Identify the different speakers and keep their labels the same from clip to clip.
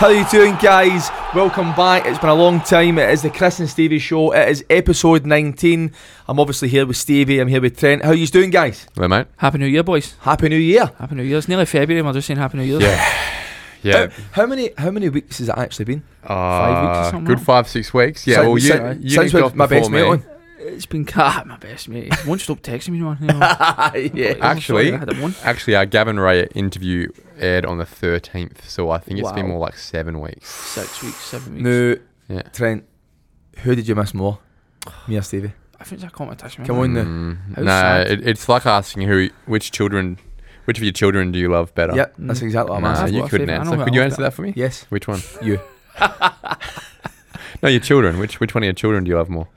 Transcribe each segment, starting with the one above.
Speaker 1: How you doing, guys? Welcome back. It's been a long time. It is the Chris and Stevie show. It is episode 19. I'm obviously here with Stevie. I'm here with Trent. How you doing, guys?
Speaker 2: Right, mate.
Speaker 3: Happy New Year, boys.
Speaker 1: Happy New Year.
Speaker 3: Happy New Year. It's nearly February, and we're just saying Happy New Year.
Speaker 2: Yeah. Uh,
Speaker 1: How, how many how many weeks has it actually been?
Speaker 3: five weeks or something
Speaker 2: Good
Speaker 3: like
Speaker 2: five, six weeks. Yeah,
Speaker 1: Since-
Speaker 2: well, you,
Speaker 1: since-
Speaker 2: you
Speaker 1: since
Speaker 2: nicked off
Speaker 1: with my best
Speaker 2: before
Speaker 1: mate
Speaker 2: me.
Speaker 1: on.
Speaker 3: It's been cat, my best mate. Won't stop texting me, man. You know.
Speaker 1: yeah.
Speaker 2: Actually-
Speaker 3: I had it one.
Speaker 2: Actually, our Gavin Ray interview aired on the 13th, so I think it's been
Speaker 3: Wow.
Speaker 2: more like seven weeks.
Speaker 3: Six weeks, seven weeks.
Speaker 1: Now,
Speaker 2: Yeah.
Speaker 1: Trent, who did you miss more? Me or Stevie?
Speaker 3: I think it's a competition.
Speaker 1: Come
Speaker 3: man.
Speaker 1: on now.
Speaker 2: Mm,
Speaker 3: How
Speaker 2: nah,
Speaker 3: sad.
Speaker 2: it, it's like asking who, which children, which of your children do you love better?
Speaker 1: Yep, that's exactly what I'm
Speaker 2: Nah,
Speaker 3: I've
Speaker 1: asking.
Speaker 3: got
Speaker 2: you
Speaker 3: a
Speaker 2: couldn't
Speaker 3: favourite
Speaker 2: answer.
Speaker 3: animal
Speaker 2: Could you
Speaker 3: out
Speaker 2: answer
Speaker 3: there.
Speaker 2: that for me?
Speaker 1: Yes,
Speaker 2: Which one?
Speaker 1: you.
Speaker 2: No, your children. Which which one of your children do you love more?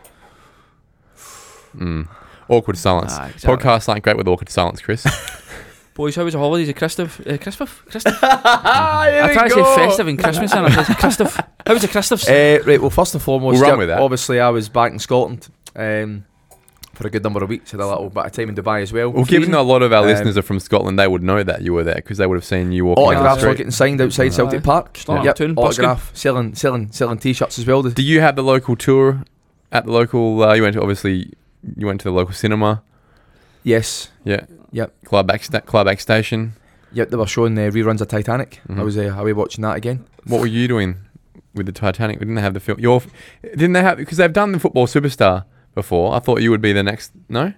Speaker 2: Mm. Awkward silence.
Speaker 3: Ah, exactly.
Speaker 2: Podcasts aren't great with awkward silence, Chris.
Speaker 3: Boys, how was your holidays? At Christoph? Uh, Christoph? Christoph? I
Speaker 1: I
Speaker 3: try to say festive and Christmas, and I said Christoph. How was the Christophs?
Speaker 2: Øh,
Speaker 1: Uh, right, well, first and foremost,
Speaker 2: We'll run
Speaker 1: yeah,
Speaker 2: with that.
Speaker 1: obviously, I was back in Scotland um, for a good number of weeks. Had a little bit of time in Dubai as well.
Speaker 2: well, given a lot of our
Speaker 1: Um,
Speaker 2: listeners are from Scotland, they would know that you were there because they would have seen you walking down the
Speaker 1: Autographs
Speaker 2: street.
Speaker 1: were getting signed outside
Speaker 3: Aye.
Speaker 2: Uh,
Speaker 1: Celtic Park.
Speaker 3: Just like
Speaker 1: Yep,
Speaker 3: tune, busking.
Speaker 1: autograph, selling, selling, selling T-shirts as well.
Speaker 2: Do you have the local tour at the local? Uh, you went to obviously you went to the local cinema.
Speaker 1: yes,
Speaker 2: Yeah.
Speaker 1: Yep.
Speaker 2: Club back, sta- Club back station.
Speaker 1: yep, they were showing uh, reruns of Titanic. I
Speaker 2: Mhm.
Speaker 1: was uh, away watching that again.
Speaker 2: What were you doing with the Titanic? Didn't they have the film? Your f- didn't they have because they've done the football superstar before. I thought you would be the next. No.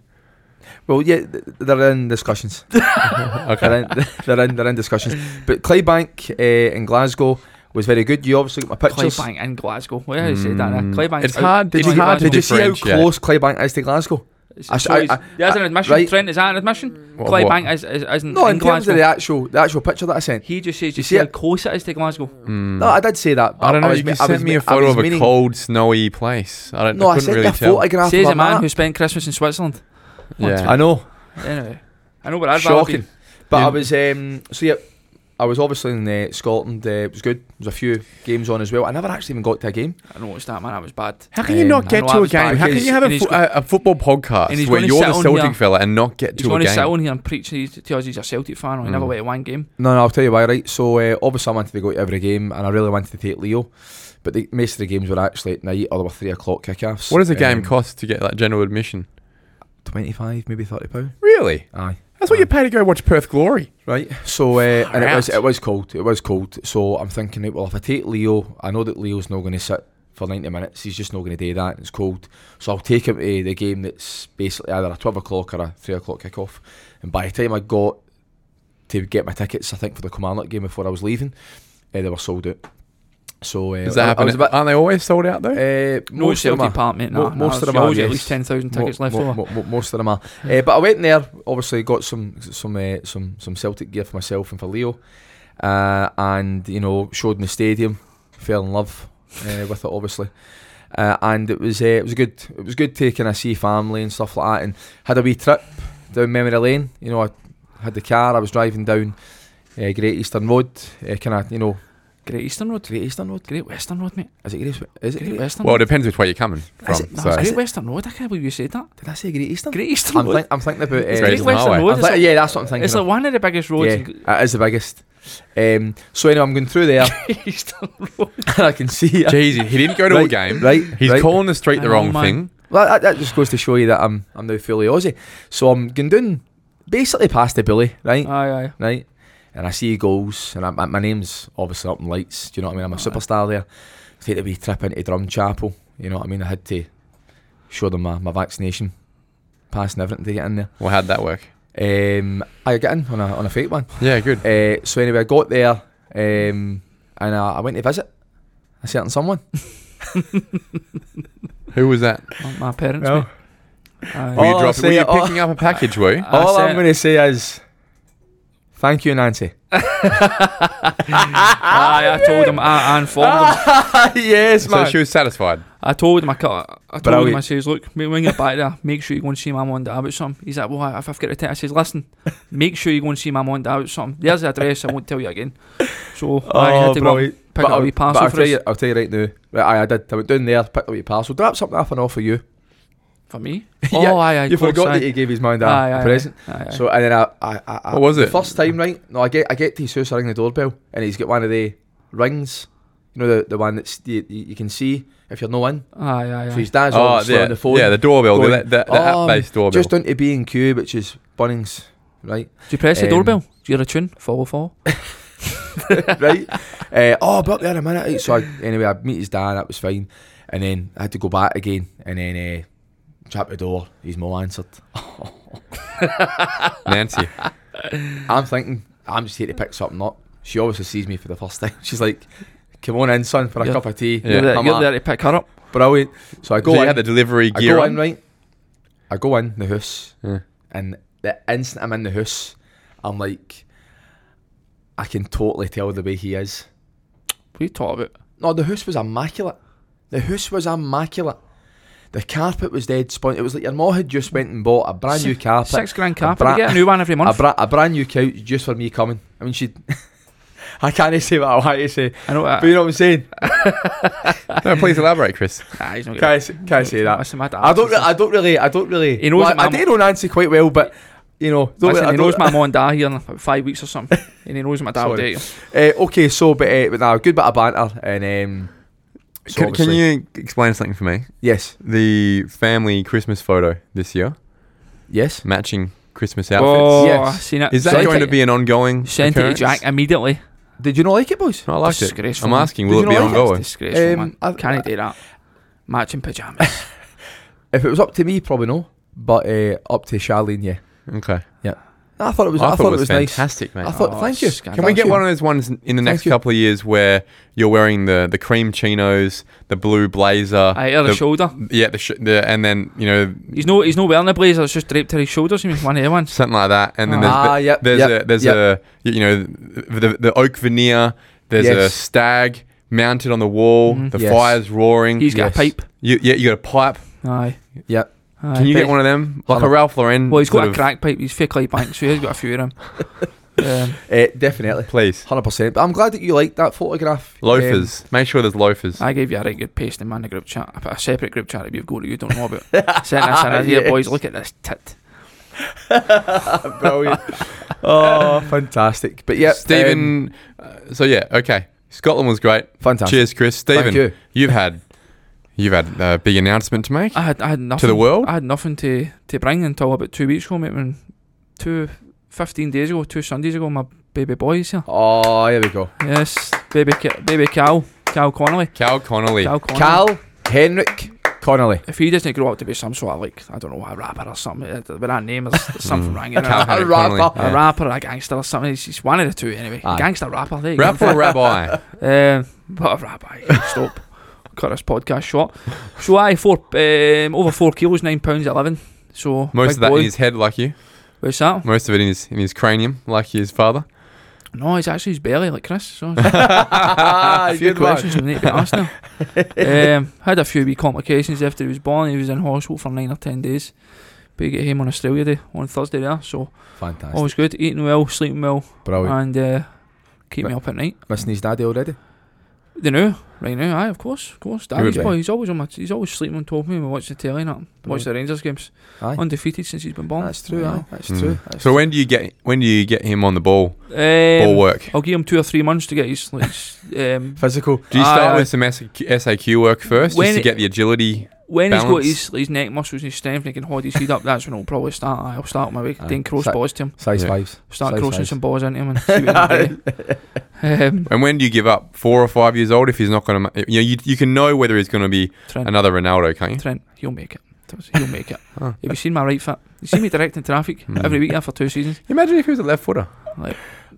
Speaker 1: Well, yeah, th- they're in discussions.
Speaker 2: Okay.
Speaker 1: they're, in, they're in, they're in discussions. But Claybank uh, in Glasgow was very good. You obviously got my pictures.
Speaker 3: Claybank in Glasgow. Where did I say that?
Speaker 2: Mm.
Speaker 3: now? Claybank.
Speaker 2: It's hard-
Speaker 1: Did
Speaker 2: it's
Speaker 1: you,
Speaker 2: hard to Altså,
Speaker 1: did you see how
Speaker 2: differentiate.
Speaker 1: close Claybank is to Glasgow? I-
Speaker 3: so
Speaker 1: I-
Speaker 3: is-
Speaker 1: I-
Speaker 3: that's an admission.
Speaker 1: right.
Speaker 3: Trent, is that an admission?
Speaker 2: What-
Speaker 3: Claybank is, is, isn't
Speaker 1: No, in
Speaker 3: in,
Speaker 1: terms
Speaker 3: Glasgow.
Speaker 1: of the actual, the actual picture that I sent.
Speaker 3: he just says,
Speaker 1: You
Speaker 3: you
Speaker 1: see
Speaker 3: see how
Speaker 1: it-
Speaker 3: close it is to Glasgow?
Speaker 2: Mm.
Speaker 1: No, I did say that. but
Speaker 2: I don't know.
Speaker 1: was
Speaker 2: you
Speaker 1: mea- I
Speaker 2: sent
Speaker 1: was
Speaker 2: me
Speaker 1: mea- I
Speaker 2: a photo
Speaker 1: was
Speaker 2: of a
Speaker 1: meaning-
Speaker 2: cold, snowy place. I don't.
Speaker 1: No,
Speaker 2: I
Speaker 1: I
Speaker 2: couldn't
Speaker 1: sent you
Speaker 2: really
Speaker 1: a
Speaker 2: tell.
Speaker 1: photograph
Speaker 3: Says
Speaker 1: of
Speaker 3: a man who spent Christmas in Switzerland.
Speaker 2: Yeah.
Speaker 1: I know,
Speaker 3: Anyway, I know what I'd rather be.
Speaker 1: shocking. But
Speaker 2: Yeah.
Speaker 1: I was um, so yeah, I was obviously in uh, Scotland. Uh, it was good. There was a few games on as well. I never actually even got to a game.
Speaker 3: I don't watch that man. I was bad.
Speaker 2: How can you not
Speaker 3: Um,
Speaker 2: get
Speaker 3: I know
Speaker 2: to
Speaker 3: I
Speaker 2: a
Speaker 3: was
Speaker 2: game?
Speaker 3: back
Speaker 2: How can
Speaker 3: his-
Speaker 2: you have a,
Speaker 3: and he's
Speaker 2: fo- a, a football
Speaker 3: and
Speaker 2: podcast
Speaker 3: he's
Speaker 2: where
Speaker 3: gonna
Speaker 2: you're
Speaker 3: sit
Speaker 2: the
Speaker 3: on
Speaker 2: Celtic
Speaker 3: here.
Speaker 2: fella and not get
Speaker 3: He's
Speaker 2: to a
Speaker 3: going to sit
Speaker 2: game?
Speaker 3: on here and preach to you- to us he's a Celtic fan or he never
Speaker 2: Mm.
Speaker 3: went to one game.
Speaker 1: No, no, I'll tell you why. Right, so uh, obviously I wanted to go to every game, and I really wanted to take Leo. But the most of the games were actually at night, or they were three o'clock kickoffs.
Speaker 2: What does a game
Speaker 1: Um,
Speaker 2: cost to get like general admission?
Speaker 1: Twenty-five, maybe thirty pound.
Speaker 2: Really?
Speaker 1: Aye.
Speaker 2: That's what you pay to go watch Perth Glory.
Speaker 1: Right. So uh, and it
Speaker 2: out.
Speaker 1: was it was cold. It was cold. So I'm thinking, right, well, if I take Leo, I know that Leo's not going to sit for 90 minutes. He's just not going to do that. It's cold. So I'll take him to the game that's basically either a 12 o'clock or a 3 o'clock kickoff. And by the time I got to get my tickets, I think for the Kilmarnock game before I was leaving, uh, they were sold out. So uh,
Speaker 2: Does that
Speaker 1: I- I
Speaker 2: happen?
Speaker 1: was a bit.
Speaker 2: Aren't they always sold out though?
Speaker 1: Uh,
Speaker 3: No
Speaker 1: most of them
Speaker 3: Celtic
Speaker 1: are.
Speaker 3: part, mate.
Speaker 1: mo-
Speaker 3: Nah, nah,
Speaker 1: most of them
Speaker 3: there's
Speaker 1: are,
Speaker 3: always
Speaker 1: yes.
Speaker 3: at least 10,000 tickets
Speaker 1: Mo-
Speaker 3: left
Speaker 1: mo-
Speaker 3: over.
Speaker 1: mo- mo- most of them are.
Speaker 3: Hmm.
Speaker 1: Uh, but I went there, obviously got some some uh, some some Celtic gear for myself and for Leo, uh, and you know showed in the stadium, fell in love uh, with it obviously, uh, and it was uh, it was good it was good taking a see family and stuff like that, and had a wee trip down memory lane. You know I had the car, I was driving down uh, Great Eastern Road, uh, kind of you know
Speaker 3: Great Eastern Road.
Speaker 1: Great Eastern Road.
Speaker 3: Great Western Road, mate.
Speaker 1: Is it Great? Is it
Speaker 3: Great
Speaker 1: Great?
Speaker 3: Western
Speaker 2: Well, it
Speaker 3: Road.
Speaker 2: depends which way you're coming from.
Speaker 3: Is it- no,
Speaker 2: So
Speaker 3: it's Great
Speaker 2: it's
Speaker 3: Western Road. I can't believe you said that.
Speaker 1: Did I say Great Eastern?
Speaker 3: Great Eastern
Speaker 1: I'm,
Speaker 3: Road.
Speaker 1: think, I'm thinking about.
Speaker 3: It's
Speaker 1: uh,
Speaker 2: Great
Speaker 3: Great Western
Speaker 2: Highway.
Speaker 3: Road.
Speaker 1: I'm
Speaker 3: It's
Speaker 1: thi-
Speaker 3: like-
Speaker 1: yeah, that's what I'm thinking.
Speaker 3: It's
Speaker 1: of.
Speaker 3: like one of the biggest roads. in
Speaker 1: Yeah, it is the biggest. Um, so anyway, I'm going through there,
Speaker 3: Great Eastern Road.
Speaker 1: and I can see.
Speaker 2: Jeez, he didn't go to a
Speaker 1: right,
Speaker 2: game.
Speaker 1: Right,
Speaker 2: He's
Speaker 1: right.
Speaker 2: calling the street
Speaker 3: I
Speaker 2: the
Speaker 3: know,
Speaker 2: wrong
Speaker 3: man.
Speaker 2: thing.
Speaker 1: Well, that, that just goes to show you that I'm I'm now fully Aussie. So I'm going down basically past the bully, right,
Speaker 3: Aye, aye.
Speaker 1: right, and I see goals, and I, my, my name's obviously up in lights. Do you know what I mean? I'm a superstar there. Take a wee trip into Drumchapel. You know what I mean? I had to show them my, my vaccination pass and everything to get in there.
Speaker 2: Well, how'd that work?
Speaker 1: Um, I get in on a on a fake one.
Speaker 2: Yeah, good.
Speaker 1: Uh, so anyway, I got there um, and I, I went to visit a certain someone.
Speaker 2: Who was that?
Speaker 3: My- My parents,
Speaker 1: No.
Speaker 3: mate. Aye.
Speaker 2: Were
Speaker 1: All
Speaker 2: you,
Speaker 1: I'll
Speaker 2: dropping, were
Speaker 1: say-
Speaker 2: you
Speaker 1: all-
Speaker 2: picking up a package? Were you?
Speaker 3: I
Speaker 1: All
Speaker 3: said-
Speaker 1: I'm going to say is, thank you, Nancy. Ah,
Speaker 3: Aye, I told him. I, I informed him.
Speaker 1: yes,
Speaker 2: So she was satisfied.
Speaker 3: I told him, I, cut- I told
Speaker 1: Brilliant.
Speaker 3: him, I says, look, mate, when you're back there, make sure you go and see my mum down about something. He's like, well, if I've got a tent, I says, listen, make sure you go and see my mum down about something. There's the address, I won't tell you again. So I had to go and pick up a wee parcel
Speaker 1: Oh, I'll
Speaker 3: for
Speaker 1: tell
Speaker 3: us.
Speaker 1: you, I'll tell you right now. Right, aye, I did. I went down there, picked up your parcel, dropped something off and off for you.
Speaker 3: For me?
Speaker 1: Yeah,
Speaker 3: oh, aye, aye.
Speaker 1: you
Speaker 3: of course,
Speaker 1: forgot
Speaker 3: aye.
Speaker 1: that you gave his man
Speaker 3: Aye, aye,
Speaker 1: a
Speaker 3: aye,
Speaker 1: present.
Speaker 3: aye, aye.
Speaker 1: So and then I, I, I, I
Speaker 2: What was
Speaker 1: the
Speaker 2: it?
Speaker 1: First time, right? No, I get, I get to his house, I ring the doorbell, and he's got one of the rings You know the, the one that's you, you you can see if you're no in.
Speaker 3: Aye, aye, aye.
Speaker 1: So his dad's
Speaker 2: oh,
Speaker 1: obviously
Speaker 2: yeah,
Speaker 1: on the phone.
Speaker 2: yeah, the doorbell, the,
Speaker 1: going,
Speaker 2: the, the, the
Speaker 1: um,
Speaker 2: app-based doorbell.
Speaker 1: just down to B and Q, which is Bunnings, right?
Speaker 3: Do you press the
Speaker 1: Um,
Speaker 3: doorbell? Do you hear a tune? Follow, follow.
Speaker 1: right? Uh, oh, I'll be up there in a minute. Right, So I, anyway, I meet his dad. That was fine. And then I had to go back again. And then uh, trap the door. His mum answered.
Speaker 2: Nancy.
Speaker 1: I'm thinking I'm just here to pick something up. She obviously sees me for the first time. She's like, "Come on in, son, for a
Speaker 3: Yeah.
Speaker 1: cup of tea."
Speaker 2: Yeah.
Speaker 3: You're, there,
Speaker 1: I'm
Speaker 3: you're
Speaker 1: like,
Speaker 3: there to pick her up.
Speaker 1: Brilliant. So I go
Speaker 2: so you
Speaker 1: in.
Speaker 2: had the delivery
Speaker 1: I
Speaker 2: gear
Speaker 1: go
Speaker 2: on.
Speaker 1: in right. I go in the house,
Speaker 2: Yeah.
Speaker 1: and the instant I'm in the house, I'm like, I can totally tell the way he is.
Speaker 3: What are you talking about?
Speaker 1: No, the house was immaculate. The house was immaculate. The carpet was dead spun. It was like your ma had just went and bought a brand new carpet,
Speaker 3: Six grand
Speaker 1: a
Speaker 3: cap.
Speaker 1: bra-
Speaker 3: You get a new one every
Speaker 1: a,
Speaker 3: month.
Speaker 1: bra- a brand new couch just for me coming. I mean, she. I can't say what I want to say,
Speaker 3: I know.
Speaker 1: but you know what I'm saying.
Speaker 2: No, please elaborate, Chris.
Speaker 3: Nah, he's not gonna-
Speaker 1: Can't, can't say that.
Speaker 3: Listen, my dad.
Speaker 1: I don't. re- I don't really. I don't really.
Speaker 3: He knows
Speaker 1: well,
Speaker 3: that
Speaker 1: I, I
Speaker 3: my
Speaker 1: do know Nancy quite well, but you know. Don't
Speaker 3: Listen,
Speaker 1: I
Speaker 3: he
Speaker 1: don't-
Speaker 3: knows my mum and dad here in about er five weeks or something, er and he knows my dad would
Speaker 2: er
Speaker 1: Sorry.
Speaker 3: date him.
Speaker 1: Uh, okay, so but, uh, but now good bit of banter and um, so
Speaker 2: Can, can
Speaker 1: obviously-
Speaker 2: you explain something for me?
Speaker 1: Yes,
Speaker 2: The family Christmas photo this year,
Speaker 1: yes.
Speaker 2: matching Christmas outfits.
Speaker 3: Oh,
Speaker 1: Yes.
Speaker 3: I seen it.
Speaker 2: Is that
Speaker 1: Send
Speaker 2: going
Speaker 1: it-
Speaker 2: to be an ongoing?
Speaker 3: Send it to
Speaker 2: occurrence?
Speaker 3: Jack immediately.
Speaker 1: Did you not like it, boys?
Speaker 2: No, I liked it.
Speaker 3: Disgraceful,
Speaker 2: I'm
Speaker 3: man.
Speaker 2: asking,
Speaker 1: Did
Speaker 2: will
Speaker 1: you
Speaker 2: it be
Speaker 1: not like it?
Speaker 2: ongoing?
Speaker 3: Disgraceful,
Speaker 1: Um,
Speaker 3: man.
Speaker 1: I-
Speaker 3: Can he do that? Matching pajamas.
Speaker 1: If it was up to me, probably no. But uh, up to Charlene, yeah.
Speaker 2: Okay.
Speaker 1: I thought it was. I, thought, it was, nice.
Speaker 2: fantastic, mate.
Speaker 1: I thought.
Speaker 3: Oh,
Speaker 1: thank you.
Speaker 3: scandal.
Speaker 2: Can we
Speaker 1: Thank
Speaker 2: get
Speaker 1: you.
Speaker 2: one of those ones in the next
Speaker 1: you.
Speaker 2: couple of years where you're wearing the, the cream chinos, the blue blazer,
Speaker 3: Aye, on the shoulder.
Speaker 2: yeah, the, sh- the and then you know
Speaker 3: He's no, he's no wearing a blazer. It's just draped to his shoulders. He's one of them ones.
Speaker 2: something like that, and then there's,
Speaker 1: Ah,
Speaker 2: the,
Speaker 1: yep,
Speaker 2: there's
Speaker 1: yep,
Speaker 2: a there's a you know the the oak veneer, there's a
Speaker 1: Yes.
Speaker 2: stag mounted on the wall,
Speaker 3: Mhm.
Speaker 2: the
Speaker 1: Yes.
Speaker 2: fire's roaring.
Speaker 3: He's got
Speaker 1: Yes.
Speaker 3: a pipe.
Speaker 2: you, yeah, you got a pipe.
Speaker 3: Aye.
Speaker 1: Yep.
Speaker 3: Aye,
Speaker 2: Can you
Speaker 3: bet-
Speaker 2: get one of them, like
Speaker 1: Hold
Speaker 2: a
Speaker 1: on.
Speaker 2: Ralph Lauren?
Speaker 3: Well, he's got
Speaker 2: sort
Speaker 3: a
Speaker 2: of-
Speaker 3: crack pipe. He's fake like bank, so he's got a few of them. um,
Speaker 1: Uh, definitely,
Speaker 2: Please,
Speaker 1: hundred percent. But I'm glad that you liked that photograph. Um,
Speaker 2: loafers. Make sure there's loafers.
Speaker 3: I gave you a right good pasting, man. The group chat. I put a separate group chat that you've got that you don't know about. Sent this in. Here,
Speaker 1: Yes.
Speaker 3: boys, look at this tit.
Speaker 1: Brilliant. oh, fantastic. But yeah, um,
Speaker 2: Stephen. uh, so yeah, okay. Scotland was great.
Speaker 1: fantastic.
Speaker 2: Cheers, Chris.
Speaker 1: Thank
Speaker 2: Stephen,
Speaker 1: you.
Speaker 2: You've had you've had a big announcement to make
Speaker 3: I had, I had nothing
Speaker 2: to the world.
Speaker 3: I had nothing to, to bring until about two weeks ago, mate. When two, 15 days ago, two Sundays ago, my baby boy's here.
Speaker 1: Oh, here we go.
Speaker 3: Yes, baby, Ca- baby Cal, Cal Connolly.
Speaker 2: Cal Connolly.
Speaker 3: Cal Connolly.
Speaker 1: Cal Henrik Connolly.
Speaker 3: If he doesn't grow up to be some sort of like, I don't know, a rapper or something, uh, with that name, there's, there's something wrong in it.
Speaker 2: Cal
Speaker 3: A
Speaker 2: Henry
Speaker 1: rapper.
Speaker 2: Connolly, yeah.
Speaker 3: rapper, a gangster or something. He's, he's one of the two anyway.
Speaker 1: Aye.
Speaker 3: Gangster rapper. There you go.
Speaker 2: Rap or rabbi?
Speaker 3: Um, but a rabbi, stop. Cut this podcast short. So I four um, over four kilos, nine pounds eleven. So
Speaker 2: Most
Speaker 3: big
Speaker 2: of that
Speaker 3: boy.
Speaker 2: in his head, like you.
Speaker 3: What's that?
Speaker 2: Most of it in his in his cranium, like his father.
Speaker 3: No, it's actually his belly, like Chris. So a few
Speaker 1: Good one.
Speaker 3: questions we need to be asked now. um, had a few wee complications after he was born. He was in hospital for nine or ten days. But you get him on Australia Day on Thursday there, so
Speaker 1: Fantastic.
Speaker 3: always good. Eating well, sleeping well,
Speaker 1: Brilliant.
Speaker 3: and uh, keep me
Speaker 1: Right.
Speaker 3: up at night.
Speaker 1: Missing his daddy already.
Speaker 3: They know, right now, aye, of course, of course.
Speaker 1: would
Speaker 3: Daddy's
Speaker 1: be.
Speaker 3: boy, he's always on my, he's always sleeping on top of me. when We watch the telly and that. Watch the Rangers games.
Speaker 1: Aye.
Speaker 3: Undefeated since he's been born.
Speaker 1: That's true. Aye.
Speaker 3: Yeah.
Speaker 1: Hmm. That's
Speaker 2: Mm.
Speaker 1: true. That's
Speaker 2: So when do you get when do you get him on the ball
Speaker 3: Um,
Speaker 2: ball work?
Speaker 3: I'll give him two or three months to get his. Like, s- um,
Speaker 1: physical.
Speaker 2: Do you
Speaker 3: aye,
Speaker 2: start
Speaker 3: aye.
Speaker 2: with some SAQ, SAQ work first,
Speaker 3: When
Speaker 2: just to
Speaker 3: it-
Speaker 2: get the agility?
Speaker 3: when he's got
Speaker 2: Balance.
Speaker 3: his, his neck muscles and his strength and he can hold his head up, that's when I'll probably start. aye, I'll start my way,
Speaker 1: Aye.
Speaker 3: then cross
Speaker 1: Sa-
Speaker 3: balls to him,
Speaker 1: Size
Speaker 2: Yeah.
Speaker 1: fives.
Speaker 3: start
Speaker 1: Size
Speaker 3: crossing
Speaker 1: size.
Speaker 3: some balls into him and see what he can do. Um,
Speaker 2: And when do you give up? Four or five years old, if he's not going to, you know, you, you can know whether he's going to be
Speaker 3: Trent,
Speaker 2: another Ronaldo, can't you?
Speaker 3: Trent, he'll make it. He'll make it.
Speaker 2: Oh.
Speaker 3: Have you seen my right foot? You see me directing traffic
Speaker 2: Mm.
Speaker 3: every week now for two seasons?
Speaker 2: Imagine if he was a left footer.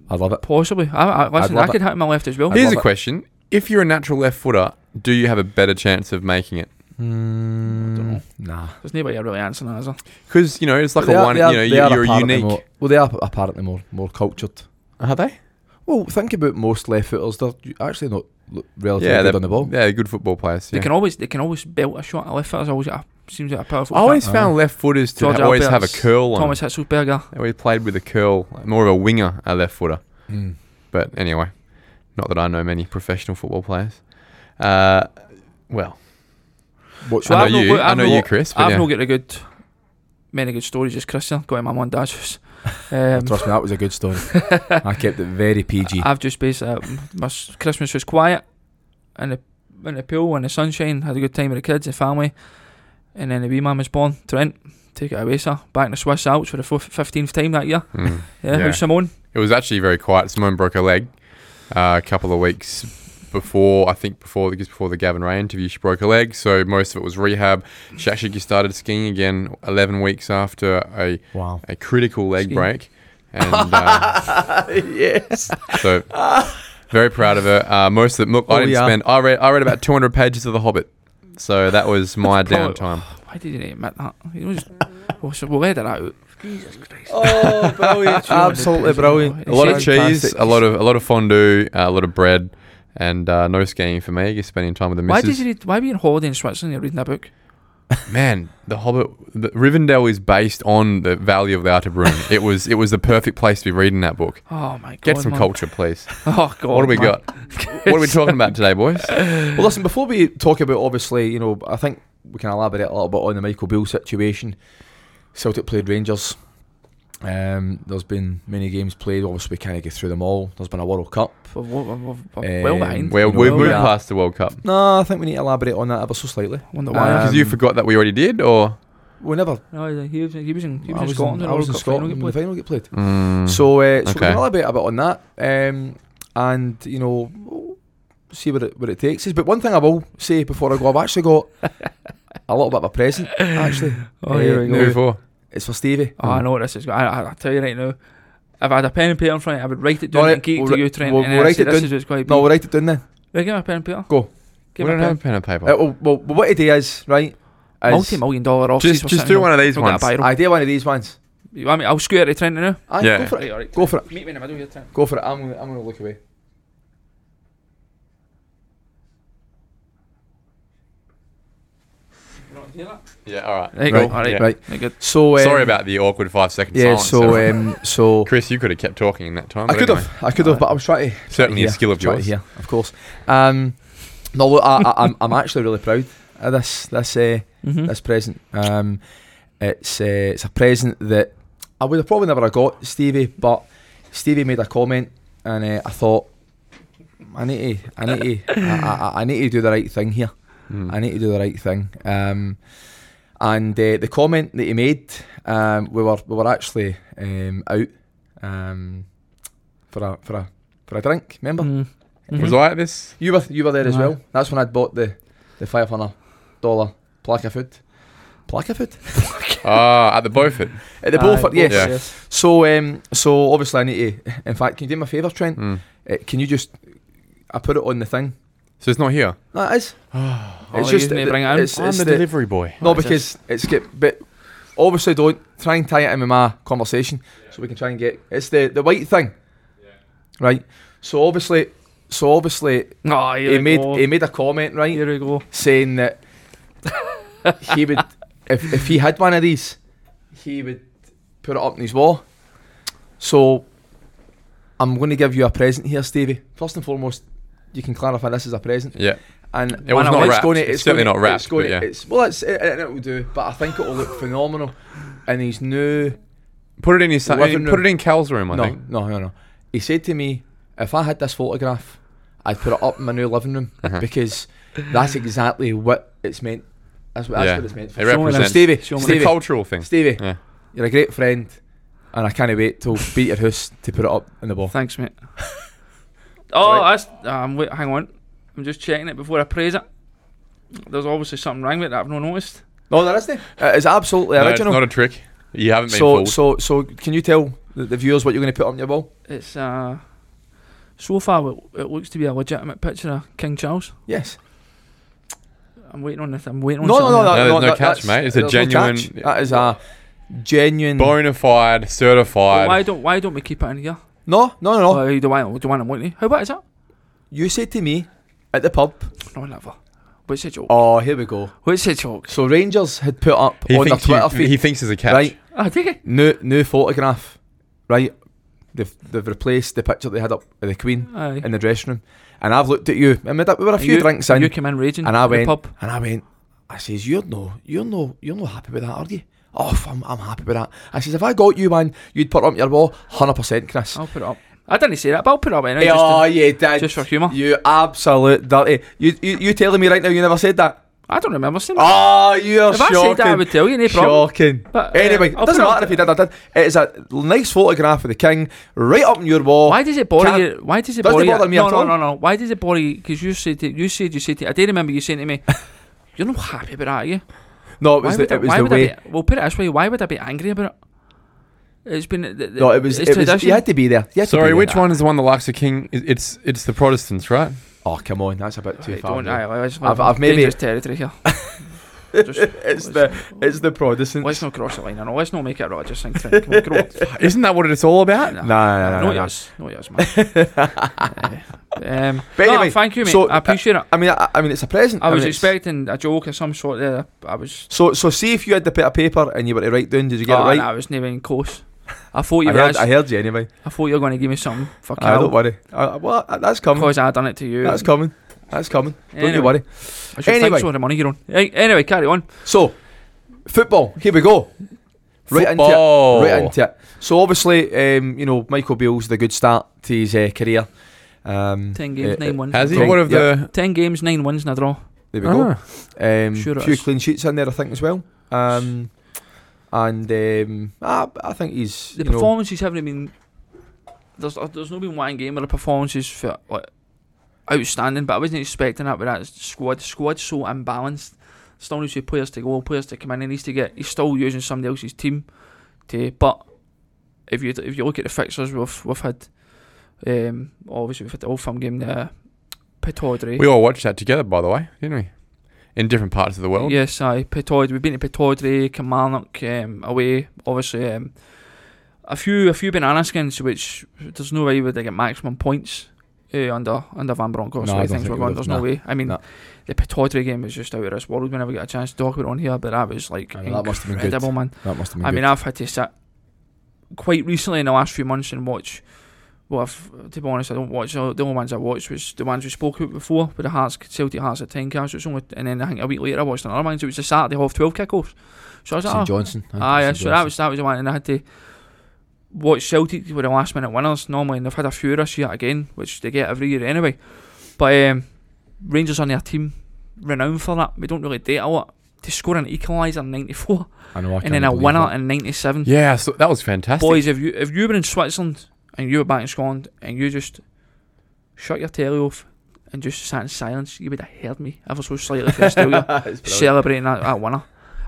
Speaker 1: I love it.
Speaker 3: Possibly. I, I, listen,
Speaker 1: love
Speaker 3: I could hit my left as well.
Speaker 1: I'd
Speaker 2: Here's
Speaker 1: love
Speaker 2: a
Speaker 1: it.
Speaker 2: question: If you're a natural left footer, do you have a better chance of making it?
Speaker 1: Mm, nah.
Speaker 3: There's nobody really answering that, is there?
Speaker 2: Because you know it's like
Speaker 1: They
Speaker 2: a
Speaker 1: are-
Speaker 2: one.
Speaker 1: they are-
Speaker 2: you know,
Speaker 1: they
Speaker 2: you're,
Speaker 1: are
Speaker 2: you're a
Speaker 1: apparently
Speaker 2: unique.
Speaker 1: More, well, they are apparently more more cultured.
Speaker 2: Are they?
Speaker 1: Well, think about most left footers. They're actually not look relatively
Speaker 2: Yeah,
Speaker 1: good
Speaker 2: they're
Speaker 1: on the ball.
Speaker 2: Yeah, good football players.
Speaker 3: They
Speaker 2: Yeah.
Speaker 3: can always they can always belt a shot. A left footer's always got a, seems like a powerful.
Speaker 2: I always
Speaker 1: Uh,
Speaker 2: found left footers to
Speaker 3: George
Speaker 2: ha- always have
Speaker 3: Alberts,
Speaker 2: a curl on.
Speaker 3: Thomas Hitzelsberger.
Speaker 2: They always played with a curl, more of a winger, a left footer.
Speaker 1: Mm.
Speaker 2: But anyway, not that I know many professional football players. Uh, well,
Speaker 1: What's
Speaker 3: Well,
Speaker 1: your-
Speaker 2: I know
Speaker 3: I've not
Speaker 2: you.
Speaker 3: got-
Speaker 2: I
Speaker 3: I've
Speaker 2: know
Speaker 3: not
Speaker 2: you,
Speaker 3: got-
Speaker 2: Chris. But
Speaker 3: I've
Speaker 2: yeah.
Speaker 3: not got a good many good stories just Chris here, going to my mum and dad's house. Um,
Speaker 1: Trust me, that was a good story. I kept it very PG.
Speaker 3: I've just basically uh, my s- Christmas was quiet. in the in the pool in the sunshine, had a good time with the kids and family, and then the wee man was born. Trent, take it away, sir. Back in the Swiss Alps for the fifteenth time that year.
Speaker 2: Mm.
Speaker 3: Yeah,
Speaker 2: Yeah.
Speaker 3: how's Simone?
Speaker 2: It was actually very quiet. Simone broke her leg uh, a couple of weeks before, I think before just before the Gavin Ray interview, she broke her leg. So most of it was rehab. She actually started skiing again 11 weeks after a,
Speaker 1: Wow.
Speaker 2: a critical leg
Speaker 3: Skiing.
Speaker 2: break. And uh,
Speaker 1: yes.
Speaker 2: so very proud of her. Uh, most of the look,
Speaker 1: Oh,
Speaker 2: I didn't
Speaker 1: yeah.
Speaker 2: spend, I read, I read about 200 pages of The Hobbit. So that was my
Speaker 3: Probably-
Speaker 2: downtime.
Speaker 3: Why did you not admit that? You know, just, we'll, so we'll let that out. Jesus Christ.
Speaker 1: Oh, brilliant. Absolutely brilliant.
Speaker 2: A
Speaker 3: A
Speaker 2: lot of
Speaker 1: Fantastic.
Speaker 2: cheese, a lot of a lot of fondue, uh, a lot of bread, and uh, no skiing for me. Just spending time with the missus.
Speaker 3: Why did you read, why were you on holiday in Switzerland? You're reading a book.
Speaker 2: Man, The Hobbit, the, Rivendell is based on the Valley of the Outerbrunn. it was it was the perfect place to be reading that book.
Speaker 3: Oh my god.
Speaker 2: Get some
Speaker 3: man.
Speaker 2: culture, please.
Speaker 3: Oh god.
Speaker 2: what do we
Speaker 3: man.
Speaker 2: got? What are we talking about today, boys?
Speaker 1: Well, listen, before we talk about, obviously, you know, I think we can elaborate a little bit on the Michael Beale situation. Celtic played Rangers. Um, there's been many games played. Obviously, we can't get through them all. There's been a World Cup.
Speaker 3: We're, we're- we're- we're
Speaker 1: Um,
Speaker 3: well behind.
Speaker 2: Well,
Speaker 1: You
Speaker 2: we've
Speaker 1: know,
Speaker 2: moved
Speaker 1: yeah.
Speaker 2: past the World Cup
Speaker 1: No, I think we need to elaborate on that ever so slightly.
Speaker 3: Wonder
Speaker 1: Um,
Speaker 3: why.
Speaker 2: because Uh, you forgot that we already did, or
Speaker 1: We never.
Speaker 3: no, he was, he was in, he was
Speaker 1: I
Speaker 3: in
Speaker 1: was
Speaker 3: Scotland.
Speaker 1: in,
Speaker 3: and
Speaker 1: I was in
Speaker 3: World Cup final
Speaker 1: Scotland. when
Speaker 3: got
Speaker 1: The
Speaker 3: played.
Speaker 1: final get played.
Speaker 2: Mm.
Speaker 1: So, uh, so we
Speaker 2: Okay.
Speaker 1: can elaborate a bit on that, um, and you know, we'll see what it what it takes us. But one thing I will say before I go, I've actually got a little bit of a present. Actually,
Speaker 3: Oh, here we
Speaker 1: no.
Speaker 3: go.
Speaker 2: Who for?
Speaker 1: it's for Stevie.
Speaker 3: Oh, I know what this is. I, I, I tell you right now, if I had a pen and paper in front, of me, I would write it down
Speaker 1: Alright,
Speaker 3: and geek
Speaker 1: we'll
Speaker 3: to
Speaker 1: ri-
Speaker 3: you, Trent.
Speaker 1: we'll-
Speaker 3: and
Speaker 1: we'll
Speaker 3: then
Speaker 1: write
Speaker 3: say,
Speaker 1: it
Speaker 3: this
Speaker 1: down.
Speaker 3: is what it's going to be.
Speaker 1: No, we'll write it down then.
Speaker 3: Right, give me a pen and paper.
Speaker 1: Go.
Speaker 3: Give
Speaker 2: we
Speaker 3: me a
Speaker 2: don't
Speaker 3: pen.
Speaker 2: have a pen and paper.
Speaker 1: Uh, well, well, what it is, right? Is
Speaker 3: Multi-million dollar offers.
Speaker 2: just just do one of these ones.
Speaker 1: I did one of these ones.
Speaker 3: You want me? I'll scoot it to Trent now.
Speaker 1: Aye,
Speaker 2: Yeah.
Speaker 1: Go for it.
Speaker 3: Right, alright.
Speaker 1: Go for it.
Speaker 3: Meet me in the middle here, Trent.
Speaker 1: Go for it. I'm gonna, I'm gonna look away.
Speaker 2: Yeah, all right.
Speaker 3: There you
Speaker 1: Right,
Speaker 3: go. All right.
Speaker 2: yeah.
Speaker 1: Right.
Speaker 3: Very good.
Speaker 1: So um,
Speaker 2: Sorry about the awkward five second
Speaker 1: Yeah.
Speaker 2: silence.
Speaker 1: So
Speaker 2: everyone.
Speaker 1: um, so
Speaker 2: Chris, you could have kept talking in that time.
Speaker 1: I
Speaker 2: but
Speaker 1: could
Speaker 2: anyway.
Speaker 1: have, I could have, but I was trying to
Speaker 2: Certainly a
Speaker 1: Yeah,
Speaker 2: skill of
Speaker 1: try it
Speaker 2: yours.
Speaker 1: here, of course. Um, no, look, I, I, I'm, I'm actually really proud of this this uh,
Speaker 3: Mm-hmm.
Speaker 1: this present. Um, it's uh, it's a present that I would have probably never have got Stevie, but Stevie made a comment, and uh, I thought I need to I need to I, I, I need to do the right thing here.
Speaker 2: Mm.
Speaker 3: Mm-hmm.
Speaker 1: I need to do the right thing. Um, and uh, the comment that he made, um, we were we were actually um, out um, for a for a for a drink. Remember,
Speaker 3: Mm-hmm.
Speaker 2: Was I at this?
Speaker 1: you were you were there as
Speaker 3: Aye.
Speaker 1: well. That's when I'd bought the the five hundred dollar plaque of food, plaque of food
Speaker 2: Ah, at the Beaufort.
Speaker 1: at the Beaufort. Yes.
Speaker 2: Yeah.
Speaker 1: So um, so obviously I need to. In fact, can you do me a favour, Trent?
Speaker 3: Hmm.
Speaker 2: Mm.
Speaker 1: Uh, can you just I put it on the thing?
Speaker 2: So it's not here.
Speaker 1: That is.
Speaker 3: It's just
Speaker 1: the-
Speaker 3: bring it in.
Speaker 1: it's- it's the-
Speaker 2: delivery boy.
Speaker 1: No,
Speaker 3: Right,
Speaker 1: because it's get but obviously don't try and tie it in with my conversation so we can try and get it's the the white thing. Right. So obviously so obviously
Speaker 3: Oh, here
Speaker 1: he
Speaker 3: we
Speaker 1: made
Speaker 3: go.
Speaker 1: he made a comment, right?
Speaker 3: Here we go.
Speaker 1: Saying that he would if if he had one of these, he would put it up in his wall. So I'm gonna give you a present here, Stevie. First and foremost, you can clarify this is a present.
Speaker 2: Yeah.
Speaker 1: And
Speaker 2: It was
Speaker 1: I
Speaker 2: not
Speaker 1: know
Speaker 2: wrapped. It's certainly
Speaker 1: gonna-
Speaker 2: not wrapped,
Speaker 1: It's gonna,
Speaker 2: but yeah.
Speaker 1: it's, well, it's, it, it, will do, but I think it will look phenomenal. And he's new.
Speaker 2: Put it in his son-
Speaker 1: Living
Speaker 2: put
Speaker 1: room.
Speaker 2: it in Cal's room, I
Speaker 1: no,
Speaker 2: think.
Speaker 1: no, no, no. He said to me, if I had this photograph, I'd put it up in my new living room
Speaker 2: Uh-huh.
Speaker 1: because that's exactly what it's meant. That's what, that's
Speaker 2: Yeah.
Speaker 1: what it's meant
Speaker 2: It
Speaker 1: for.
Speaker 3: Show me
Speaker 2: represents
Speaker 3: them.
Speaker 1: Stevie,
Speaker 3: Show me
Speaker 2: it's
Speaker 1: Stevie.
Speaker 2: a cultural thing.
Speaker 1: Stevie,
Speaker 2: Yeah.
Speaker 1: you're a great friend, and I can't wait till beat your house to put it up in the
Speaker 3: them.
Speaker 1: ball.
Speaker 3: Thanks, mate. oh,
Speaker 1: Right.
Speaker 3: that's. Um, wait, hang on. I'm just checking it before I praise it. There's obviously something wrong with it that I've not noticed.
Speaker 1: No, there isn't. It's absolutely
Speaker 2: No, it's
Speaker 1: original.
Speaker 2: not a trick. You haven't been
Speaker 1: so,
Speaker 2: fooled.
Speaker 1: so, so, can you tell the, the viewers what you're going to put on your wall?
Speaker 3: It's uh, so far it, it looks to be a legitimate picture of King Charles.
Speaker 1: Yes.
Speaker 3: I'm waiting on this. I'm waiting on.
Speaker 1: No, no,
Speaker 3: something
Speaker 1: no,
Speaker 3: else.
Speaker 2: No,
Speaker 1: no,
Speaker 2: there's no
Speaker 1: that-
Speaker 2: catch,
Speaker 1: that's-
Speaker 2: mate. It's a
Speaker 1: there's no
Speaker 2: genuine-
Speaker 1: catch. that is a genuine.
Speaker 2: Bona fide,
Speaker 3: Well,
Speaker 2: certified.
Speaker 3: why don't Why don't we keep it in here?
Speaker 1: No, no, no, no.
Speaker 3: Oh, do I? Do I? Want How about is that?
Speaker 1: You said to me at the pub.
Speaker 3: No, never. What's the joke?
Speaker 1: Oh, here we go.
Speaker 3: What's the joke?
Speaker 1: So Rangers had put up
Speaker 2: he,
Speaker 1: on their
Speaker 2: thinks
Speaker 1: Twitter
Speaker 2: you,
Speaker 1: feed,
Speaker 2: he thinks it's a catch.
Speaker 1: right?
Speaker 3: Ah, take it.
Speaker 1: New new photograph, right? They've they've replaced the picture they had up of the Queen
Speaker 3: Aye.
Speaker 1: in the dressing room, and I've looked at you. And we had- we were a
Speaker 3: And
Speaker 1: few
Speaker 3: you-
Speaker 1: drinks
Speaker 3: and
Speaker 1: in,
Speaker 3: You came in raging.
Speaker 1: and I
Speaker 3: in the
Speaker 1: went
Speaker 3: pub.
Speaker 1: and I went. I says, "You're no, you're no, you're no happy with that, are you?" Oh, I'm, I'm happy with that. I says, "If I got you, man, you'd put it up your wall, hundred percent, Chris."
Speaker 3: I'll put it up. I didn't say that, but I'll put it up anyway.
Speaker 1: Hey,
Speaker 3: just to-
Speaker 1: oh, yeah, Dad.
Speaker 3: just for humour.
Speaker 1: You absolute dirty. You, you, you telling me right now you never said that?
Speaker 3: I don't remember saying that.
Speaker 1: Oh, you are
Speaker 3: if
Speaker 1: shocking.
Speaker 3: I said that, I would tell you, no problem.
Speaker 1: Shocking.
Speaker 3: But, uh,
Speaker 1: Anyway,
Speaker 3: I'll
Speaker 1: it doesn't
Speaker 3: put it
Speaker 1: matter if you did or did. It is a nice photograph of the king right up on your wall.
Speaker 3: Why does it bother
Speaker 1: Can't-
Speaker 3: you? Why does it
Speaker 1: Doesn't
Speaker 3: bother,
Speaker 1: bother
Speaker 3: you?
Speaker 1: me
Speaker 3: no,
Speaker 1: at
Speaker 3: no,
Speaker 1: all.
Speaker 3: no, no. Why does it bother you? Because you said it, you said you said it. I do remember you saying to me, "You're not happy about that, are you?"
Speaker 1: No, it
Speaker 3: Why
Speaker 1: was
Speaker 3: would
Speaker 1: the,
Speaker 3: I-
Speaker 1: it was
Speaker 3: why
Speaker 1: the
Speaker 3: would I
Speaker 1: way.
Speaker 3: be- Well, put it this way: Why would I be angry about it? It's been. th- th-
Speaker 1: No, it was.
Speaker 3: It's
Speaker 1: It was
Speaker 3: tradition.
Speaker 1: you had to be there. You had to be
Speaker 2: Sorry,
Speaker 1: there.
Speaker 2: which one is the one that likes the king? It- It's it's the Protestants, right?
Speaker 1: Oh, come on, that's a bit too
Speaker 3: Right,
Speaker 1: far.
Speaker 3: don't-
Speaker 1: now.
Speaker 3: aye, aye, it's
Speaker 1: I've- I've maybe-
Speaker 3: dangerous territory here. Just-
Speaker 1: it's the it's the Protestants.
Speaker 3: Let's not cross the line. I know. Let's not make it right. Just think, think. Come on, grow up.
Speaker 2: Isn't that what it's all about?
Speaker 3: Nah,
Speaker 1: Nah, nah, nah,
Speaker 3: no,
Speaker 1: nah,
Speaker 3: it
Speaker 1: nah.
Speaker 3: is. No, it is, man. Eh, um,
Speaker 1: But
Speaker 3: no,
Speaker 1: anyway,
Speaker 3: thank you, mate.
Speaker 1: so,
Speaker 3: I appreciate it.
Speaker 1: I mean, I, I mean, it's a present.
Speaker 3: I was
Speaker 1: mean, it's-
Speaker 3: expecting a joke or some sort. There, I was.
Speaker 1: So, so see if you had the bit of paper and you were to write down. Did you get
Speaker 3: oh,
Speaker 1: it right?
Speaker 3: nah, I was not even close. I thought you
Speaker 1: I,
Speaker 3: were.
Speaker 1: heard, I
Speaker 3: I,
Speaker 1: heard you anyway.
Speaker 3: thought you were going to give me something. Fuck
Speaker 1: I don't
Speaker 3: hell.
Speaker 1: worry. I, well, I- that's coming.
Speaker 3: Because I done it to you.
Speaker 1: That's coming. That's coming. Don't
Speaker 3: Anyway.
Speaker 1: you worry.
Speaker 3: I should
Speaker 1: Anyway.
Speaker 3: think so. The money you're on. Right, Anyway, carry on.
Speaker 1: So, football. Here we go. Right into it.
Speaker 2: Football.
Speaker 1: Right into it. So obviously, um, you know, Michael Beale's the good start to his uh, career. Um,
Speaker 3: Ten games,
Speaker 1: uh,
Speaker 3: nine wins.
Speaker 2: Has he?
Speaker 1: Think-
Speaker 2: What of the?
Speaker 3: Ten games, nine wins in a draw.
Speaker 1: There we go.
Speaker 2: Ah.
Speaker 1: Um,
Speaker 3: Sure it
Speaker 1: few
Speaker 3: is.
Speaker 1: clean sheets in there, I think, as well. Um, and um, I, I think he's
Speaker 3: The
Speaker 1: you know,
Speaker 3: performances haven't been. There's uh, there's no been one game where the performances for like outstanding, but I wasn't expecting that with that squad. The squad's so imbalanced. Still needs to players to go, players to come in. He needs to get. He's still using somebody else's team, to. But if you if you look at the fixtures we've we've had, um, obviously we've had the Old Firm game, the Pitaudry.
Speaker 2: We all watched that together, by the way, didn't we? In different parts of the world.
Speaker 3: Yes, I Pitaud. We've been to Pitaudry, Kilmarnock, um, away. Obviously, um, a few a few banana skins, which there's no way would they get maximum points uh, under under Van Bronckhorst.
Speaker 1: No, I
Speaker 3: No,
Speaker 1: don't
Speaker 3: things
Speaker 1: think
Speaker 3: were
Speaker 1: it
Speaker 3: going.
Speaker 1: would,
Speaker 3: There's
Speaker 1: nah,
Speaker 3: no way. I mean,
Speaker 1: nah.
Speaker 3: the Pitaudry game was just out of this world. We never get a chance to talk about it on here, but that was like
Speaker 1: I mean, that must have been good.
Speaker 3: incredible, man.
Speaker 1: that must have been
Speaker 3: I
Speaker 1: good.
Speaker 3: mean, I've had to sit quite recently in the last few months and watch. Well, I've, to be honest, I don't watch. The only ones I watched was the ones we spoke about before, with the Hearts, Celtic Hearts at 10 cast. It's only, and then I think a week later I watched another one. So it was the Saturday half 12 kickoffs. So I was like,
Speaker 1: St
Speaker 3: oh,
Speaker 1: Johnson. I think
Speaker 3: aye,
Speaker 1: St.
Speaker 3: so that
Speaker 1: Johnstone.
Speaker 3: was that was the one, and I had to watch Celtic with the last minute winners normally, and they've had a few this year again, which they get every year anyway. But um, Rangers on their team, renowned for that. We don't really date a lot. To score an equaliser in 94
Speaker 1: I know. I
Speaker 3: and then a winner in 97.
Speaker 2: Yeah, so that was fantastic.
Speaker 3: Boys, if you if you were in Switzerland and you were back in Scotland and you just shut your telly off and just sat in silence, you would have heard me ever so slightly for Australia celebrating that, that winner.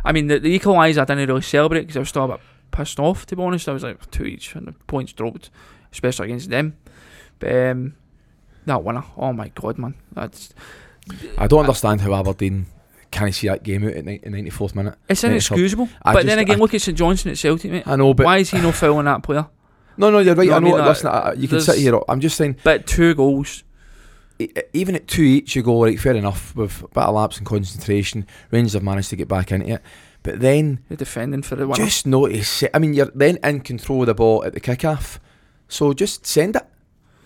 Speaker 3: I mean, the, the equaliser I didn't really celebrate because I was still a bit pissed off, to be honest. I was like, two each, and the points dropped, especially against them. But um, that winner, oh my god, man. That's,
Speaker 1: I don't understand how Aberdeen can't see that game out at ni- in 94th minute.
Speaker 3: it's
Speaker 1: Yeah, it's
Speaker 3: inexcusable.
Speaker 1: I
Speaker 3: but
Speaker 1: just-
Speaker 3: then again,
Speaker 1: I-
Speaker 3: look at St Johnson at Celtic, mate.
Speaker 1: I know, but
Speaker 3: Why is he no fouling that player?
Speaker 1: no, no, you're right.
Speaker 3: No,
Speaker 1: I
Speaker 3: I
Speaker 1: know.
Speaker 3: mean, like,
Speaker 1: listen, I, I- you can sit
Speaker 3: there's-
Speaker 1: here. I'm just saying,
Speaker 3: But two goals.
Speaker 1: e- even at two each, you go right. Fair enough. With a bit of lapse in concentration, Rangers have managed to get back into it. But then
Speaker 3: The defending for the winner.
Speaker 1: just notice. it. I mean, you're then in control of the ball at the kick-off, so just send it.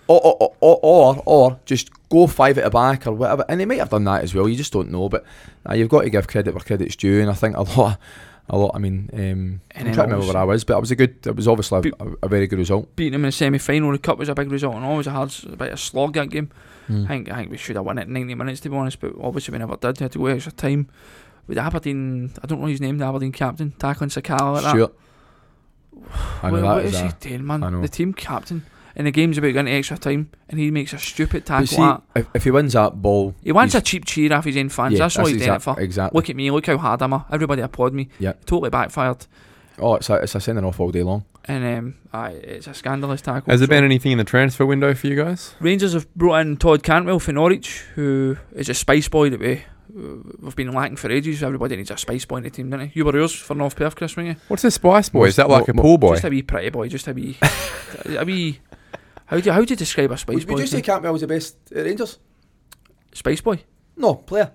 Speaker 1: Or, or, or, or, or just go five at the back or whatever. And they might have done that as well. You just don't know. But uh, you've got to give credit where credit's due. And I think a lot, a lot. I mean, um,
Speaker 3: And
Speaker 1: I'm
Speaker 3: then
Speaker 1: trying to remember where I was, but it was a good. It was obviously a, a, a very good result.
Speaker 3: beating them in the semi final. The cup was a big result and always a hard, a bit of slog that game.
Speaker 1: Mm.
Speaker 3: I think I think we should have won it in 90 minutes to be honest, but obviously we never did. We had to go extra time. With the Aberdeen, I don't know his name, the Aberdeen captain, tackling Sakala like
Speaker 1: Stuart.
Speaker 3: that.
Speaker 1: I know
Speaker 3: What-
Speaker 1: that
Speaker 3: what
Speaker 1: is
Speaker 3: is he
Speaker 1: a-
Speaker 3: doing,
Speaker 1: I know.
Speaker 3: man? The team captain. And the game's about going to extra time, and he makes a stupid
Speaker 1: But
Speaker 3: tackle.
Speaker 1: see,
Speaker 3: like that.
Speaker 1: if, if he wins that ball,
Speaker 3: He wants a
Speaker 1: he's-
Speaker 3: cheap cheer off his own fans.
Speaker 1: yeah,
Speaker 3: that's all he's doing it
Speaker 1: exact-
Speaker 3: for.
Speaker 1: Exactly.
Speaker 3: Look at me, look how hard I'm. Everybody applaud me.
Speaker 1: Yeah.
Speaker 3: Totally backfired.
Speaker 1: oh, it's a, it's a sending off all day long.
Speaker 3: And um, aye, it's a scandalous tackle.
Speaker 2: Has there
Speaker 3: So-
Speaker 2: been anything in the transfer window for you guys?
Speaker 3: Rangers have brought in Todd Cantwell for Norwich, who is a spice boy that we uh, we've been lacking for ages. Everybody needs a spice boy in the team, don't they? You were yours for North Perth, Chris, weren't you?
Speaker 2: What's a Spice Boy? Is that like a
Speaker 1: Mo- mo-
Speaker 2: pool boy?
Speaker 3: Just a wee pretty boy, just a wee, a wee. How do you, how do you describe a spice boy? to you?
Speaker 1: Campbell was the best at Rangers?
Speaker 3: spice boy.
Speaker 1: No, player.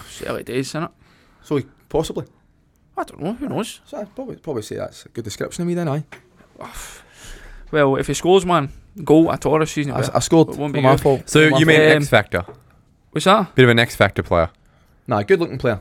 Speaker 3: It's early days, isn't it?
Speaker 1: So possibly.
Speaker 3: I don't know. Who knows?
Speaker 1: So I'd probably probably say that's a good description of me then. I
Speaker 3: Well, if he scores, man, goal at all this season.
Speaker 1: I,
Speaker 3: but-
Speaker 1: I scored.
Speaker 3: It
Speaker 1: Not
Speaker 3: won't be
Speaker 1: my
Speaker 3: good.
Speaker 1: fault.
Speaker 2: So
Speaker 1: Not my
Speaker 2: you mean
Speaker 1: fault.
Speaker 2: X Factor?
Speaker 3: What's that?
Speaker 2: Bit of an X Factor player.
Speaker 1: nah? Good looking player.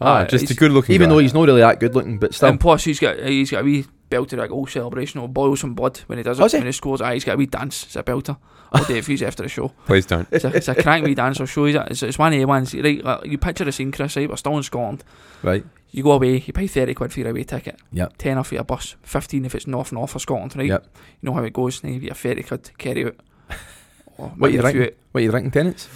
Speaker 2: Ah,
Speaker 3: Aye,
Speaker 2: just a
Speaker 3: he's-
Speaker 2: good looking.
Speaker 1: Even
Speaker 2: guy.
Speaker 3: Um,
Speaker 1: though he's not really that good looking, but still.
Speaker 3: And plus, he's got he's got a wee belted that goal celebration. It'll boil some blood when he does it.
Speaker 1: Has he?
Speaker 3: When he scores, aye, he's got a wee dance. It's a belter. Or Dave Hughes after the show.
Speaker 2: Please don't.
Speaker 3: It's a, it's a crank wee dance. I'll show you. It's, it's one of the ones. Right, like, you picture the scene, Chris. Right, we're still in Scotland.
Speaker 1: Right.
Speaker 3: You go away. You pay thirty quid for your away ticket.
Speaker 1: Yep.
Speaker 3: Ten off for your bus. Fifteen if it's north north for Scotland. Right.
Speaker 1: Yep.
Speaker 3: You know how it goes. Now you get your thirty quid carry out. Or
Speaker 1: What
Speaker 3: maybe
Speaker 1: you
Speaker 3: a few
Speaker 1: drinking? What you drinking, tenants?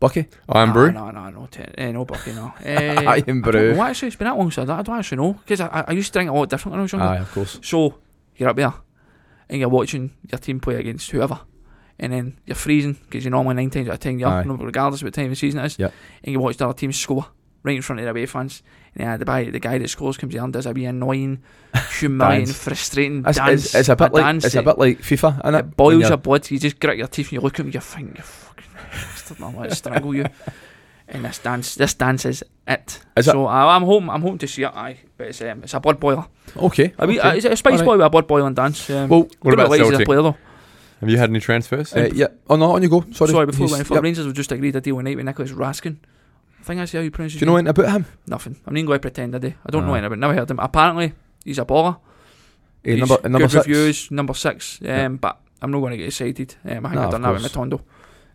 Speaker 1: Bucky.
Speaker 2: Iron
Speaker 3: no,
Speaker 2: Oh, Brew.
Speaker 3: No, no, no, ten, eh, no, Bucky, no.
Speaker 1: I
Speaker 3: Eh,
Speaker 1: am
Speaker 3: I don't
Speaker 1: brew.
Speaker 3: know, actually, it's been that long since I, I don't actually know because I, I, I used to drink a lot different when I was younger.
Speaker 1: Aye, of course.
Speaker 3: So you're up there and you're watching your team play against whoever, and then you're freezing because you normally nine times out of ten you're
Speaker 1: Aye.
Speaker 3: up, no- regardless of what time of the season it is.
Speaker 1: Yep.
Speaker 3: And you watch the other team score right in front of their away fans, and then the guy, the guy that scores comes in and does a wee annoying, humiliating,
Speaker 1: Dance.
Speaker 3: frustrating
Speaker 1: It's,
Speaker 3: dance.
Speaker 1: it's, it's a bit like
Speaker 3: dance eh.
Speaker 1: it's a
Speaker 3: that-
Speaker 1: bit like FIFA, innit?
Speaker 3: it boils
Speaker 1: When
Speaker 3: your blood. You just grit your teeth and you look at him. You think, you fucking bastard, man, let strangle you. And this dance, this dance is it.
Speaker 1: Is it?
Speaker 3: so I, I'm hoping, I'm hoping to see it. Aye, but it's um, it's a blood boiler.
Speaker 1: you're- Okay.
Speaker 3: I mean,
Speaker 1: okay.
Speaker 3: uh, it's a spice
Speaker 1: Alright.
Speaker 3: boy with a blood boiling dance. Um,
Speaker 1: Well,
Speaker 2: What
Speaker 3: don't know
Speaker 2: about
Speaker 3: why he's a
Speaker 2: Celtic?
Speaker 3: player though.
Speaker 2: Have you had any transfers?
Speaker 1: uh, yeah. Oh no, on you go. Sorry.
Speaker 3: Sorry, before we
Speaker 1: He's-
Speaker 3: went for
Speaker 1: yep.
Speaker 3: Rangers, we just agreed a deal with night with Nicholas Raskin. I think I see how you pronounce
Speaker 1: Do
Speaker 3: his
Speaker 1: you know
Speaker 3: name.
Speaker 1: anything about him?
Speaker 3: Nothing. I'm not even going to pretend I do. I don't know
Speaker 1: Ah.
Speaker 3: anything. I've never heard of him. Apparently, he's a baller.
Speaker 1: Eh,
Speaker 3: He's
Speaker 1: number number
Speaker 3: good
Speaker 1: six.
Speaker 3: reviews, number six. Um,
Speaker 1: Yeah.
Speaker 3: But I'm not going to get excited. Um, I think
Speaker 1: No,
Speaker 3: I've
Speaker 1: of
Speaker 3: done that with
Speaker 1: course.
Speaker 3: Matondo.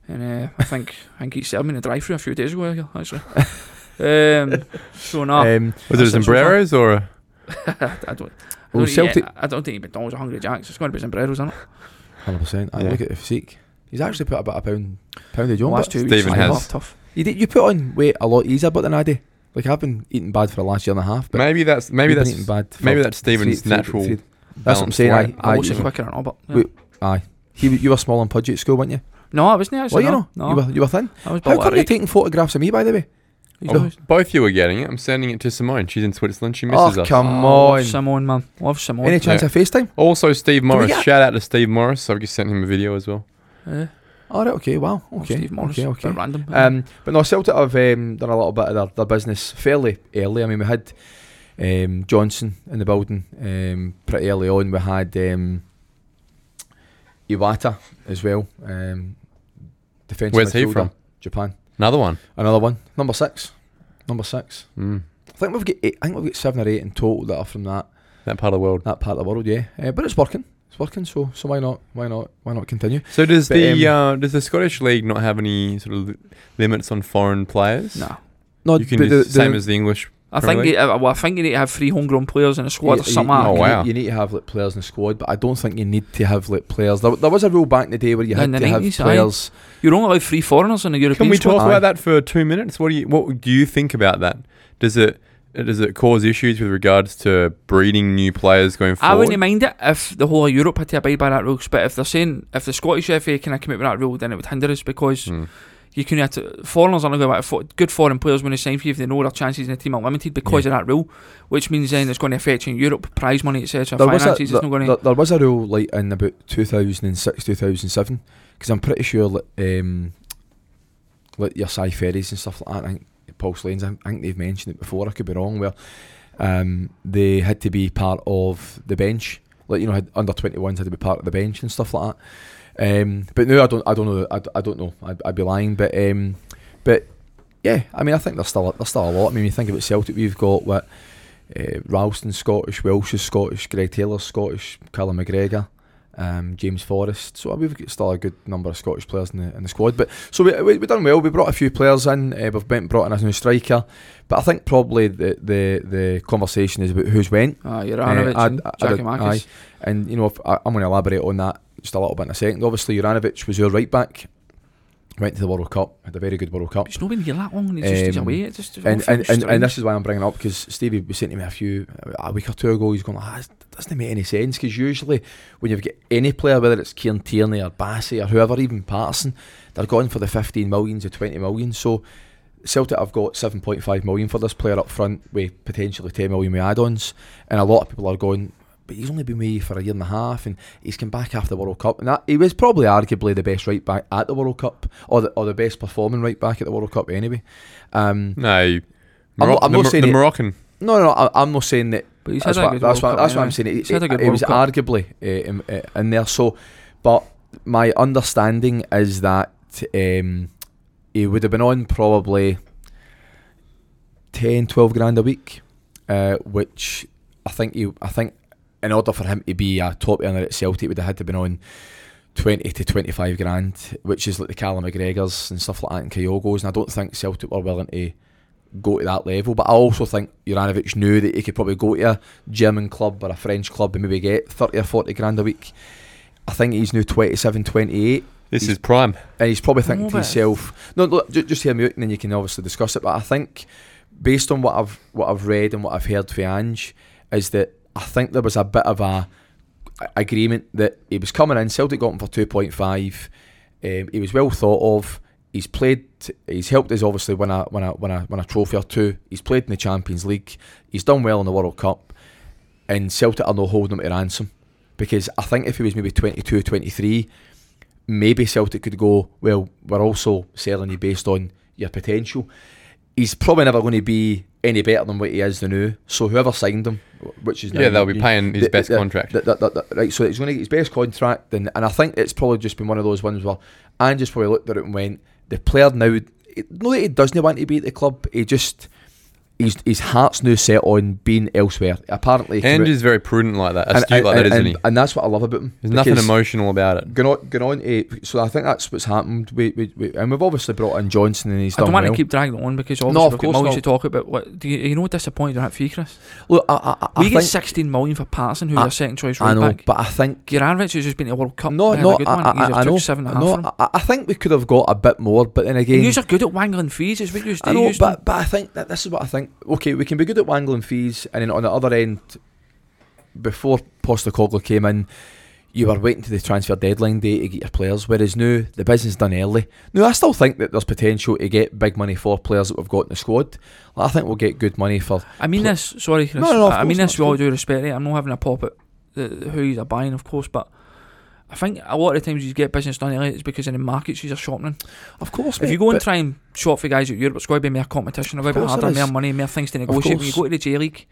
Speaker 3: And uh, I think I think he served me in the drive through a few days ago, here, actually. um, so, no.
Speaker 1: Um,
Speaker 2: Was it a
Speaker 3: Celtic.
Speaker 2: sombreros or a
Speaker 3: I, I don't. I
Speaker 1: well,
Speaker 3: don't, yeah,
Speaker 1: Celtic.
Speaker 3: I don't think McDonald's or Hungry Jacks. It's going to be Sombreros, isn't it?
Speaker 1: Hundred percent. I
Speaker 2: Yeah.
Speaker 1: look at the physique. He's actually put about a pound poundage on.
Speaker 3: last
Speaker 1: but-
Speaker 3: two
Speaker 2: Stephen
Speaker 3: weeks,
Speaker 2: has-
Speaker 3: I've tough.
Speaker 1: You did, you put on weight a lot easier, but than I do. Like I've been eating bad for the last year and a half. But
Speaker 2: maybe that's maybe
Speaker 1: you've been
Speaker 2: that's
Speaker 1: eating bad. for
Speaker 2: maybe that's Stephen's
Speaker 1: three- three-
Speaker 2: natural.
Speaker 1: three- That's what I'm
Speaker 2: balanced
Speaker 1: saying.
Speaker 2: weight.
Speaker 1: I,
Speaker 3: I
Speaker 1: I,
Speaker 3: was
Speaker 1: you,
Speaker 3: quicker than all, but yeah.
Speaker 1: Wait, he, you were small and pudgy at school, weren't you?
Speaker 3: no, I wasn't. Actually,
Speaker 1: Well, you
Speaker 3: no,
Speaker 1: know,
Speaker 3: no,
Speaker 1: you were you were thin.
Speaker 3: I was
Speaker 1: How
Speaker 3: built
Speaker 1: come
Speaker 3: at
Speaker 1: you're
Speaker 3: right.
Speaker 1: taking photographs of me, by the way?
Speaker 3: He's
Speaker 1: Oh,
Speaker 3: always-
Speaker 2: Both you are getting it. I'm sending it to Simone. She's in Switzerland. She misses
Speaker 1: Oh
Speaker 2: us.
Speaker 1: come
Speaker 3: Oh,
Speaker 1: on!
Speaker 3: Love Simone, man. Love Simone.
Speaker 1: Any chance
Speaker 2: Yeah.
Speaker 1: of FaceTime?
Speaker 2: Also, Steve Morris.
Speaker 1: get-
Speaker 2: Shout out to Steve Morris. I've just sent him a video as well.
Speaker 3: Yeah,
Speaker 1: All right. Okay. Wow.
Speaker 3: love
Speaker 1: Okay.
Speaker 3: Steve Morris.
Speaker 1: Okay.
Speaker 3: Bit
Speaker 1: Okay.
Speaker 3: random.
Speaker 2: Mm-hmm.
Speaker 1: Um, but no, Celtic have um, done a little bit of their, their business fairly early. I mean, we had um, Johnson in the building um, pretty early on. We had um, Iwata as well. Um, defensive
Speaker 2: Where's he
Speaker 1: midfielder,
Speaker 2: from?
Speaker 1: Japan.
Speaker 2: Another one.
Speaker 1: Another one. Number six. Number six.
Speaker 2: Mm.
Speaker 1: I think we've got eight, I think we've got seven or eight in total that are from that
Speaker 2: That part of the world.
Speaker 1: that part of the world. Yeah, uh, but it's working. It's working. So so why not? Why not? Why not continue?
Speaker 2: So does
Speaker 1: But,
Speaker 2: the uh, does the Scottish League not have any sort of li- limits on foreign players?
Speaker 3: no,
Speaker 1: No,
Speaker 2: you can
Speaker 1: but
Speaker 2: use
Speaker 1: the-
Speaker 2: the, same
Speaker 1: the-
Speaker 2: as the English.
Speaker 3: I
Speaker 2: Premier
Speaker 3: think
Speaker 2: League?
Speaker 3: you, uh, well, I think you need to have three homegrown players in a squad or
Speaker 1: You- you-
Speaker 3: something.
Speaker 1: you
Speaker 2: Oh,
Speaker 1: need-
Speaker 2: wow.
Speaker 1: You need to have like players in the squad, but I don't think you need to have like players. There, there was a rule back in the day where you
Speaker 3: In
Speaker 1: had
Speaker 3: the
Speaker 1: to have
Speaker 3: 90s, aye.
Speaker 1: players.
Speaker 3: You're only allowed three foreigners in a European
Speaker 2: Can we
Speaker 3: squad.
Speaker 2: talk
Speaker 1: squad. Aye.
Speaker 2: about that for two minutes? What do you what do you think about that? Does it does it cause issues with regards to breeding new players going
Speaker 3: I
Speaker 2: forward?
Speaker 3: wouldn't mind it if the whole of Europe had to abide by that rules, but if they're saying if the Scottish FA can come out with that rule, then it would hinder us because
Speaker 2: Mm.
Speaker 3: you can have to, foreigners are not going to for, good foreign players when they sign for you if they know their chances in the team are limited because of that rule, which means then it's going to affect you in Europe, prize money, etc.
Speaker 1: There was,
Speaker 3: Finances,
Speaker 1: a,
Speaker 3: it's
Speaker 1: there,
Speaker 3: not going
Speaker 1: there-
Speaker 3: to.
Speaker 1: there was a rule like in about 2006, 2007, because I'm pretty sure like, um, like your Cy Ferries and stuff like that. I think Paul Slane's, I think they've mentioned it before, I could be wrong, where um, they had to be part of the bench. Like, you know, had under 21s had to be part of the bench and stuff like that. Um, but no, I don't, I don't know. I, d- I don't know. I'd, I'd be lying, but um, but yeah, I mean, I think there's still a- there's still a lot. I mean, when you think about Celtic, we've got what uh, Ralston Scottish, Welsh is Scottish, Greg Taylor Scottish, Callum McGregor, um, James Forrest. So uh, we've got still a good number of Scottish players in the, in the squad. But so we we we done well. We brought a few players in. Uh, we've been brought in a new striker, but I think probably the the, the conversation is about who's went. Eh,
Speaker 3: Ah, Juranovic,
Speaker 1: I'd-
Speaker 3: and
Speaker 1: I'd-
Speaker 3: Jackie
Speaker 1: I'd-
Speaker 3: Marcus.
Speaker 1: And you know, if, I, I'm going to elaborate on that just a little bit in a second. Obviously, Juranovic was your right back. Went to the World Cup, had a very good World Cup.
Speaker 3: It's not been here that long. and He's just he's
Speaker 1: Um,
Speaker 3: away. It just it all
Speaker 1: and
Speaker 3: feels
Speaker 1: and, and,
Speaker 3: strange.
Speaker 1: and this is why I'm bringing it up because Stevie was saying to me a few a week or two ago. He's going, ah, it doesn't make any sense because usually when you've got any player, whether it's Kieran Tierney or Bassey or whoever, even Patterson, they're going for the 15 millions or 20 million. So Celtic have got 7.5 million for this player up front with potentially 10 million with add-ons, and a lot of people are going. But he's only been with you for a year and a half, and he's come back after the World Cup, and that he was probably arguably the best right back at the World Cup, or the or the best performing right back at the World Cup anyway. Um,
Speaker 2: no,
Speaker 1: I'm
Speaker 2: Moro-
Speaker 1: not- I'm
Speaker 2: the,
Speaker 1: not
Speaker 2: Mor-
Speaker 1: saying
Speaker 2: the
Speaker 1: it-
Speaker 2: Moroccan.
Speaker 1: No, no, I, I'm not saying that.
Speaker 3: But he's
Speaker 1: that's
Speaker 3: had a
Speaker 1: what,
Speaker 3: good
Speaker 1: that's
Speaker 3: World
Speaker 1: what,
Speaker 3: Cup
Speaker 1: that's what I'm
Speaker 3: anyway.
Speaker 1: saying. It,
Speaker 3: He's had a
Speaker 1: it-
Speaker 3: good
Speaker 1: it was
Speaker 3: World
Speaker 1: arguably uh, in, uh, in there. So, but my understanding is that um, he would have been on probably eh, 10, 12 grand a week, uh, which I think he, I think in order for him to be a top earner at Celtic, would have had to been on twenty to twenty-five grand, which is like the Callum McGregors and stuff like that, and Kyogos. And I don't think Celtic were willing to go to that level. But I also think Juranovic knew that he could probably go to a German club or a French club and maybe get thirty or forty grand a week. I think he's new 27, 28
Speaker 2: This is prime.
Speaker 1: and he's probably thinking
Speaker 3: Oh,
Speaker 1: to
Speaker 3: but-
Speaker 1: himself, "No, look, ju- just hear me out, and then you can obviously discuss it." But I think, based on what I've what I've read and what I've heard from Ange, is that I think there was a bit of a a- agreement that he was coming in. Celtic got him for two point five. Um, he was well thought of. He's played. He's helped us obviously win a win a win a win a trophy or two. He's played in the Champions League. He's done well in the World Cup, and Celtic are not holding him to ransom because I think if he was maybe 22, 23, maybe Celtic could go, well, we're also selling you based on your potential. He's probably never going to be any better than what he is now. So whoever signed him, which is now
Speaker 2: Yeah, they'll be
Speaker 1: you-
Speaker 2: paying his
Speaker 1: the-
Speaker 2: best
Speaker 1: the-
Speaker 2: contract.
Speaker 1: the- the- the- the- right, so he's going to get his best contract, and, and I think it's probably just been one of those ones where Ange just probably looked at it and went, the player now, it- no, that he doesn't want to be at the club. He just, his his heart's now set on being elsewhere. Apparently, he came out-
Speaker 2: Andrew's very prudent like that, astute
Speaker 1: and,
Speaker 2: like
Speaker 1: and,
Speaker 2: that, isn't
Speaker 1: and,
Speaker 2: he?
Speaker 1: and that's what I love about him.
Speaker 2: There's nothing
Speaker 1: because-
Speaker 2: emotional about it.
Speaker 1: Going on, going on to, so I think that's what's happened. We, we, we, and we've obviously brought in Johnson and he's
Speaker 3: I
Speaker 1: done
Speaker 3: don't want
Speaker 1: well.
Speaker 3: to keep dragging it on because
Speaker 1: No,
Speaker 3: obviously
Speaker 1: of
Speaker 3: we've
Speaker 1: course
Speaker 3: got
Speaker 1: not.
Speaker 3: millions to talk about. What do you, you know? What disappointed that fee, Chris.
Speaker 1: Look, I, I, I,
Speaker 3: we
Speaker 1: I
Speaker 3: get
Speaker 1: think,
Speaker 3: 16 million for Patterson, who's
Speaker 1: I-
Speaker 3: our second choice
Speaker 1: I
Speaker 3: right
Speaker 1: know,
Speaker 3: back.
Speaker 1: but I think
Speaker 3: Juranovic has just been to the World Cup.
Speaker 1: Ah, no,
Speaker 3: they had
Speaker 1: no, ah,
Speaker 3: a good
Speaker 1: I,
Speaker 3: one.
Speaker 1: I,
Speaker 3: He just
Speaker 1: I, I
Speaker 3: took
Speaker 1: know,
Speaker 3: seven and a half from.
Speaker 1: no, ah, I, I think we could have got a bit more, but then again,
Speaker 3: You are good at wangling fees. It's what you
Speaker 1: I
Speaker 3: do.
Speaker 1: know,
Speaker 3: Yous don't-
Speaker 1: but but I think that this is what I think. Okay, we can be good at wangling fees, and then on the other end, before Postacoglu came in, you were waiting to the transfer deadline day to get your players. Whereas now the business done early. Now I still think that there's potential to get big money for players that we've got in the squad. Like, I think we'll get good money for.
Speaker 3: I mean
Speaker 1: pl-
Speaker 3: this. Sorry, uh, Chris.
Speaker 1: No, no, of
Speaker 3: I mean
Speaker 1: course
Speaker 3: this.
Speaker 1: not.
Speaker 3: With all due respect, right? I'm not having a pop at the, the- who you're buying, of course, but. I think a lot of the times you get business done early, it's because in the markets you're shopping.
Speaker 1: Of course,
Speaker 3: If you go and try and shop for guys at Europe, it's going to be more competition, a little bit
Speaker 1: course it
Speaker 3: harder, more
Speaker 1: is.
Speaker 3: money, more things to negotiate. When you
Speaker 1: course.
Speaker 3: go to the J League,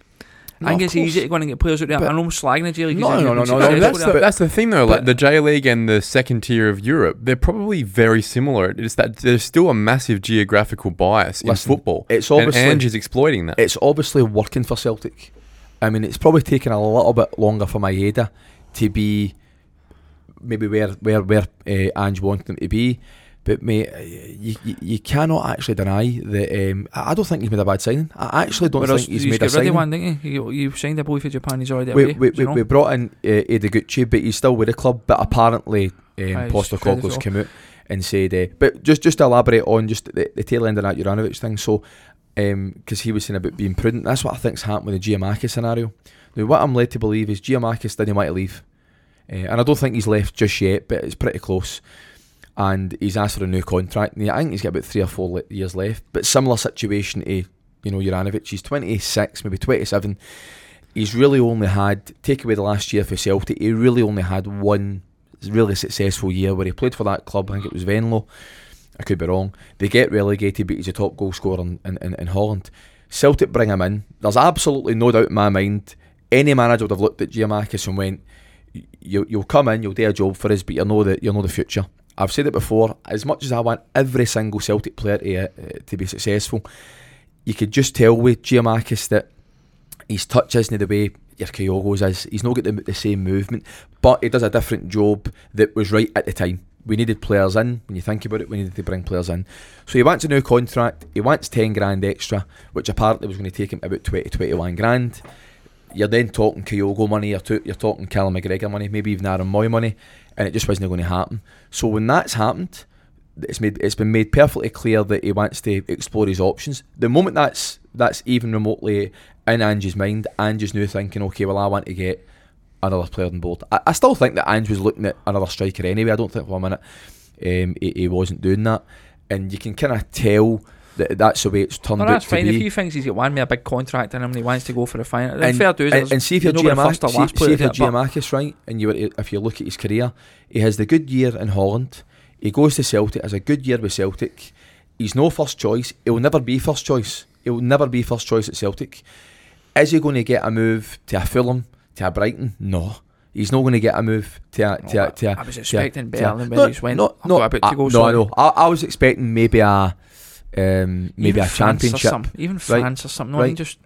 Speaker 3: I think it's easy to go in and get players out there.
Speaker 1: But-
Speaker 3: I'm almost slagging the J League.
Speaker 1: No,
Speaker 3: he's
Speaker 1: no,
Speaker 3: been
Speaker 1: no, no,
Speaker 2: Oh, No,
Speaker 1: Yeah,
Speaker 3: successful
Speaker 2: that's
Speaker 3: with
Speaker 2: the,
Speaker 3: it.
Speaker 2: that's the thing though.
Speaker 1: but-
Speaker 2: Like the J League and the second tier of Europe, they're probably very similar. It's that there's still a massive geographical bias
Speaker 1: Listen,
Speaker 2: in football.
Speaker 1: it's obviously-
Speaker 2: and Ange is exploiting that.
Speaker 1: it's obviously working for Celtic. I mean, it's probably taken a little bit longer for Maeda to be maybe where where where uh, Ange wanted them to be. But mate, uh, you, you, you cannot actually deny that. Um, I I don't think he's made a bad signing. I actually don't
Speaker 3: Whereas
Speaker 1: think he's
Speaker 3: you
Speaker 1: made a
Speaker 3: get rid of
Speaker 1: signing.
Speaker 3: one, didn't you? You, you signed a boy for Japan, he's already
Speaker 1: We,
Speaker 3: away.
Speaker 1: we,
Speaker 3: do
Speaker 1: we,
Speaker 3: you know?
Speaker 1: we brought in uh, Gucci, but he's still with the club. But apparently, um,
Speaker 3: Aye, he's traded
Speaker 1: Postacoglu's
Speaker 3: off.
Speaker 1: come out and said. Uh, but just just to elaborate on just the, the tail end of that Juranovic thing. So, because he was saying about being prudent, that's what I think's happened with the Giamacchi scenario. Now, what I'm led to believe is Giamacchi didn't want to leave, uh, and I don't think he's left just yet, but it's pretty close. And he's asked for a new contract. And I think he's got about three or four le- years left. But similar situation to you know Juranovic. He's 26, maybe 27 he's really only had take away the last year for Celtic. He really only had one really successful year where he played for that club. I think it was Venlo. I could be wrong. They get relegated, but he's a top goal scorer in, in, in, in Holland. Celtic bring him in. There's absolutely no doubt in my mind. Any manager would have looked at Giamakis and went, "Y- you, "You'll come in, you'll do a job for us, but you know that you know the future." I've said it before. As much as I want every single Celtic player to, uh, to be successful, you could just tell with Giamakis that his touch isn't the way your Kyogo's is. He's not got the, the same movement, but he does a different job that was right at the time. We needed players in. When you think about it, we needed to bring players in. So he wants a new contract. He wants 10 grand extra, which apparently was going to take him about 20, 21 grand. You're then talking Kyogo money, you're, to, you're talking Callum McGregor money, maybe even Aaron Moy money, and it just wasn't going to happen. So when that's happened, it's made it's been made perfectly clear that he wants to explore his options. The moment that's that's even remotely in Ange's mind, Ange is now thinking, okay, well I want to get another player on board. I, I still think that Ange was looking at another striker anyway. I don't think for a minute um, he, he wasn't doing that, and you can kind of tell that that's the way it's turned
Speaker 3: Well,
Speaker 1: out
Speaker 3: that's
Speaker 1: um, to
Speaker 3: fine.
Speaker 1: be.
Speaker 3: If he thinks he's got one with a big contract in him and he wants to go for the final, then
Speaker 1: and,
Speaker 3: fair dues.
Speaker 1: and, and see if you're
Speaker 3: you know, we're first or
Speaker 1: Giamakis,
Speaker 3: last
Speaker 1: see, see
Speaker 3: player
Speaker 1: if
Speaker 3: to
Speaker 1: you're
Speaker 3: it, but
Speaker 1: Giamakis, right? And you were, to- if you look at his career, he has the good year in Holland. He goes to Celtic, has a good year with Celtic. He's no first choice. He'll never be first choice. He'll never be first choice at Celtic. Is he going to get a move to a Fulham, to a Brighton? No. He's not going to get a move to a,
Speaker 3: No,
Speaker 1: to a,
Speaker 3: Oh, I-
Speaker 1: to a,
Speaker 3: I was
Speaker 1: to a-
Speaker 3: expecting
Speaker 1: to a-
Speaker 3: better than when
Speaker 1: no,
Speaker 3: he just went,
Speaker 1: No,
Speaker 3: "I've
Speaker 1: no,
Speaker 3: got a bit to
Speaker 1: I- no,
Speaker 3: go,
Speaker 1: I
Speaker 3: sorry."
Speaker 1: know. I, I was expecting maybe a um, maybe
Speaker 3: even
Speaker 1: a
Speaker 3: France Or
Speaker 1: championship.
Speaker 3: something. Even
Speaker 1: Right.
Speaker 3: France or something. No, I
Speaker 1: Right.
Speaker 3: mean just.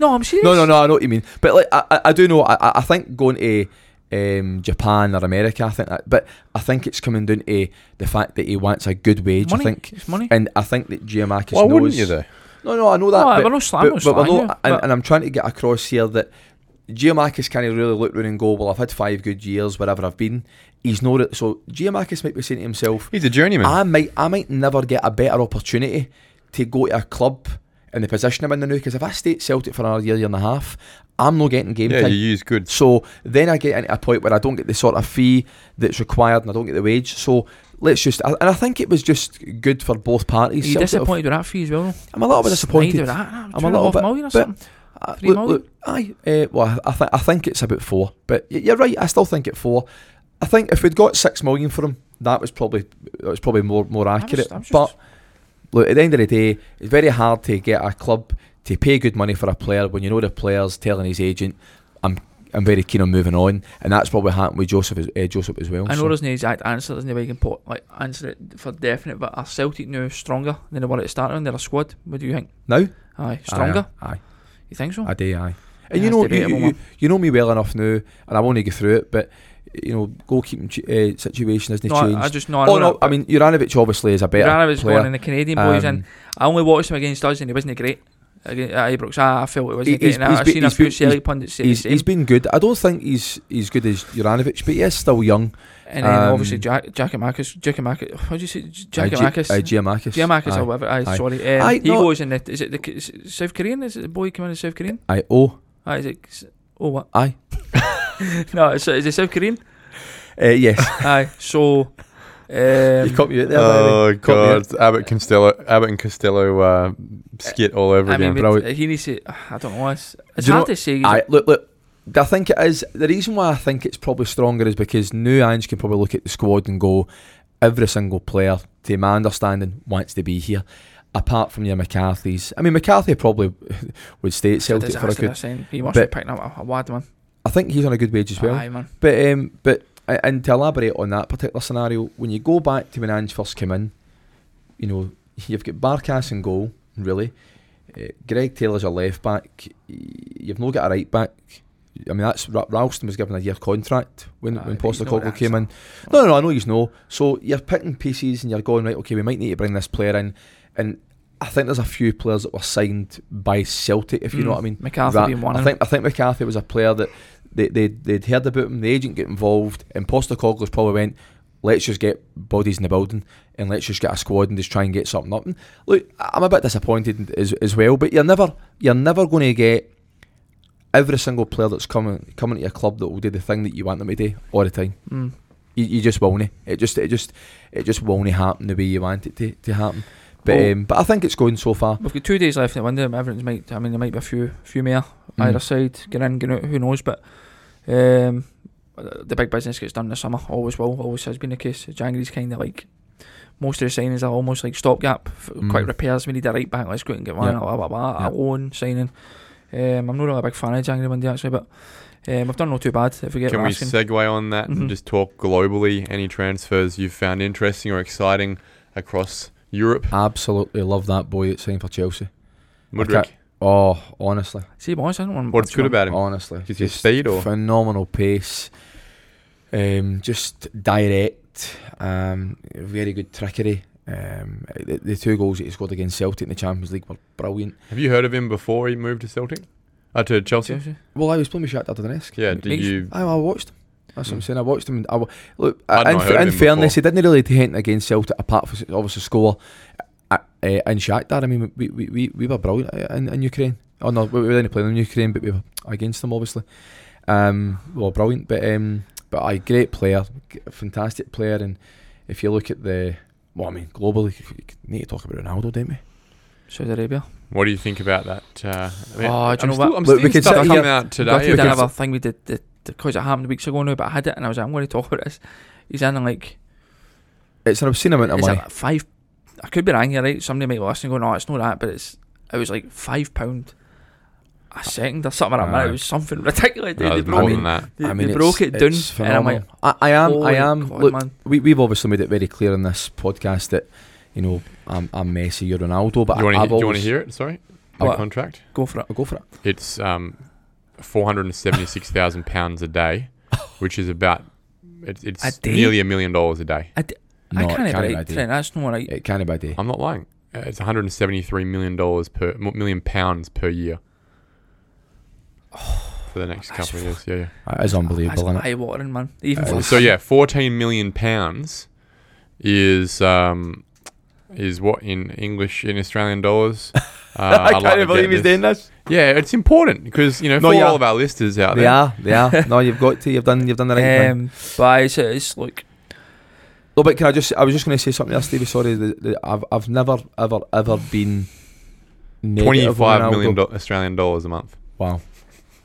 Speaker 3: No, I'm serious.
Speaker 1: No, no, no. I know what you mean, but like I, I- I do know. I, I- I think going to um, Japan or America, I think that. But I think it's coming down to the fact that he wants a good wage.
Speaker 3: Money.
Speaker 1: I think,
Speaker 3: it's money.
Speaker 1: and I think that Giamakis
Speaker 2: Why
Speaker 1: knows.
Speaker 2: wouldn't you though?
Speaker 1: No, no, I know that.
Speaker 3: no,
Speaker 1: but-
Speaker 3: we're not slamming.
Speaker 1: but,
Speaker 3: But,
Speaker 1: but I know,
Speaker 3: you,
Speaker 1: and,
Speaker 3: but
Speaker 1: and I'm trying to get across here that Giamakis kind of really look round and go, well, I've had five good years wherever I've been. He's no, re- so Giamakis might be saying to himself,
Speaker 2: He's a journeyman.
Speaker 1: I might, I might never get a better opportunity to go to a club in the position I'm in now because if I stay at Celtic for another year, year and a half, I'm not getting game
Speaker 2: yeah,
Speaker 1: time.
Speaker 2: you use good.
Speaker 1: So then I get into a point where I don't get the sort of fee that's required and I don't get the wage. So let's just, and I think it was just good for both parties.
Speaker 3: you
Speaker 1: Celtic have-
Speaker 3: disappointed with that fee as well. though?
Speaker 1: I'm a little bit
Speaker 3: Snide
Speaker 1: disappointed.
Speaker 3: with that. I'm
Speaker 1: I'm a little bit,
Speaker 3: million or
Speaker 1: but-
Speaker 3: something.
Speaker 1: Uh,
Speaker 3: Three
Speaker 1: look,
Speaker 3: million?
Speaker 1: look, aye, uh, well, I, th- I think it's about four, but y- you're right. I still think at four. I think if we'd got six million for him, that was probably that was probably more more
Speaker 3: I'm
Speaker 1: accurate.
Speaker 3: just- I'm just-
Speaker 1: but look, at the end of the day, it's very hard to get a club to pay good money for a player when you know the player's telling his agent, "I'm I'm very keen on moving on," and that's probably happened with Joseph as, uh, Joseph as well.
Speaker 3: I know
Speaker 1: so-
Speaker 3: there's no exact answer, there's no way you can put like answer it for definite, but are Celtic now stronger than they were at the start of their squad? What do you think?
Speaker 1: now
Speaker 3: Aye, stronger?
Speaker 1: Aye, aye.
Speaker 3: You think so?
Speaker 1: uh, I do, aye. And
Speaker 3: Yeah,
Speaker 1: you
Speaker 3: it's
Speaker 1: know, you,
Speaker 3: debatable,
Speaker 1: you,
Speaker 3: man.
Speaker 1: you, you know me well enough now, and I won't go through it, but you know, goalkeeping ch- uh, situation hasn't
Speaker 3: no, I-
Speaker 1: changed.
Speaker 3: I, just no. I
Speaker 1: oh
Speaker 3: know
Speaker 1: no, I mean Juranovic obviously is a better
Speaker 3: Granovic
Speaker 1: player.
Speaker 3: going in the Canadian boys,
Speaker 1: Um,
Speaker 3: and I only watched him against us, and he wasn't great. uh, Against at Ibrox, I, I felt it
Speaker 1: He-
Speaker 3: wasn't
Speaker 1: he's-
Speaker 3: great. and I-
Speaker 1: he's
Speaker 3: I've
Speaker 1: been-
Speaker 3: seen a
Speaker 1: he's
Speaker 3: few
Speaker 1: been-
Speaker 3: Celtic pundits say the
Speaker 1: he's,
Speaker 3: same.
Speaker 1: he's been good. I don't think he's he's good as Juranovic, but he is still young.
Speaker 3: And then
Speaker 1: Um,
Speaker 3: obviously Jack Jack Marcus, Jack Marcus, how do you say Jack
Speaker 1: Uh, Gi-
Speaker 3: Marcus?
Speaker 1: uh, Giamakis.
Speaker 3: Giamakis or
Speaker 1: Aye.
Speaker 3: whatever. Aye,
Speaker 1: Aye.
Speaker 3: sorry. Um,
Speaker 1: Aye,
Speaker 3: he
Speaker 1: no.
Speaker 3: goes in the is it the K- is it South Korean? Is it the boy coming in South Korean?
Speaker 1: Aye, oh,
Speaker 3: Aye, is it? Oh what?
Speaker 1: aye.
Speaker 3: No, it's is it South Korean?
Speaker 1: Uh, yes,
Speaker 3: Aye. So um,
Speaker 1: you caught me out there.
Speaker 2: Oh
Speaker 1: by the way. Caught me out.
Speaker 2: god, Abbott Costello, Abbott and Costello uh, skit all over
Speaker 3: I mean,
Speaker 2: again.
Speaker 1: but
Speaker 3: with-
Speaker 1: I would-
Speaker 3: he needs to. I don't know. It's, it's
Speaker 1: Do you
Speaker 3: hard
Speaker 1: know-
Speaker 3: to say.
Speaker 1: Aye, look, look. I think it is the reason why I think it's probably stronger is because new Ange can probably look at the squad and go, every single player, to my understanding, wants to be here. Apart from your McCarthy's, I mean McCarthy probably would stay at
Speaker 3: It's a
Speaker 1: Celtic for a
Speaker 3: disaster,
Speaker 1: good.
Speaker 3: they're saying. He must
Speaker 1: bit-
Speaker 3: be picking up a, a wad man.
Speaker 1: I think he's on a good wage as well.
Speaker 3: Aye, man.
Speaker 1: But um, but a- and to elaborate on that particular scenario, when you go back to when Ange first came in, you know you've got Barkas in goal, really. Uh, Greg Taylor's a left back. You've not got a right back. I mean, that's Ra- Ralston was given a year contract when
Speaker 3: Aye,
Speaker 1: when
Speaker 3: Ah, but he's not
Speaker 1: Postecoglou
Speaker 3: that
Speaker 1: came in.
Speaker 3: sort.
Speaker 1: No, no, no, I know he's no. So you're picking pieces and you're going right. Okay, we might need to bring this player in, and I think there's a few players that were signed by Celtic. If you know
Speaker 3: Mm,
Speaker 1: what I mean.
Speaker 3: McCarthy
Speaker 1: That-
Speaker 3: being one.
Speaker 1: I
Speaker 3: of them.
Speaker 1: think I think McCarthy was a player that they they they'd heard about him. The agent get involved, and Postacoglu's probably went, "Let's just get bodies in the building, and let's just get a squad and just try and get something up." And look, I'm a bit disappointed as as well, but you're never you're never going to get every single player that's coming coming to your club that will do the thing that you want them to do all the time.
Speaker 3: Mm.
Speaker 1: You, you just won't. It just it just it just won't happen the way you want it to, to happen. But
Speaker 3: Well-
Speaker 1: um, but I think it's going so far.
Speaker 3: We've got two days left in the window. Everyone's might. I mean, there might be a few, few more
Speaker 1: Mm.
Speaker 3: either side. Get in, get out. Who knows? But um, the big business gets done this summer. Always will. Always has been the case. January's kind of like most of the signings are almost like stopgap. f-
Speaker 1: Mm.
Speaker 3: Quick repairs. We need a right back. Let's go out and get one.
Speaker 1: Yeah.
Speaker 3: Blah blah blah.
Speaker 1: Yeah.
Speaker 3: A loan signing. Um, I'm not really a big fan of January Monday actually, but um, I've done no too bad. If we get
Speaker 2: Can we
Speaker 3: asking.
Speaker 2: segue on that
Speaker 3: Mhm.
Speaker 2: and just talk globally? Any transfers you've found interesting or exciting across Europe?
Speaker 1: Absolutely love that boy that's signed for Chelsea.
Speaker 2: Mudrick,
Speaker 1: Oh, honestly.
Speaker 3: See, boys, I don't want.
Speaker 2: what's
Speaker 3: much
Speaker 2: good
Speaker 3: on-
Speaker 2: about him?
Speaker 1: Honestly,
Speaker 2: Is he speed or-
Speaker 1: phenomenal pace? Um, just direct. Um, very good trickery. Um, the, the two goals that he scored against Celtic in the Champions League were brilliant.
Speaker 2: Have you heard of him before he moved to Celtic? Uh, to Chelsea?
Speaker 3: Chelsea?
Speaker 1: Well, I was playing with Shakhtar Donetsk.
Speaker 2: Yeah, did
Speaker 3: Makes-
Speaker 2: you?
Speaker 1: I, I watched him. That's what I'm
Speaker 2: Mm.
Speaker 1: saying. I watched him. And I wa- look.
Speaker 2: I'd
Speaker 1: in
Speaker 2: not heard of
Speaker 1: in
Speaker 2: him
Speaker 1: fairness, he didn't really do anything against Celtic apart from obviously score uh, uh, in Shakhtar. I mean, we we, we, we were brilliant uh, in, in Ukraine. Oh no, we we were only playing in Ukraine, but we were against them obviously. Um, well, brilliant, but um, but a great player, g- fantastic player, and if you look at the well, I mean, globally, you c- you need to talk about Ronaldo, don't we?
Speaker 3: Saudi Arabia.
Speaker 2: What do you think about that? Uh, I mean,
Speaker 3: Oh, do you
Speaker 2: I'm
Speaker 3: know
Speaker 2: still,
Speaker 3: what?
Speaker 2: I'm
Speaker 1: Look, we
Speaker 2: seeing
Speaker 1: can
Speaker 2: stuff
Speaker 1: sit
Speaker 2: come
Speaker 1: here-
Speaker 2: out
Speaker 3: Today, I
Speaker 2: today.
Speaker 3: did
Speaker 2: about-
Speaker 3: another thing we did did- because it happened weeks ago now, but I had it and I was like, I'm going to talk about this. He's in like,
Speaker 1: It's an obscene amount of
Speaker 3: it's
Speaker 1: money.
Speaker 3: like five. I could be wrong here, right? Somebody might listen and go, no, it's not that, but it's it was like five pound a second or something. Like that. it
Speaker 1: Aye.
Speaker 3: was something
Speaker 2: No,
Speaker 3: ridiculous. They, they
Speaker 2: it's uh, more
Speaker 3: broke,
Speaker 2: than that.
Speaker 3: they,
Speaker 1: I mean,
Speaker 3: they
Speaker 1: it's-
Speaker 3: broke it down,
Speaker 1: it's
Speaker 3: and I'm like,
Speaker 1: phenomenal. I, I am, I
Speaker 3: "Holy
Speaker 1: am.
Speaker 3: God,
Speaker 1: look,
Speaker 3: man.
Speaker 1: we, we've obviously made it very clear in this podcast that you you know, I'm, I'm Messi, you're Ronaldo. But
Speaker 2: you
Speaker 1: I,
Speaker 2: want to
Speaker 1: I've
Speaker 2: do you want
Speaker 1: always-
Speaker 2: to hear it? Sorry, the
Speaker 3: What?
Speaker 2: contract.
Speaker 3: Go for it.
Speaker 1: I'll go for it.
Speaker 2: It's um, four hundred and seventy-six thousand pounds a day, which is about it's, it's
Speaker 3: A day?
Speaker 2: nearly a million dollars a day.
Speaker 3: I, d-
Speaker 1: No,
Speaker 3: I can't
Speaker 1: it can't
Speaker 3: even
Speaker 1: be my
Speaker 3: write
Speaker 1: day.
Speaker 3: Trent, that's not right.
Speaker 1: It can be by day.
Speaker 2: I'm not lying. Uh, It's one hundred and seventy-three million dollars per mo- million pounds per year for the next
Speaker 3: That's
Speaker 2: couple of years. Yeah, yeah.
Speaker 1: That is
Speaker 3: That's
Speaker 1: unbelievable, isn't it?
Speaker 3: eye watering, man. Even
Speaker 1: Uh,
Speaker 3: for
Speaker 2: So yeah, fourteen million pounds is um is what in English in Australian dollars. Uh, I'd like to get this.
Speaker 1: this.
Speaker 2: Yeah, it's important because you know
Speaker 1: No,
Speaker 2: for
Speaker 1: yeah.
Speaker 2: all of our listeners out
Speaker 1: They
Speaker 2: there.
Speaker 1: are, they are. No, you've got to. You've done, you've done the right thing.
Speaker 3: um, but it's, it's like
Speaker 1: No, but can I just? I was just going to say something else, Stevie. Sorry, the, the, I've, I've never, ever, ever been. negative on
Speaker 2: Twenty-five million
Speaker 1: Ronaldo.
Speaker 2: do- Australian dollars a month.
Speaker 1: Wow.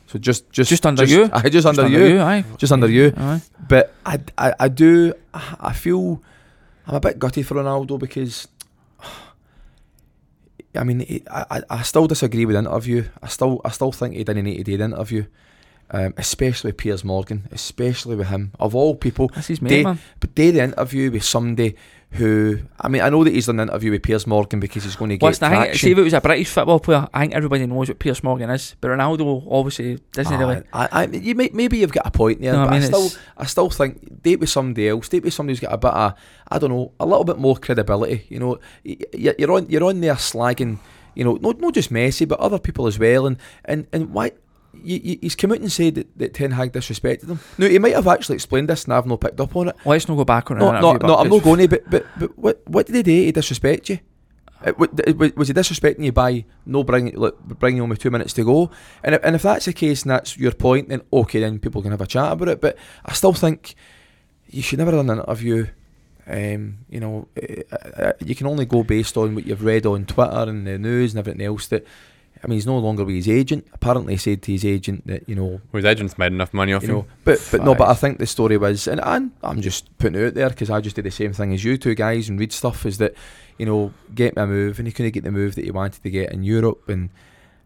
Speaker 1: So just, just,
Speaker 3: Just under you.
Speaker 1: I just under
Speaker 3: just
Speaker 1: you.
Speaker 3: aye.
Speaker 1: Just under you.
Speaker 3: Aye.
Speaker 1: But I, I, I do. I feel I'm a bit gutty for Ronaldo because. I mean, he- I, I- I still disagree with the interview. I still, I still think he didn't need to do the interview, um, especially Piers Morgan, especially with him of all people.
Speaker 3: That's his mate,
Speaker 1: They-
Speaker 3: man.
Speaker 1: But did the interview with somebody who, I mean, I know that he's done an interview with Piers Morgan because he's going to get
Speaker 3: What's the thing? See,
Speaker 1: traction.
Speaker 3: if it was a British football player, I think everybody knows what Pierce Morgan is. But Ronaldo obviously doesn't really.
Speaker 1: Ah, I, I, you may, maybe you've got a point there,
Speaker 3: No, I
Speaker 1: but I,
Speaker 3: mean,
Speaker 1: still,
Speaker 3: it's-
Speaker 1: I still think date with somebody else, date with somebody who's got a bit of, I don't know, a little bit more credibility. You know, Y- y- you're on, you're on there slagging, you know, not not just Messi, but other people as well, and and and why. You, you, he's come out and said that, that Ten Hag disrespected him. Now he might have actually explained this, and I've not picked up on it.
Speaker 3: Let's not go back on
Speaker 1: No,
Speaker 3: an
Speaker 1: no,
Speaker 3: interview,
Speaker 1: no,
Speaker 3: but
Speaker 1: I'm not
Speaker 3: it's-
Speaker 1: going to. But, but, but what, what did he do to disrespect you? Uh, wa- d- wa- Was he disrespecting you by no bringing look, bringing you on with two minutes to go? And if, and if that's the case and that's your point, then okay, then people can have a chat about it. But I still think you should never have an interview. Um, you know, uh, uh, you can only go based on what you've read on Twitter and the news and everything else. That I mean, he's no longer with his agent. Apparently, he said to his agent that you know
Speaker 2: Well, his agents made enough money off
Speaker 1: you
Speaker 2: him.
Speaker 1: know, but but no, but I
Speaker 3: Five.
Speaker 1: think the story was, and, and I'm just putting it out there because I just did the same thing as you two guys and read stuff is that, you know, get me a move, and he couldn't get the move that he wanted to get in Europe, and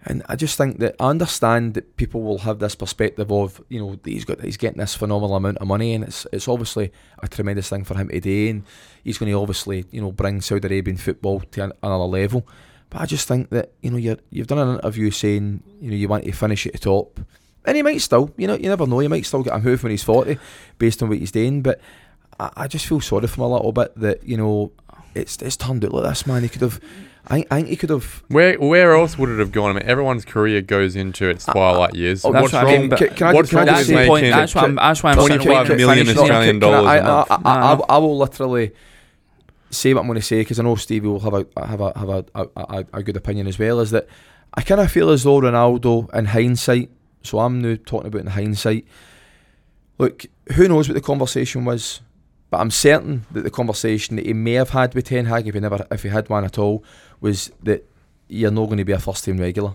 Speaker 1: and I just think that I understand that people will have this perspective of, you know, that he's got he's getting this phenomenal amount of money, and it's it's obviously a tremendous thing for him today, and he's going to obviously you know bring Saudi Arabian football to an, another level. But I just think that you know you're, you've done an interview saying you know you want to finish at the top, and he might still you know you never know he might still get a move when he's forty, based on what he's doing. But I, I just feel sorry for him a little bit that you know it's it's turned out like this man. He could have, I, think- I think he could have.
Speaker 2: Where where else would it have gone? I mean, everyone's career goes into its
Speaker 1: I- I-
Speaker 2: twilight years.
Speaker 1: oh,
Speaker 3: Uh, that's
Speaker 2: What's
Speaker 3: what I
Speaker 2: wrong?
Speaker 3: mean, but-
Speaker 1: Can- can I-
Speaker 2: what's
Speaker 1: can I
Speaker 2: wrong
Speaker 1: just
Speaker 3: That's
Speaker 2: with
Speaker 1: say-
Speaker 3: the point.
Speaker 2: making
Speaker 3: That's why I'm. That's why I'm.
Speaker 1: Sorry,
Speaker 3: sitting
Speaker 2: 25
Speaker 3: waiting.
Speaker 2: million
Speaker 3: Finish
Speaker 1: No,
Speaker 3: not-
Speaker 1: can-
Speaker 2: Australian
Speaker 1: can I-
Speaker 2: dollars a
Speaker 1: I,
Speaker 2: month.
Speaker 1: I, I,
Speaker 3: No.
Speaker 1: I, I will literally say what I'm going to say because I know Stevie will have a have a have a, a, a, a good opinion as well. Is that I kind of feel as though Ronaldo, in hindsight, so I'm now talking about in hindsight. Look, who knows what the conversation was, but I'm certain that the conversation that he may have had with Ten Hag, if he never if he had one at all, was that you're not going to be a first team regular.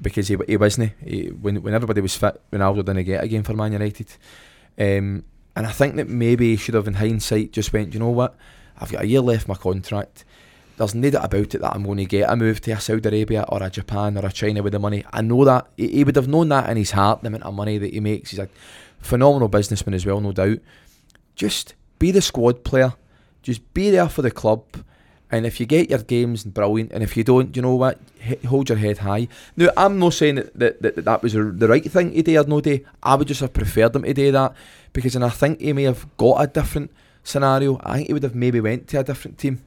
Speaker 1: Because he, he wasn't. He, when, when everybody was fit, Ronaldo didn't get a game for Man United. Um, and I think that maybe he should have, in hindsight, just went, you know what, I've got a year left my contract. There's no doubt about it that I'm going to get a move to a Saudi Arabia or a Japan or a China with the money. I know that. He, he would have known that in his heart, the amount of money that he makes. He's a phenomenal businessman as well, no doubt. Just be the squad player. Just be there for the club. And if you get your games, brilliant. And if you don't, you know what? H- hold your head high. Now, I'm not saying that that, that, that was the right thing to do or no day. I would just have preferred him to do that because then I think he may have got a different scenario. I think he would have maybe went to a different team.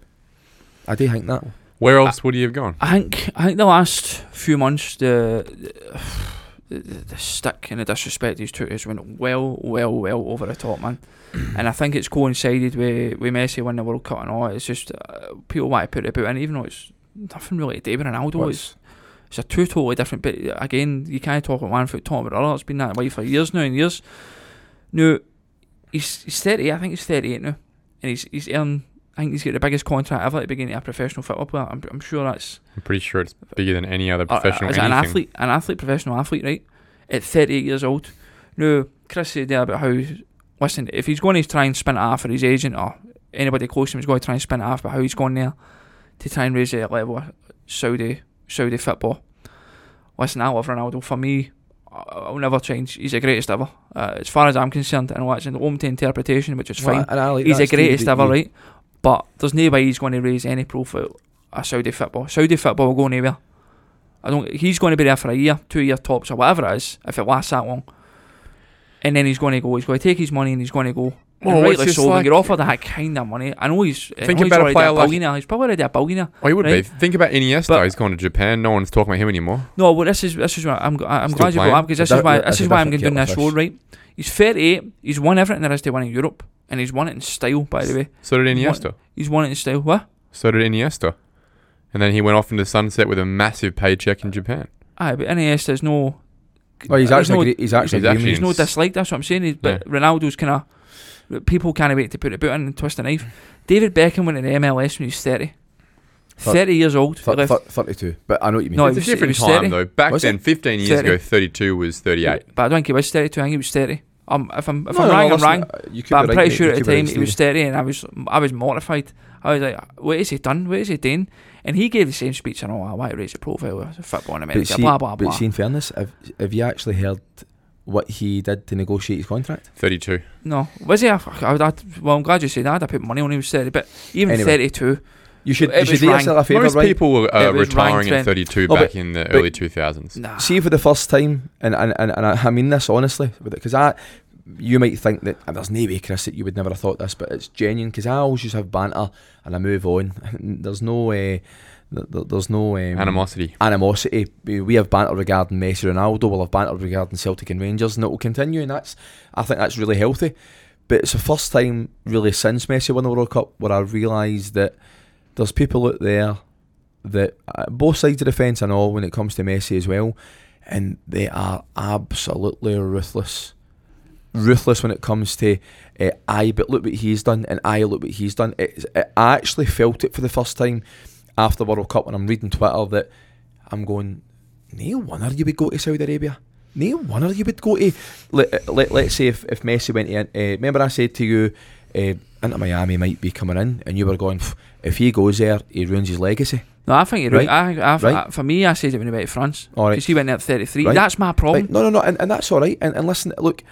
Speaker 1: I do think that.
Speaker 2: Where else would he have gone?
Speaker 3: I think. I think the last few months, the the, the, the stick and the disrespect he's took has went well, well, well over the top, man. and I think it's coincided with with Messi winning the World Cup and all. It's just uh, people want to put it about, and even though it's nothing really to do with Ronaldo, it's it's a two totally different bit. Again, you can't talk about one foot talk about the other. It's been that way for years now and years. Now, he's, he's 30, I think he's 38 now. And he's, he's earned, I think he's got the biggest contract ever at the beginning of a professional football player. I'm, I'm sure that's
Speaker 2: I'm pretty sure it's bigger than any other
Speaker 3: uh,
Speaker 2: professional
Speaker 3: is it
Speaker 2: anything.
Speaker 3: an athlete, an athlete, professional athlete, right? At 38 years old. Now, Chris said there about how, listen, if he's going to try and spin it off for his agent or anybody close to him is going to try and spin it off, but how he's gone there to try and raise the level of Saudi, Saudi football. Listen, I love Ronaldo. For me, I- I'll never change. He's the greatest ever. Uh, as far as I'm concerned, and that's an open to interpretation, which is fine.
Speaker 1: and I like
Speaker 3: He's
Speaker 1: that,
Speaker 3: the
Speaker 1: Steve,
Speaker 3: greatest
Speaker 1: that
Speaker 3: ever,
Speaker 1: you-
Speaker 3: right? But there's no way he's going to raise any profile of Saudi football. Saudi football will go nowhere. I don't. He's going to be there for a year, two year tops, or whatever it is, if it lasts that long. And then he's going to go. He's going to take his money and he's going to go.
Speaker 2: Well,
Speaker 3: and
Speaker 2: it's
Speaker 3: rightly
Speaker 2: just
Speaker 3: so,
Speaker 2: like-
Speaker 3: when you're offered that kind of money, I know he's. I
Speaker 2: Think
Speaker 3: know he's
Speaker 2: about a
Speaker 3: already
Speaker 2: player like-
Speaker 3: billionaire. He's probably already a billionaire.
Speaker 2: Oh, he would
Speaker 3: Right.
Speaker 2: be. Think about Iniesta.
Speaker 3: But-
Speaker 2: He's gone to Japan. No one's talking about him anymore.
Speaker 3: No, well, this is this is why I'm g- I'm
Speaker 2: Still
Speaker 3: glad you
Speaker 2: playing.
Speaker 3: brought up because this
Speaker 1: But
Speaker 3: is why
Speaker 1: that-
Speaker 3: this
Speaker 1: that's a
Speaker 3: is why I'm
Speaker 1: different
Speaker 3: going down
Speaker 1: kettle of
Speaker 3: this road,
Speaker 1: fish.
Speaker 3: right? He's 38. He's won everything there is to win in Europe, and he's won it in style. By the way,
Speaker 2: So did
Speaker 3: What?
Speaker 2: Iniesta.
Speaker 3: he's won it in style. What?
Speaker 2: So did Iniesta. And then he went off into sunset with a massive paycheck in Japan.
Speaker 3: Aye, but Iniesta is no.
Speaker 1: Well, Oh, he's
Speaker 3: there's
Speaker 1: actually
Speaker 3: no,
Speaker 1: agree- he's actually
Speaker 2: he's
Speaker 1: agreeing
Speaker 2: actually-
Speaker 1: with
Speaker 3: there's no dislike. That's what I'm saying. He's- But Ronaldo's kind of people can't wait to put it boot in and twist a knife. David Beckham went in the MLS when he was 30.
Speaker 1: Thir-
Speaker 3: 30 years old.
Speaker 1: you.
Speaker 3: he
Speaker 1: Thir-
Speaker 3: left.
Speaker 1: thir- Thirty-two, but I know what you mean.
Speaker 3: No,
Speaker 2: It's a
Speaker 3: was- he
Speaker 2: different
Speaker 3: was
Speaker 2: time
Speaker 3: 30.
Speaker 2: though. Back
Speaker 1: Was
Speaker 2: then, 15 years
Speaker 3: 30.
Speaker 2: ago, 32 was 38.
Speaker 3: But I don't think he was 32. I think he was 30. Um, if I'm if
Speaker 1: No,
Speaker 3: I'm
Speaker 1: no,
Speaker 3: wrong, I'm
Speaker 1: listen,
Speaker 3: wrong.
Speaker 1: uh, You could
Speaker 3: But I'm
Speaker 1: be right,
Speaker 3: pretty
Speaker 1: mate,
Speaker 3: sure
Speaker 1: you
Speaker 3: at the
Speaker 1: could be
Speaker 3: time
Speaker 1: right,
Speaker 3: he was
Speaker 1: Stevie.
Speaker 3: 30 and I was I was mortified. I was like, what is he done? What is he doing? And he gave the same speech and all, I want to raise the profile of football in
Speaker 1: But
Speaker 3: America,
Speaker 1: see,
Speaker 3: blah, blah,
Speaker 1: but
Speaker 3: blah.
Speaker 1: see, in fairness, have, have you actually heard what he did to negotiate his contract?
Speaker 2: 32.
Speaker 3: no, was he? A, I would, I'd, well, I'm glad you said that. I put money on him, he was 30, but even
Speaker 1: Anyway.
Speaker 3: 32,
Speaker 1: You should,
Speaker 3: It
Speaker 1: you
Speaker 3: was
Speaker 1: should do
Speaker 3: rank.
Speaker 1: yourself a favour,
Speaker 2: Most
Speaker 1: right?
Speaker 2: people were
Speaker 3: It
Speaker 2: uh,
Speaker 3: was ranked
Speaker 2: retiring
Speaker 3: then.
Speaker 2: at 32
Speaker 1: No,
Speaker 2: back in the early 2000s.
Speaker 3: nah.
Speaker 1: See, for the first time, and and, and, and I, I mean this honestly, because I, you might think that and there's no way, Chris, that you would never have thought this, but it's genuine because I always just have banter and I move on. there's no, uh, there, there- there's no um,
Speaker 2: Animosity.
Speaker 1: animosity. eh, We we have banter regarding Messi, Ronaldo. We'll have banter regarding Celtic and Rangers, and it will continue. And that's, I think, that's really healthy. But it's the first time really since Messi won the World Cup where I realised that there's people out there that uh, both sides of the fence and all when it comes to Messi as well, and they are absolutely ruthless. Ruthless when it comes to uh, I, but look what he's done, and I look what he's done. It, it, I actually felt it for the first time after World Cup when I'm reading Twitter that I'm going, no wonder you would go to Saudi Arabia. No wonder you would go to, let, let, let's say if, if Messi went in, uh, remember I said to you, uh, Inter Miami might be coming in, and you were going, "Pff, if he goes there, he ruins his legacy.
Speaker 3: No, I think you're right. I, I,
Speaker 1: Right.
Speaker 3: I, for me, I said it when he went to France.
Speaker 1: All right.
Speaker 3: Because he went there at 33.
Speaker 1: Right.
Speaker 3: That's my problem.
Speaker 1: Right, no, no, no, and, and that's all right. And, and listen, look,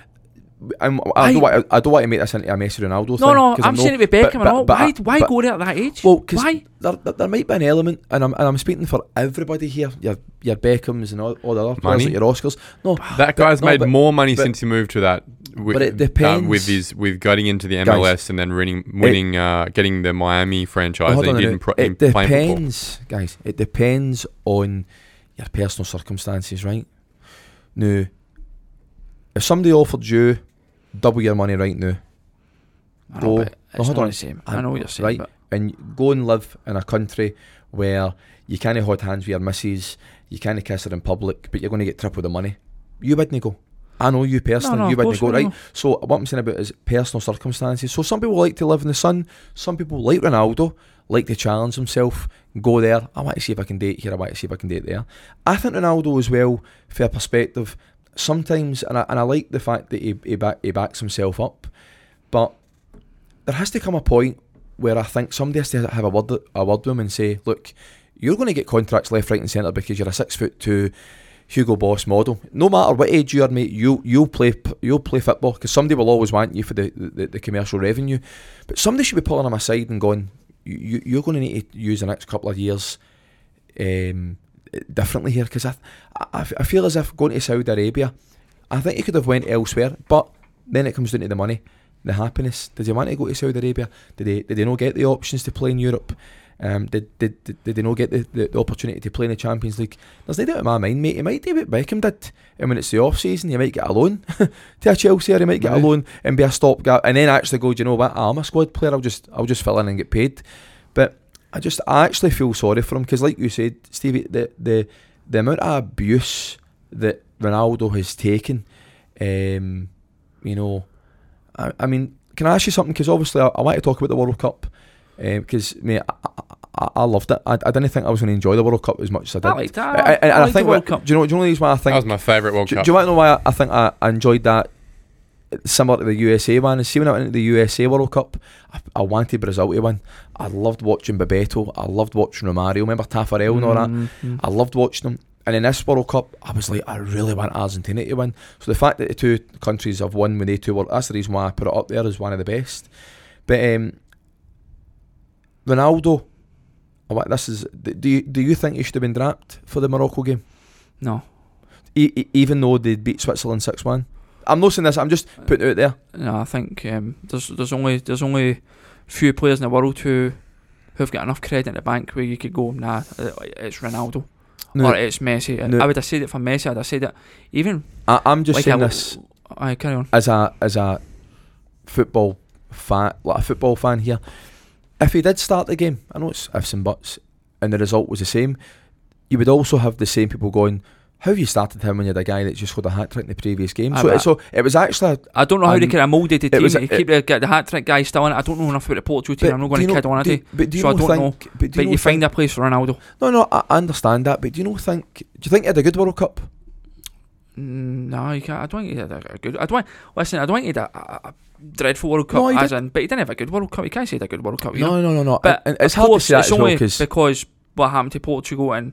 Speaker 1: I'm, I,
Speaker 3: Aye.
Speaker 1: don't want, I don't want to make this into a Messi Ronaldo
Speaker 3: No,
Speaker 1: thing.
Speaker 3: no,
Speaker 1: 'cause I
Speaker 3: I'm
Speaker 1: know-
Speaker 3: saying it with
Speaker 1: but-
Speaker 3: Beckham and all.
Speaker 1: but-
Speaker 3: Why,
Speaker 1: but-
Speaker 3: why
Speaker 1: but-
Speaker 3: go there at that age?
Speaker 1: Well, because
Speaker 3: why?
Speaker 1: there, there, there might be an element, and I'm, and I'm speaking for everybody here, your, your Beckhams and all, all the other players,
Speaker 2: Money.
Speaker 1: like your Oscars. No,
Speaker 2: That guy's
Speaker 1: no,
Speaker 2: made
Speaker 1: but-
Speaker 2: more money
Speaker 1: but-
Speaker 2: since he moved to that. With,
Speaker 1: But it
Speaker 2: Uh,
Speaker 1: depends.
Speaker 2: with his with going into the MLS
Speaker 1: Guys,
Speaker 2: and then winning, winning uh, getting the Miami franchise.
Speaker 1: Oh, Hold
Speaker 2: that
Speaker 1: on
Speaker 2: he
Speaker 1: a
Speaker 2: didn't
Speaker 1: minute.
Speaker 2: pro-
Speaker 1: it
Speaker 2: in playing football.
Speaker 1: depends, guys. It depends on your personal circumstances, right? Now, if somebody offered you double your money right now
Speaker 3: I
Speaker 1: go-
Speaker 3: know, but
Speaker 1: no,
Speaker 3: it's
Speaker 1: hold
Speaker 3: not
Speaker 1: on.
Speaker 3: the same. I know what you're
Speaker 1: right,
Speaker 3: saying. But
Speaker 1: and go and live in a country where you can't hold hands with your missus, you can't kiss her in public, but you're going to get triple the money, you wouldn't go. I know you personally,
Speaker 3: no,
Speaker 1: you
Speaker 3: of
Speaker 1: wouldn't
Speaker 3: course
Speaker 1: go, right?
Speaker 3: we know.
Speaker 1: So, what I'm saying about is personal circumstances. So, some people like to live in the sun, some people like Ronaldo, like to challenge himself, go there. I want to see if I can date here, I want to see if I can date there. I think Ronaldo, as well, for a perspective, sometimes, and I, and I like the fact that he, he, back, he backs himself up, but there has to come a point where I think somebody has to have a word, a word with him and say, look, you're going to get contracts left, right, and centre because you're a six foot two Hugo Boss model. No matter what age you are, mate, you you'll play p- you'll play football because somebody will always want you for the, the, the commercial revenue. But somebody should be pulling him aside and going, "You- you, you're going to need to use the next couple of years um, differently here because I, I I feel as if going to Saudi Arabia, I think he could have went elsewhere. But then it comes down to the money, the happiness. Did he want to go to Saudi Arabia? Did they did they not get the options to play in Europe? Um, did, did, did, did they not get the, the, the opportunity to play in the Champions League? There's no doubt in my mind, mate. He might do what Beckham did. And when it's the off season, he might get a loan to a Chelsea or he might get a
Speaker 2: Aye.
Speaker 1: loan and be a stopgap and then actually go, do you know what? I'm a squad player. I'll just I'll just fill in and get paid. But I just I actually feel sorry for him because, like you said, Stevie, the the the amount of abuse that Ronaldo has taken, um, you know, I, I mean, can I ask you something? Because obviously, I, I want to talk about the World Cup because, mate, I, I, I loved it. I, I didn't think I was going to enjoy the World Cup as much as I did.
Speaker 3: I like that.
Speaker 1: I- I- and I,
Speaker 3: like
Speaker 1: think
Speaker 3: the World
Speaker 1: what-
Speaker 3: Cup.
Speaker 1: Do you know? Do you know the reason why I
Speaker 2: That was
Speaker 1: think?
Speaker 2: my favourite World
Speaker 1: Do, do
Speaker 2: Cup.
Speaker 1: you want to know why I, I think I, I enjoyed that? Similar to the USA one, and see when I went into the USA World Cup, I, I wanted Brazil to win. I loved watching Bebeto. I loved watching Romario. Remember Tafarel and all that.
Speaker 3: Mhm.
Speaker 1: I loved watching them. And in this World Cup, I was like, I really want Argentina to win. So the fact that the two countries have won when they two were, that's the reason why I put it up there as one of the best. But um, Ronaldo. I wa- This is. d- Do you, do you think he should have been dropped for the Morocco game,
Speaker 3: No.
Speaker 1: e- e- even though they beat Switzerland six one? I'm not saying this. I'm just putting it out there.
Speaker 3: No, I think um, there's there's only there's only few players in the world who who've got enough credit in the bank where you could go, nah, it- it's Ronaldo
Speaker 1: No,
Speaker 3: or it's Messi.
Speaker 1: No.
Speaker 3: I would have said it for Messi. I'd have said it even
Speaker 1: I, I'm just
Speaker 3: like
Speaker 1: saying
Speaker 3: I,
Speaker 1: this
Speaker 3: I carry on.
Speaker 1: as a as a football fan, like a football fan here. If he did start the game, I know it's ifs and buts, and the result was the same, you would also have the same people going, "How have you started him when you had a guy that just scored a hat trick in the previous game?"
Speaker 3: Aye,
Speaker 1: So,
Speaker 3: Ah, but-
Speaker 1: so it was actually a
Speaker 3: I don't know how they
Speaker 1: Um,
Speaker 3: could have moulded the
Speaker 1: it
Speaker 3: team
Speaker 1: was a-
Speaker 3: to keep the, get the hat trick guy still in it. I don't know enough about the Portugal team. I'm not going to kid on it.
Speaker 1: do, but do you
Speaker 3: so I
Speaker 1: not
Speaker 3: don't
Speaker 1: think,
Speaker 3: know.
Speaker 1: But, do
Speaker 3: But
Speaker 1: you,
Speaker 3: you,
Speaker 1: not
Speaker 3: find a place for Ronaldo.
Speaker 1: think- No, no, I I understand that. But do you not think? Do you think he had a good World Cup?
Speaker 3: Mm, No, you can't. I don't think he had a a good. I don't listen. I don't think uh, he had a, a, a dreadful World Cup. Altså,
Speaker 1: No, he
Speaker 3: as in, but he didn't have a good World Cup. Oh, You can't say he had a good World Cup. either.
Speaker 1: No, no, no, no.
Speaker 3: But
Speaker 1: and, and it's
Speaker 3: of
Speaker 1: hard to
Speaker 3: course,
Speaker 1: say that
Speaker 3: it's
Speaker 1: as well
Speaker 3: only
Speaker 1: 'cause-
Speaker 3: because what happened to Portugal and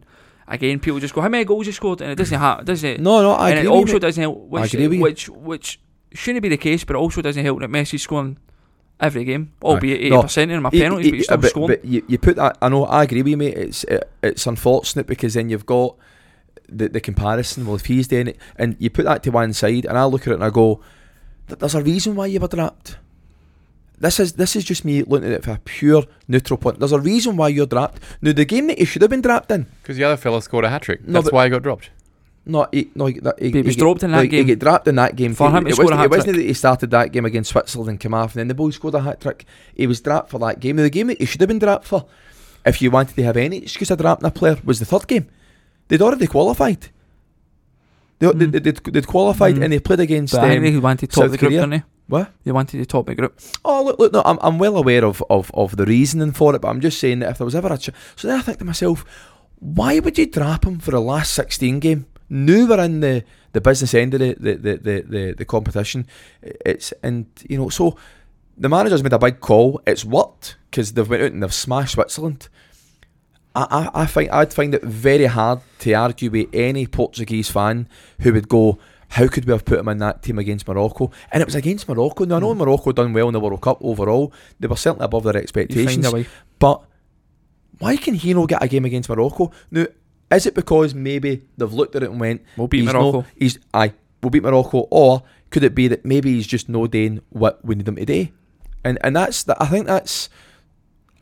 Speaker 3: again people just go, how many goals you scored, and it doesn't happen, doesn't it?
Speaker 1: no, no, I
Speaker 3: and
Speaker 1: agree.
Speaker 3: it
Speaker 1: with
Speaker 3: also
Speaker 1: you.
Speaker 3: doesn't help,
Speaker 1: I
Speaker 3: which
Speaker 1: agree with you.
Speaker 3: which which shouldn't be the case, but it also doesn't help that Messi's scoring every game, albeit eighty
Speaker 1: No,
Speaker 3: percent in my
Speaker 1: He-
Speaker 3: penalties,
Speaker 1: he-
Speaker 3: but he's still
Speaker 1: but,
Speaker 3: scoring.
Speaker 1: but you, you put that. I know. I agree with you, mate. It's it, it's unfortunate because then you've got the the comparison. Well, if he's doing it, and you put that to one side, and I look at it and I go, "Th- "There's a reason why you were dropped." This is this is just me looking at it from a pure neutral point. There's a reason why you're dropped. Now the game that you should have been dropped in,
Speaker 2: Because the other fella scored a hat trick.
Speaker 1: No,
Speaker 2: That's
Speaker 1: but-
Speaker 2: why he got dropped.
Speaker 1: No, he, no, he, that, he,
Speaker 3: But he was
Speaker 1: get-
Speaker 3: dropped in that
Speaker 1: no, he- He
Speaker 3: game.
Speaker 1: get dropped in that game
Speaker 3: For him to
Speaker 1: it
Speaker 3: score a
Speaker 1: wasn't, it
Speaker 3: hat-trick.
Speaker 1: wasn't that he started that game against Switzerland and came off, and then the boy scored a hat trick. He was dropped for that game. Now, the game that he should have been dropped for, if you wanted to have any excuse of dropping a player, was the third game. They'd already qualified. They,
Speaker 3: Mm.
Speaker 1: they, would they'd qualified
Speaker 3: Mm.
Speaker 1: and they played against.
Speaker 3: But I think
Speaker 1: Um,
Speaker 3: they wanted to top
Speaker 1: South
Speaker 3: the group,
Speaker 1: Korea.
Speaker 3: didn't they?
Speaker 1: What?
Speaker 3: They wanted to top the group.
Speaker 1: oh look, look, no, I'm, I'm well aware of, of of the reasoning for it, but I'm just saying that if there was ever a ch- so then I think to myself, why would you drop him for the last 16 game? Now we're in the, the business end of the the, the, the, the the competition. It's and you know so the manager's made a big call. It's worked because they've went out and they've smashed Switzerland. I, I, I find I'd find it very hard to argue with any Portuguese fan who would go, how could we have put him in that team against Morocco? And it was against Morocco. Now I know
Speaker 3: Mm.
Speaker 1: Morocco done well in the World Cup overall. They were certainly above their
Speaker 3: You find
Speaker 1: expectations.
Speaker 3: a way.
Speaker 1: But why can he not get a game against Morocco? Now, is it because maybe they've looked at it and went,
Speaker 3: We'll beat
Speaker 1: he's
Speaker 3: Morocco.
Speaker 1: No, he's aye, we'll beat Morocco, or could it be that maybe he's just no doing what we need him today? And and that's that. I think that's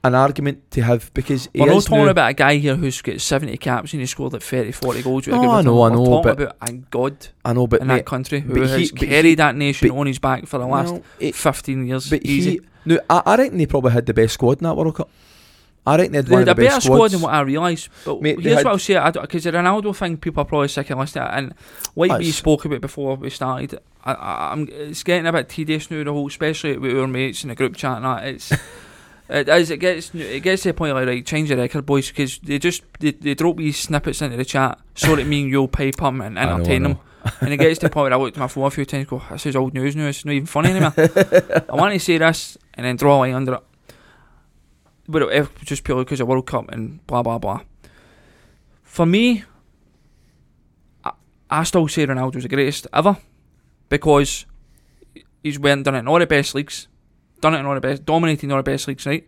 Speaker 1: an argument to have because he
Speaker 3: We're not
Speaker 1: is
Speaker 3: talking
Speaker 1: now-
Speaker 3: about a guy here who's got 70 caps and he scored like 30, 40 goals. with a
Speaker 1: No,
Speaker 3: good
Speaker 1: I know,
Speaker 3: return.
Speaker 1: I know,
Speaker 3: We're talking
Speaker 1: but-
Speaker 3: about a god
Speaker 1: I know, but
Speaker 3: in
Speaker 1: mate,
Speaker 3: that country who
Speaker 1: but he-
Speaker 3: has
Speaker 1: but he-
Speaker 3: carried that nation
Speaker 1: but-
Speaker 3: on his back for the last
Speaker 1: no, it-
Speaker 3: 15 years.
Speaker 1: but
Speaker 3: easy.
Speaker 1: he no, I, I reckon they probably had the best squad in that World Cup. I reckon they had
Speaker 3: they
Speaker 1: one
Speaker 3: had
Speaker 1: of
Speaker 3: a
Speaker 1: the best
Speaker 3: better squad
Speaker 1: squads.
Speaker 3: than what I realised. But
Speaker 1: Mate, they
Speaker 3: here's
Speaker 1: had-
Speaker 3: what I'll say: because the Ronaldo thing, people are probably sick of listening. to it, And like we
Speaker 1: Us.
Speaker 3: spoke about before we started, I, I, I'm it's getting a bit tedious now. The whole, especially with our mates in the group chat, and that it's. It is. It gets. It gets to the point like right, change the record, boys, because they just they, they drop these snippets into the chat so that me and you'll pipe them and
Speaker 1: I know, I
Speaker 3: entertain them.
Speaker 1: know.
Speaker 3: And it gets to the point where I looked at my phone a few times, and go, this is old news now. It's not even funny anymore. I want to say this and then draw a line under it. But it, it was just purely because of World Cup and blah blah blah. For me, I, I still say Ronaldo's the greatest ever because he's went and done it in all the best leagues, done it in all the best, dominating all the best leagues, right?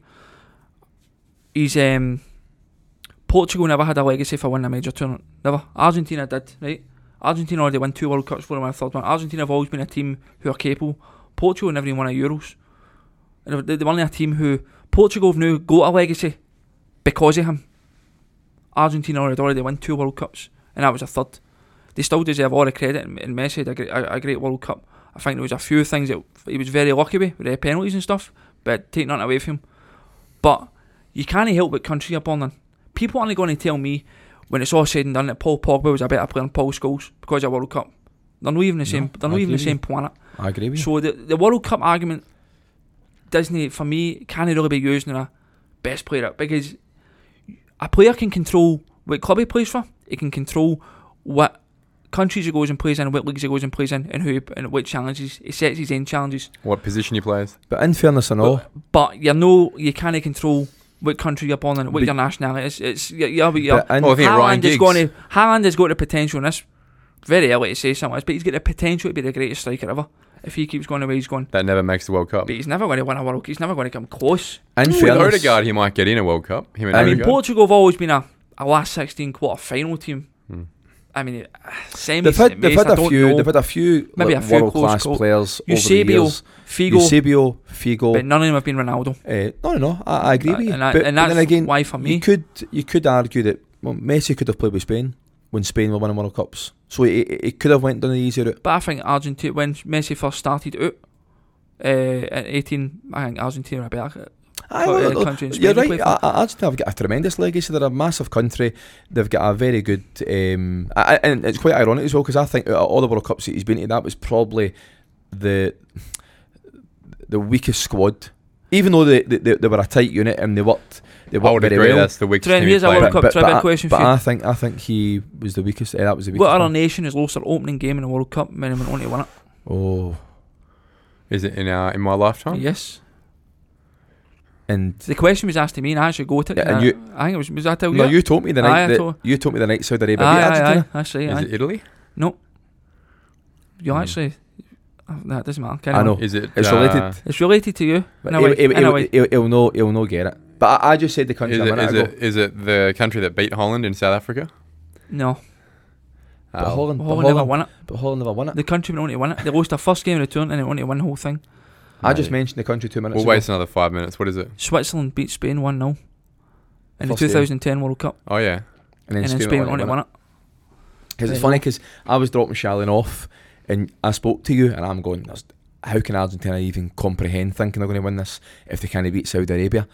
Speaker 3: He's um, Portugal never had a legacy for winning a major tournament. Never. Argentina did, right? Argentina already won two World Cups, for them a third one. Argentina have always been a team who are capable. Portugal er never even won a Euros. And they- They're only a team who Portugal have now got a legacy because of him. Argentina had already won two World Cups, and that was a third. They still deserve all the credit, and and Messi had a great, a, a great World Cup. I think there was a few things that he was very lucky with, with the penalties and stuff, but take nothing away from him. But you can't help but country you're born in. People aren't going to tell me when it's all said and done that Paul Pogba was a better player than Paul Scholes because of World Cup. They're not even the same. they're
Speaker 1: I
Speaker 3: not even
Speaker 1: agree
Speaker 3: the
Speaker 1: with
Speaker 3: same planet.
Speaker 1: I agree with you.
Speaker 3: So the, the World Cup argument er Disney for me can't really be used in a best player because a player can control what club he plays er for. He can control what countries er he goes and plays in, what leagues he goes and plays in, and who he, and what er challenges he sets his own challenges.
Speaker 2: What position he plays.
Speaker 1: But in fairness and all,
Speaker 3: But you know you can't control what country you're born in, er what
Speaker 1: But-
Speaker 3: your nationality is. It's you're, you're, you're,
Speaker 1: but in-
Speaker 2: Well, I think Ryan
Speaker 3: Haaland is
Speaker 2: Giggs.
Speaker 3: going to Haaland has got the potential in this. Very early to say something, like this, but he's got the potential to be the greatest striker ever. If he keeps going away, he's going.
Speaker 2: That never makes the World Cup.
Speaker 3: But he's never going to win a World Cup. He's never going to come close.
Speaker 1: In
Speaker 2: With
Speaker 1: fairness,
Speaker 2: Odegaard, he might get in a World Cup. Him and
Speaker 1: I
Speaker 3: I
Speaker 1: mean,
Speaker 3: mean,
Speaker 2: Odegaard.
Speaker 3: Portugal have always been a, a last 16 quarter final team.
Speaker 2: Hmm.
Speaker 3: I mean, eh, semi
Speaker 1: they've had, they've had a few, they've had a few,
Speaker 3: Maybe
Speaker 1: like,
Speaker 3: a few close
Speaker 1: world-class
Speaker 3: call-
Speaker 1: players over the
Speaker 3: Eusebio,
Speaker 1: years.
Speaker 3: Figo,
Speaker 1: Eusebio,
Speaker 3: but
Speaker 1: Figo.
Speaker 3: none of them have been Ronaldo.
Speaker 1: eh, no, no, no, I, I agree with you.
Speaker 3: Uh, and, I,
Speaker 1: but,
Speaker 3: and
Speaker 1: but
Speaker 3: that's
Speaker 1: then again,
Speaker 3: why for me.
Speaker 1: you could you could argue that well, Messi could have played with Spain when Spain were winning World Cups, so it, it it could have went down the easier route.
Speaker 3: But I think Argentina, when Messi first started out uh, at 18, I think Argentina were a better
Speaker 1: Aye,
Speaker 3: Quite
Speaker 1: well,
Speaker 3: a
Speaker 1: look,
Speaker 3: country in Spain
Speaker 1: you're
Speaker 3: to play
Speaker 1: right.
Speaker 3: for.
Speaker 1: I, I Argentina have got a tremendous legacy. They're a massive country. They've got a very good, um, I, I- and it's quite ironic as well because I think out of all the World Cups that he's been to, that was probably the the weakest squad. Even though they, they, they, they were a tight unit and they worked, they
Speaker 2: I would
Speaker 1: worked very
Speaker 2: agree
Speaker 1: well.
Speaker 2: that's the weakest
Speaker 3: Trent,
Speaker 2: team he's
Speaker 3: here's a
Speaker 2: played.
Speaker 3: World Cup. trivia
Speaker 1: I,
Speaker 3: question
Speaker 1: but
Speaker 3: for you.
Speaker 1: I think I think he was the weakest. eh, that was the weakest.
Speaker 3: What other
Speaker 1: one.
Speaker 3: nation has lost their opening game in the World Cup and then went on to win it?
Speaker 1: Oh,
Speaker 2: Is it in uh, in my lifetime?
Speaker 3: Yes.
Speaker 1: and
Speaker 3: The question was asked to me, and I should go to it.
Speaker 1: Yeah, and
Speaker 3: I,
Speaker 1: you-
Speaker 3: I think it was. Was I tell
Speaker 1: no,
Speaker 3: you?
Speaker 1: you told me the
Speaker 3: Aye,
Speaker 1: night
Speaker 3: I
Speaker 1: that,
Speaker 3: told-
Speaker 1: you told me the night Saudi Arabia beat
Speaker 3: aye,
Speaker 1: Argentina.
Speaker 3: aye, aye, actually,
Speaker 2: Is
Speaker 3: aye.
Speaker 2: it Italy?
Speaker 3: You
Speaker 2: Hmm.
Speaker 3: actually. oh, that doesn't matter. Carry
Speaker 1: I
Speaker 3: on.
Speaker 1: know.
Speaker 2: Is it?
Speaker 1: It's
Speaker 2: uh,
Speaker 1: related.
Speaker 3: It's related to you.
Speaker 1: But
Speaker 3: in a
Speaker 1: he'll,
Speaker 3: way,
Speaker 1: he'll,
Speaker 3: in a
Speaker 1: he'll,
Speaker 3: way.
Speaker 1: he'll- he'll know. He'll know. Get it. But I, I just said the country
Speaker 2: Is
Speaker 1: a
Speaker 2: it,
Speaker 1: minute
Speaker 2: is,
Speaker 1: ago.
Speaker 2: it, is it the country that beat Holland in South Africa?
Speaker 3: No,
Speaker 1: But
Speaker 2: Oh.
Speaker 1: Holland,
Speaker 3: Holland
Speaker 1: but
Speaker 3: never
Speaker 1: Holland,
Speaker 3: won it.
Speaker 1: but Holland never won it.
Speaker 3: The country went on to win it. They lost their first game in the tournament and they went on to win the whole thing.
Speaker 1: I just
Speaker 2: Mate.
Speaker 1: mentioned the country two minutes
Speaker 2: We'll
Speaker 1: ago.
Speaker 2: waste another five minutes. What is it?
Speaker 3: Switzerland beat Spain 1 0 in the
Speaker 1: First game.
Speaker 3: 2010 World Cup.
Speaker 2: Oh yeah.
Speaker 1: and
Speaker 3: And
Speaker 1: then
Speaker 3: then
Speaker 1: Spain
Speaker 3: Spain
Speaker 1: went and
Speaker 3: went on to win
Speaker 1: won it.
Speaker 3: it.
Speaker 1: 'Cause it's
Speaker 3: There you
Speaker 1: funny because I was dropping Charlene off, and I spoke to you, and I'm going, "That's- how can Argentina even comprehend thinking they're going to win this if they can't beat Saudi Arabia?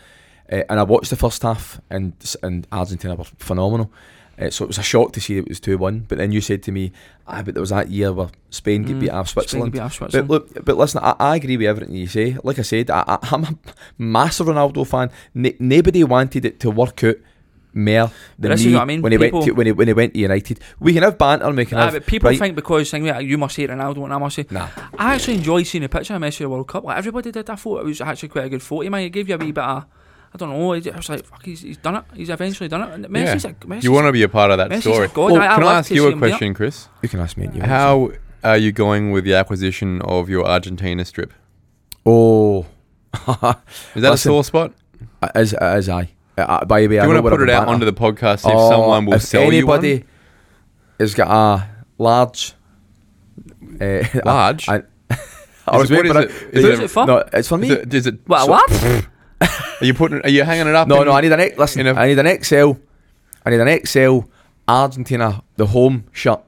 Speaker 1: Uh, and I watched the first half, and s- and Argentina were phenomenal. Uh, so it was a shock to see it was two one. But then you said to me, ah, but there was that year where Spain get
Speaker 3: Mm,
Speaker 1: beat out of
Speaker 3: Spain
Speaker 1: Switzerland.
Speaker 3: beat half
Speaker 1: But
Speaker 3: Switzerland.
Speaker 1: look, but listen, I, I agree with everything you say. Like I said, I, I, I'm a massive Ronaldo fan. N- nobody wanted it to work out more than
Speaker 3: this is
Speaker 1: me
Speaker 3: what I mean,
Speaker 1: when he went
Speaker 3: people-
Speaker 1: to when he, when he went to United. We can have banter, and we can
Speaker 3: Ah,
Speaker 1: have
Speaker 3: but people
Speaker 1: right-
Speaker 3: think because saying, you must hate Ronaldo and I must say,
Speaker 1: nah.
Speaker 3: I actually enjoyed seeing a picture of Messi at the World Cup. Like everybody did. I thought it was actually quite a good photo. Man, it gave you a wee bit of, I don't know. I was like, fuck, he's, he's done it. He's eventually done it. And Messi's a Messi's,
Speaker 2: You want to be a part of that
Speaker 3: Messi's
Speaker 2: story?
Speaker 3: a god.
Speaker 2: Well,
Speaker 3: I- I
Speaker 2: can I
Speaker 3: love
Speaker 2: ask
Speaker 3: to
Speaker 2: you
Speaker 3: see
Speaker 2: a
Speaker 3: him be up.
Speaker 2: question, Chris?
Speaker 1: You can ask me. and You
Speaker 2: How are you going with the acquisition of your Argentina strip?
Speaker 1: Oh,
Speaker 2: Is that
Speaker 1: Listen,
Speaker 2: a sore spot?
Speaker 1: as as I. Uh, by the way,
Speaker 2: Do
Speaker 1: I know
Speaker 2: you want to
Speaker 1: we're
Speaker 2: put it
Speaker 1: having
Speaker 2: out
Speaker 1: banter.
Speaker 2: onto the podcast? See if
Speaker 1: Oh,
Speaker 2: someone will
Speaker 1: if
Speaker 2: sell
Speaker 1: anybody
Speaker 2: you
Speaker 1: has got a large. Uh,
Speaker 2: one. Large.
Speaker 1: I- I was
Speaker 2: it-
Speaker 1: waiting
Speaker 2: what
Speaker 1: for it.
Speaker 2: is it? Is
Speaker 1: The-
Speaker 2: it
Speaker 3: a- Is it for?
Speaker 1: No, it's for me.
Speaker 2: Is it, is it
Speaker 3: What,
Speaker 2: so-
Speaker 3: what?
Speaker 2: Are you putting? Are you hanging it up?
Speaker 1: No,
Speaker 2: in-
Speaker 1: no, I need an X. Listen,
Speaker 2: in a-
Speaker 1: I need an XL. I need an XL Argentina, the home shirt,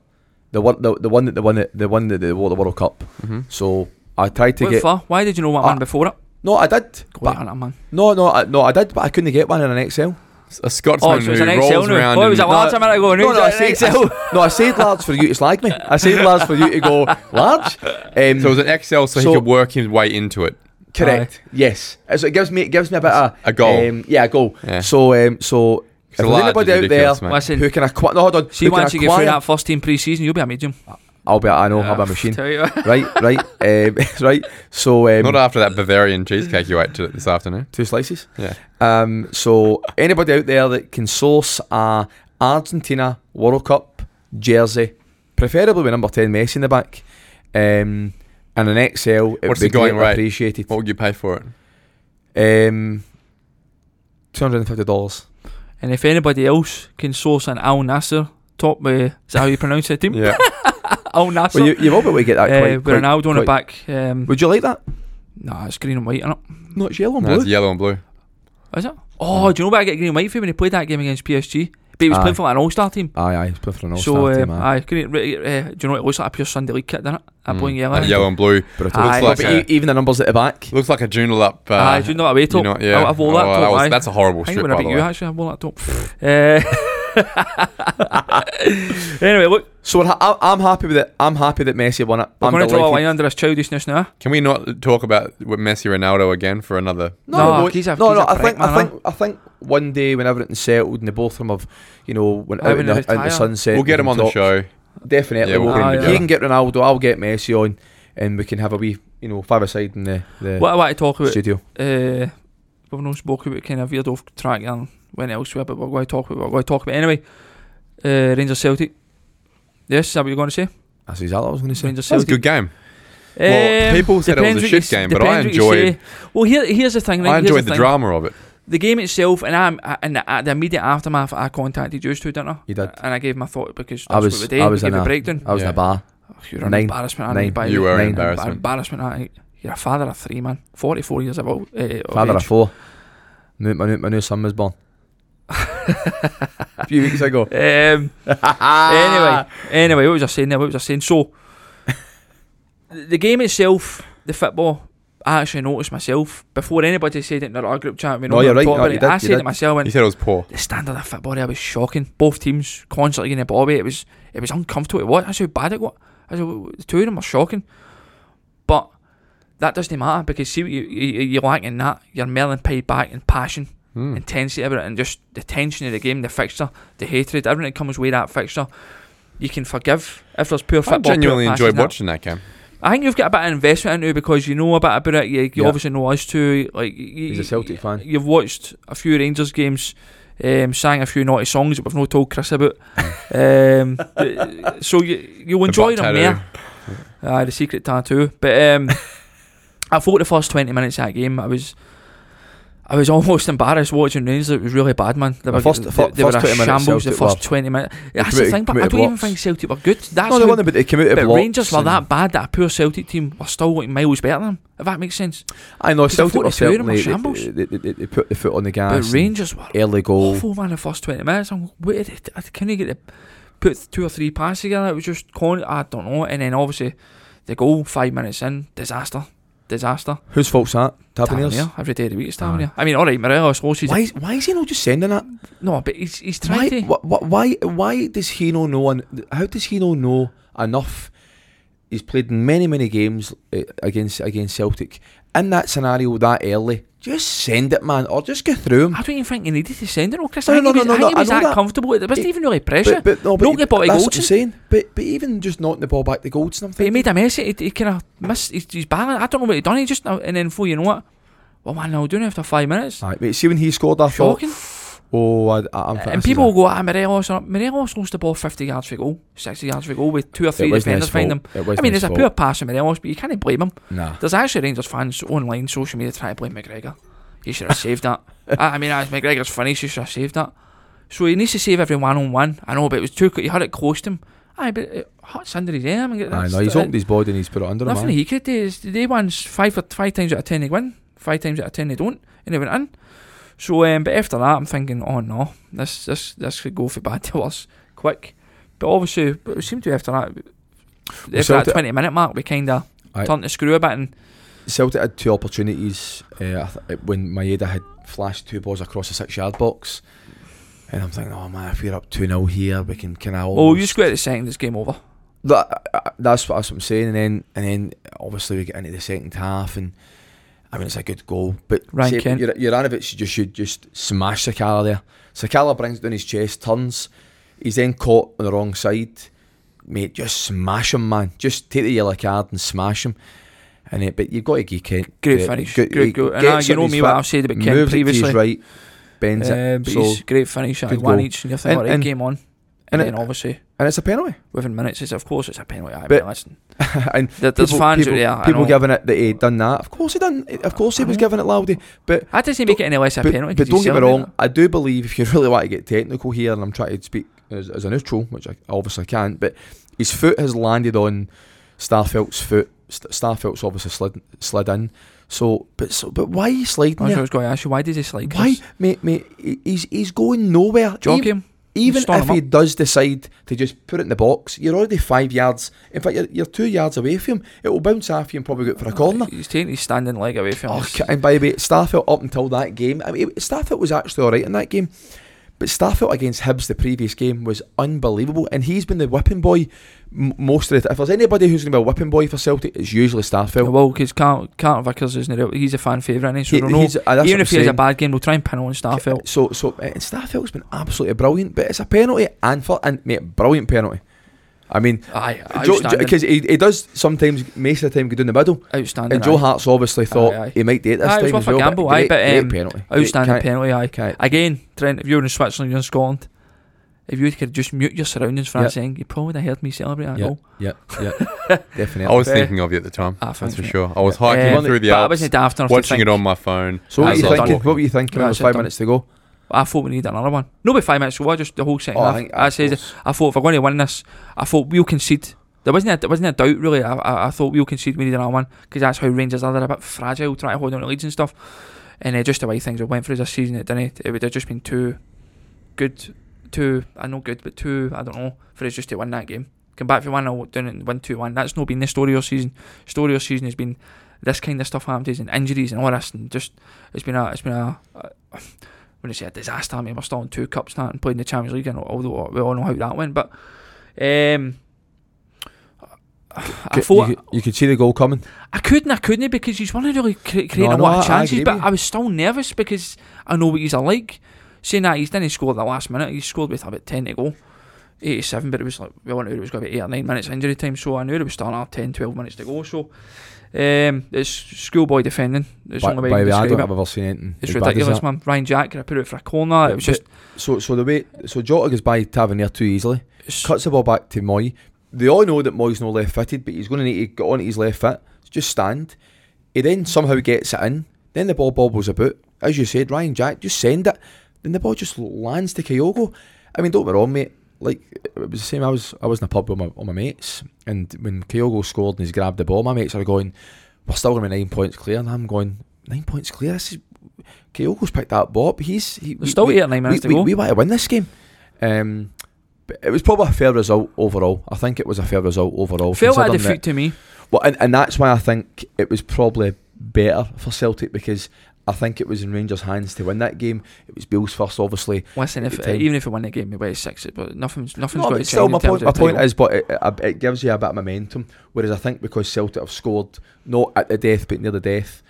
Speaker 1: the one, the, the one that the one that the one that they won the World Cup.
Speaker 3: Mm-hmm.
Speaker 2: Mhm.
Speaker 1: So I tried to
Speaker 3: What
Speaker 1: get.
Speaker 3: for? Why did you know what
Speaker 1: Ah,
Speaker 3: man before it?
Speaker 1: No, I did.
Speaker 3: Go
Speaker 1: But,
Speaker 3: on it, man.
Speaker 1: no, no, I, no, I did, but I couldn't get one in an XL.
Speaker 2: A Scotsman
Speaker 3: Oh, so it's
Speaker 2: who
Speaker 3: an XL
Speaker 2: rolls
Speaker 3: now.
Speaker 2: around.
Speaker 3: Oh, it
Speaker 2: in-
Speaker 3: was a large amount ago.
Speaker 1: no,
Speaker 3: No,
Speaker 1: no, I
Speaker 3: it's an
Speaker 1: said,
Speaker 3: XL.
Speaker 1: no, I said large for you to slag me. I said large for you to go large. Um,
Speaker 2: So it was an XL, so,
Speaker 1: So-
Speaker 2: he could work his way into it.
Speaker 1: correct. Yes. So it gives me it gives me a bit of
Speaker 2: A goal.
Speaker 1: Um, yeah, a goal.
Speaker 2: Yeah.
Speaker 1: So um, so if
Speaker 2: So
Speaker 1: there's
Speaker 2: large
Speaker 1: anybody
Speaker 2: is
Speaker 1: out there
Speaker 2: ridiculous, mate.
Speaker 3: Listen,
Speaker 1: who can acquire, no, hold on,
Speaker 3: see
Speaker 1: who can
Speaker 3: once you get through
Speaker 1: acquire-
Speaker 3: that first team pre-season, you'll be a medium.
Speaker 1: I'll be. I know.
Speaker 3: Yeah,
Speaker 1: I'm a machine.
Speaker 3: tell you.
Speaker 1: right. Right. Um, right. So um,
Speaker 2: Not after that Bavarian cheesecake you ate to this afternoon.
Speaker 1: two slices.
Speaker 2: Yeah.
Speaker 1: Um, so anybody out there that can source a Argentina World Cup jersey, preferably with number ten Messi in the back, um, and an XL, it would
Speaker 2: What's
Speaker 1: be
Speaker 2: the going
Speaker 1: greatly
Speaker 2: rate?
Speaker 1: appreciated.
Speaker 2: What would you pay for it?
Speaker 1: Um, two hundred and fifty dollars.
Speaker 3: And if anybody else can source an Al Nasser top, uh, is that how you pronounce it, team?
Speaker 2: Yeah.
Speaker 3: Al Nasser.
Speaker 1: Well, you you will be able to get that.
Speaker 3: uh,
Speaker 1: quite,
Speaker 3: with
Speaker 1: quite-
Speaker 3: Ronaldo on the
Speaker 1: quite-
Speaker 3: back. Um,
Speaker 1: Would you like that?
Speaker 3: nah, it's green and white, innit?
Speaker 1: No, it's yellow and
Speaker 2: no,
Speaker 1: blue.
Speaker 2: it's yellow and blue.
Speaker 3: Is it? Oh, do you know what I get green and white for when he played that game against PSG? But he was
Speaker 1: Mm. Aye.
Speaker 3: playing for like an all-star team.
Speaker 1: Aye, aye. It's playing for an all-star
Speaker 3: so,
Speaker 1: team.
Speaker 3: um,
Speaker 1: aye.
Speaker 3: aye, green, uh, do you know what it looks like? A pure Sunday league kit, doesn't it? That
Speaker 2: Mm.
Speaker 3: blue and yellow.
Speaker 2: That yellow and blue.
Speaker 1: Brutal.
Speaker 3: aye.
Speaker 1: But
Speaker 2: Looks like
Speaker 1: e- even the numbers at the back.
Speaker 2: Looks like a Joondalup. up. Uh,
Speaker 3: Aye, do you know what I mean?
Speaker 2: you know- yeah.
Speaker 3: I, I've worn that
Speaker 2: Oh,
Speaker 3: top,
Speaker 2: was-
Speaker 3: aye.
Speaker 2: that's a horrible
Speaker 3: I think
Speaker 2: strip,
Speaker 3: when
Speaker 2: by
Speaker 3: I
Speaker 2: the
Speaker 3: beat you,
Speaker 2: way.
Speaker 3: actually, I wore that top. uh, Eh. anyway, look,
Speaker 1: So we're ha- I- I'm happy with it. I'm happy that Messi won it.
Speaker 3: we're
Speaker 1: I'm
Speaker 3: going to draw a
Speaker 1: delighted.
Speaker 3: line under this childishness now.
Speaker 2: Can we not talk about with Messi Ronaldo again for another?
Speaker 3: No,
Speaker 1: no,
Speaker 3: he's a-
Speaker 1: no,
Speaker 3: he's
Speaker 1: no. I
Speaker 3: a
Speaker 1: think,
Speaker 3: prick,
Speaker 1: I
Speaker 3: man,
Speaker 1: think, I think one day when everything's settled and the both of them have, you know, went out
Speaker 3: Having
Speaker 1: in the,
Speaker 3: a
Speaker 1: out in the
Speaker 3: retire.
Speaker 1: sunset.
Speaker 2: We'll get
Speaker 1: we
Speaker 2: him
Speaker 1: can
Speaker 2: on the
Speaker 1: talk.
Speaker 2: show.
Speaker 1: Definitely,
Speaker 2: Yeah,
Speaker 1: we'll
Speaker 2: we'll
Speaker 3: put him
Speaker 1: he
Speaker 3: together.
Speaker 1: can get Ronaldo. I'll get Messi on, and we can have a wee, you know, five aside in the, the
Speaker 3: What I want to talk about
Speaker 1: studio.
Speaker 3: uh, we've not spoken about kind of veered off track and went elsewhere, but we're going to talk about what we're going to talk about anyway. Uh, Rangers Celtic. Yes, is that what you're going to say?
Speaker 1: That's exactly what I was going to say.
Speaker 3: Rangers
Speaker 2: That was a
Speaker 3: Celtic.
Speaker 2: good game. Well,
Speaker 3: Um,
Speaker 2: people said it was
Speaker 3: depends
Speaker 2: a
Speaker 3: what
Speaker 2: shit
Speaker 3: you s-
Speaker 2: game, but I
Speaker 3: depends what you
Speaker 2: enjoyed.
Speaker 3: say. Well, here, here's the thing. Right?
Speaker 2: I
Speaker 3: Here's
Speaker 2: enjoyed the
Speaker 3: thing.
Speaker 2: drama of it.
Speaker 3: The game itself, and I'm I- and the, uh, the immediate aftermath. I contacted you two, didn't I?
Speaker 1: You did.
Speaker 3: And I gave my thought because
Speaker 1: I
Speaker 3: that's
Speaker 1: was-
Speaker 3: what we did.
Speaker 1: I was
Speaker 3: we gave
Speaker 1: in
Speaker 3: a
Speaker 1: a-
Speaker 3: breakdown.
Speaker 1: I was in a
Speaker 2: Yeah.
Speaker 1: bar.
Speaker 3: Oh, you're an
Speaker 1: nine-
Speaker 3: embarrassment. I
Speaker 1: nine.
Speaker 3: need by
Speaker 2: You were an
Speaker 1: nine-
Speaker 2: embarrassment.
Speaker 3: Embarrassment. I, you're a father of three, man. Forty-four years of old. Uh, of
Speaker 1: Father of
Speaker 3: age.
Speaker 1: four. New, my, new, my new son was born. a few weeks ago.
Speaker 3: Um, anyway, anyway, what was I saying there? What was I saying? So, th- the game itself, the football, I actually noticed myself before anybody said it in our group chat. We
Speaker 1: No,
Speaker 3: know
Speaker 1: you're
Speaker 3: we
Speaker 1: right.
Speaker 3: talked
Speaker 1: No,
Speaker 3: about
Speaker 1: you
Speaker 3: it.
Speaker 1: did,
Speaker 3: I
Speaker 1: you
Speaker 3: said
Speaker 1: did.
Speaker 3: it myself.
Speaker 2: He
Speaker 3: And
Speaker 2: said it was poor.
Speaker 3: the standard of football there was shocking. Both teams constantly getting the ball away. It was it was uncomfortable. What? That's how bad it was. I said, "Well, the two of them were shocking. But that doesn't matter because see what you, you you lack in that. You're melon paid back in passion
Speaker 2: Hmm.
Speaker 3: intensity of it and just the tension of the game, the fixture, the hatred, everything that comes with that fixture, you can forgive if there's poor
Speaker 2: I
Speaker 3: football. poor
Speaker 2: genuinely
Speaker 3: passes
Speaker 2: enjoyed
Speaker 3: and that.
Speaker 2: watching that game.
Speaker 3: I think you've got a bit of investment into it because you know a bit about it. You, you
Speaker 1: Yeah.
Speaker 3: obviously know us too. Like you,
Speaker 1: He's a Celtic fan.
Speaker 3: You've watched a few Rangers games, um, sang a few naughty songs that we've not told Chris about. um, th- so you you'll
Speaker 2: The butt
Speaker 3: enjoy them
Speaker 2: tattoo.
Speaker 3: there. Ah, the secret tattoo. But um, I thought the first twenty minutes of that game, I was, I was almost embarrassed watching Rangers. It was really bad, man. They
Speaker 1: The first-
Speaker 3: they,
Speaker 1: fir-
Speaker 3: they were
Speaker 1: first
Speaker 3: a
Speaker 1: 20 minutes
Speaker 3: shambles. The
Speaker 1: Celtic
Speaker 3: first
Speaker 1: were-
Speaker 3: twenty minutes. That's the
Speaker 1: committed-
Speaker 3: thing. But I
Speaker 1: committed
Speaker 3: don't even
Speaker 1: blocks.
Speaker 3: think Celtic were good. That's
Speaker 1: no, they
Speaker 3: how-
Speaker 1: won, but they came out of
Speaker 3: but
Speaker 1: blocks
Speaker 3: Rangers were
Speaker 1: and-
Speaker 3: that bad that a poor Celtic team were still like miles better than them. If that makes sense.
Speaker 1: I know
Speaker 3: Because I
Speaker 1: Celtic
Speaker 3: thought
Speaker 1: were
Speaker 3: they threw them
Speaker 1: certainly.
Speaker 3: in
Speaker 1: They,
Speaker 3: shambles.
Speaker 1: they, they, they put the foot on the
Speaker 3: But
Speaker 1: gas. and
Speaker 3: Rangers Oh, were
Speaker 1: early goal.
Speaker 3: awful, man. The first twenty minutes, I'm like, where did I couldn't get to put two or three passes together. It was just con. I don't know. And then obviously, the goal five minutes in, disaster, disaster.
Speaker 1: Whose fault's that? Taverniers.
Speaker 3: Tavernier, every day of the week it's
Speaker 1: Aye.
Speaker 3: Tavernier. I mean, all right, Morelos, horses.
Speaker 1: Why, is- why is he not just sending that?
Speaker 3: No, but he's he's
Speaker 1: Why,
Speaker 3: trying to.
Speaker 1: wh- wh- why, why does he not know? And how does he not know enough? He's played many, many games eh, against against Celtic. In that scenario, that early, just send it, man, or just get through him.
Speaker 3: I don't even think he needed to send it. No, Chris,
Speaker 1: No,
Speaker 3: I think
Speaker 1: no,
Speaker 3: he was,
Speaker 1: no,
Speaker 3: I
Speaker 1: no,
Speaker 3: think he
Speaker 1: I
Speaker 3: was
Speaker 1: know
Speaker 3: that
Speaker 1: that.
Speaker 3: comfortable. There wasn't
Speaker 1: But-
Speaker 3: even really pressure.
Speaker 1: But,
Speaker 3: But,
Speaker 1: but no,
Speaker 3: Don't
Speaker 1: but
Speaker 3: get Bobby
Speaker 1: that's what I'm
Speaker 3: Goldson.
Speaker 1: saying. But but even just knocking the ball back to Goldson, I'm
Speaker 3: he
Speaker 1: thinking.
Speaker 3: made a mess. He, he kind of missed his, his balance. I don't know what he done. He just and then for you know what, what man now doing after five minutes?
Speaker 1: Aye, mate, see when he scored, I thought,
Speaker 3: Shocking.
Speaker 1: oh, I, I, am
Speaker 3: and people will go, ah, Morelos. uh, Morelos lost the ball 50 yards for goal, 60 yards for goal with two or three defenders find him. I mean, it's a poor pass from Morelos, but you can't blame him.
Speaker 1: Nah.
Speaker 3: There's actually Rangers fans online, social media, trying to blame McGregor. He should have saved that. I, I mean, as McGregor's finish, he should have saved that. So he needs to save every one on one. Ah, er I know, but it was too. co- He had it close to him. Aye, but it hurts under his arm. and get-
Speaker 1: Aye,
Speaker 3: that's-
Speaker 1: no, he's
Speaker 3: that-
Speaker 1: opened his body and he's put it under him.
Speaker 3: Nothing
Speaker 1: aye.
Speaker 3: he could do is they wins five or five times out of ten they win, five times out of ten they don't, and they went in. So, um, but after that, I'm thinking, oh no, this this this could go for bad to us quick. But obviously, it seemed to after that, after that
Speaker 1: Celtic-
Speaker 3: 20 minute mark, we kind of
Speaker 1: Aye.
Speaker 3: turned the screw a bit and
Speaker 1: Celtic had two opportunities uh, I th- when Maeda had flashed two balls across the six yard box. And I'm thinking, oh man, if we're up 2 0 here, we can kind of.
Speaker 3: oh, you square the second, this game over.
Speaker 1: that, uh, that's what that's what I'm saying. And then and then obviously we get into the second half, and I mean it's a good goal, but
Speaker 3: Ryan
Speaker 1: say,
Speaker 3: Kent.
Speaker 1: Jur- Juranovic should just should just smash Sakala there. Sakala brings it down his chest, turns. He's then caught on the wrong side. Mate, just smash him, man. Just take the yellow card and smash him. And it, but you've got to give Kent
Speaker 3: Great
Speaker 1: uh,
Speaker 3: finish,
Speaker 1: good-
Speaker 3: great
Speaker 1: he
Speaker 3: goal. And
Speaker 1: gets
Speaker 3: uh, you
Speaker 1: up
Speaker 3: know
Speaker 1: his
Speaker 3: me what
Speaker 1: back,
Speaker 3: I've said about Kent
Speaker 1: moves it to his
Speaker 3: previously.
Speaker 1: right, bends
Speaker 3: Uh,
Speaker 1: it.
Speaker 3: but
Speaker 1: So,
Speaker 3: he's a great finish, aye,
Speaker 1: good
Speaker 3: one
Speaker 1: goal.
Speaker 3: each, and you're
Speaker 1: And-
Speaker 3: thinking, right,
Speaker 1: and-
Speaker 3: game on.
Speaker 1: and
Speaker 3: And, then
Speaker 1: it-
Speaker 3: obviously,
Speaker 1: and it's a penalty.
Speaker 3: within minutes, it's of course it's a penalty. Aye,
Speaker 1: But-
Speaker 3: but listen,
Speaker 1: and
Speaker 3: there- there's
Speaker 1: people,
Speaker 3: fans
Speaker 1: people,
Speaker 3: out there. I
Speaker 1: people
Speaker 3: know.
Speaker 1: giving it that he done that. Of course he done. Of course he was
Speaker 3: Aye.
Speaker 1: giving it loudly. But
Speaker 3: That doesn't make it any less a
Speaker 1: but,
Speaker 3: penalty.
Speaker 1: but
Speaker 3: 'cause
Speaker 1: don't
Speaker 3: he's
Speaker 1: get me
Speaker 3: celebrating
Speaker 1: wrong, I do believe if you really want to get technical here, and I'm trying to speak as, as a neutral, which I obviously can't, but his foot has landed on Starfelt's foot. St- Starfelt's obviously slid slid in. So, but so, but why are you sliding?
Speaker 3: That's what I
Speaker 1: There?
Speaker 3: was going to ask you. Why does he slide?
Speaker 1: Why, mate, mate? he- He's he's going nowhere.
Speaker 3: Jog
Speaker 1: Even-
Speaker 3: him.
Speaker 1: even
Speaker 3: Storm
Speaker 1: if he does decide to just put it in the box, you're already five yards. In fact, you're, you're two yards away from him. It will bounce off you and probably go out for a corner.
Speaker 3: He's taking his standing leg away from
Speaker 1: Oh,
Speaker 3: us.
Speaker 1: c- and by the way, Starfield up until that game, I mean, Starfield was actually all right in that game, but Starfield against Hibs the previous game was unbelievable, and he's been the whipping boy m- most of the. If there's anybody who's going to be a whipping boy for Celtic, it's usually Starfield.
Speaker 3: Well, because Carl, Carl Vickers isn't it? He's a fan favourite, isn't he? So
Speaker 1: He-
Speaker 3: we'll know.
Speaker 1: he's- uh, that's
Speaker 3: Even
Speaker 1: what I'm
Speaker 3: if he has a
Speaker 1: saying.
Speaker 3: bad game, we'll try and pin on Starfield.
Speaker 1: So, so uh, and Starfield's been absolutely brilliant, but it's a penalty and for and mate, brilliant penalty. I mean,
Speaker 3: Aye, outstanding.
Speaker 1: because he, he does sometimes most of the time go down the middle,
Speaker 3: outstanding.
Speaker 1: and Joe
Speaker 3: aye.
Speaker 1: Hart's obviously thought
Speaker 3: Aye, aye.
Speaker 1: he might do it this
Speaker 3: Aye, it was
Speaker 1: time as
Speaker 3: worth a
Speaker 1: well.
Speaker 3: gamble,
Speaker 1: but
Speaker 3: aye,
Speaker 1: great,
Speaker 3: but,
Speaker 1: great
Speaker 3: um,
Speaker 1: penalty, Great-
Speaker 3: outstanding
Speaker 1: can't-
Speaker 3: penalty. Aye.
Speaker 1: can't-
Speaker 3: Again, Trent, if you're in Scotland, you're in Scotland. if you could just mute your surroundings for
Speaker 1: Yeah.
Speaker 3: that saying, you probably would have heard me celebrate that
Speaker 1: Yeah.
Speaker 3: goal.
Speaker 1: Yeah, yeah, definitely.
Speaker 2: I was
Speaker 3: fair.
Speaker 2: thinking of you at the time.
Speaker 3: Ah,
Speaker 2: that's
Speaker 3: thanks,
Speaker 2: for
Speaker 3: mate.
Speaker 2: sure. Oh, I was
Speaker 1: Yeah.
Speaker 2: hiking
Speaker 3: Yeah.
Speaker 2: through the
Speaker 3: Um, but I
Speaker 2: Alps,
Speaker 3: wasn't daft enough
Speaker 2: watching
Speaker 3: to
Speaker 2: it
Speaker 3: think,
Speaker 2: on my phone. Ah,
Speaker 1: so what were
Speaker 2: as
Speaker 1: you
Speaker 2: I was
Speaker 1: thinking?
Speaker 2: walking.
Speaker 1: What were you thinking when there was
Speaker 3: That's it
Speaker 1: five
Speaker 3: done.
Speaker 1: minutes to go?
Speaker 3: I thought we needed another one. No, but five minutes ago, just the whole second
Speaker 1: Oh,
Speaker 3: half. I, said, I thought if we're going to win this, I thought we'll concede. There wasn't a, there wasn't a doubt really. I, I, I thought we'll concede. We need another one because that's how Rangers are. They're a bit fragile, trying to hold on to leads and stuff. And uh, just the way things have went through this season, it didn't. It would have just been too good, too I know good, but too I don't know for us just to win that game. Come back for one, I'll down and win two one. That's not been the story of season. Story of season has been this kind of stuff happens and injuries and all this, and just it's been a it's been a. a when I say a disaster, I mean, we're still in two cups now and playing the Champions League, and although we all know how that went, but um, I thought
Speaker 1: you, could- you could see the goal coming.
Speaker 3: I couldn't, I couldn't because he's wanted to really cre- create
Speaker 1: No, I
Speaker 3: a
Speaker 1: know,
Speaker 3: lot of
Speaker 1: I- I
Speaker 3: chances,
Speaker 1: agree
Speaker 3: but
Speaker 1: with you.
Speaker 3: I was still nervous because I know what he's like. Saying that he's didn't score at the last minute, he scored with about ten to go, eighty-seven, but it was like we all knew it was going to be eight or nine minutes injury time, so I knew it was starting at 10, 12 minutes to go. So um, it's schoolboy defending. It's
Speaker 1: By,
Speaker 3: only way
Speaker 1: by
Speaker 3: you
Speaker 1: the way, I
Speaker 3: can
Speaker 1: don't
Speaker 3: describe
Speaker 1: have
Speaker 3: it.
Speaker 1: ever seen anything.
Speaker 3: It's
Speaker 1: as bad as
Speaker 3: ridiculous,
Speaker 1: that.
Speaker 3: man. Ryan Jack could have put it for a corner. It was just
Speaker 1: So, so the way, so Jota goes by Tavernier too easily. cuts the ball back to Moy. They all know that Moy's no left footed, but he's going to need to get on his left foot, just stand. He then somehow gets it in. Then the ball bobbles about. As you said, Ryan Jack, just send it. Then the ball just lands to Kyogo. I mean, don't get me wrong, mate. Like it was the same. I was I was in a pub with my, all my mates, and when Kyogo scored and he's grabbed the ball, my mates are going, "We're still going to be nine points clear," and I'm going, nine points clear. This is Kyogo's picked that ball. up. He's he,
Speaker 3: There's still
Speaker 1: we-
Speaker 3: eight or nine minutes
Speaker 1: we,
Speaker 3: to
Speaker 1: we-
Speaker 3: go.
Speaker 1: we want to win this game. Um, but it was probably a fair result overall. I think it was a fair result overall.
Speaker 3: felt like a
Speaker 1: considering
Speaker 3: defeat to me.
Speaker 1: that- well, and, and that's why I think it was probably better for Celtic because I think it was in Rangers' hands to win that game. It was Bill's first, obviously.
Speaker 3: Listen, if
Speaker 1: At the time.
Speaker 3: even if we win the game, we weigh six, it- but nothing's nothing's
Speaker 1: No,
Speaker 3: got
Speaker 1: but
Speaker 3: to
Speaker 1: still,
Speaker 3: change.
Speaker 1: my
Speaker 3: in terms
Speaker 1: point,
Speaker 3: of
Speaker 1: my
Speaker 3: the
Speaker 1: point
Speaker 3: title.
Speaker 1: is, but it, it, it gives you a bit of momentum. Whereas I think because Celtic have scored not at the death but near the death,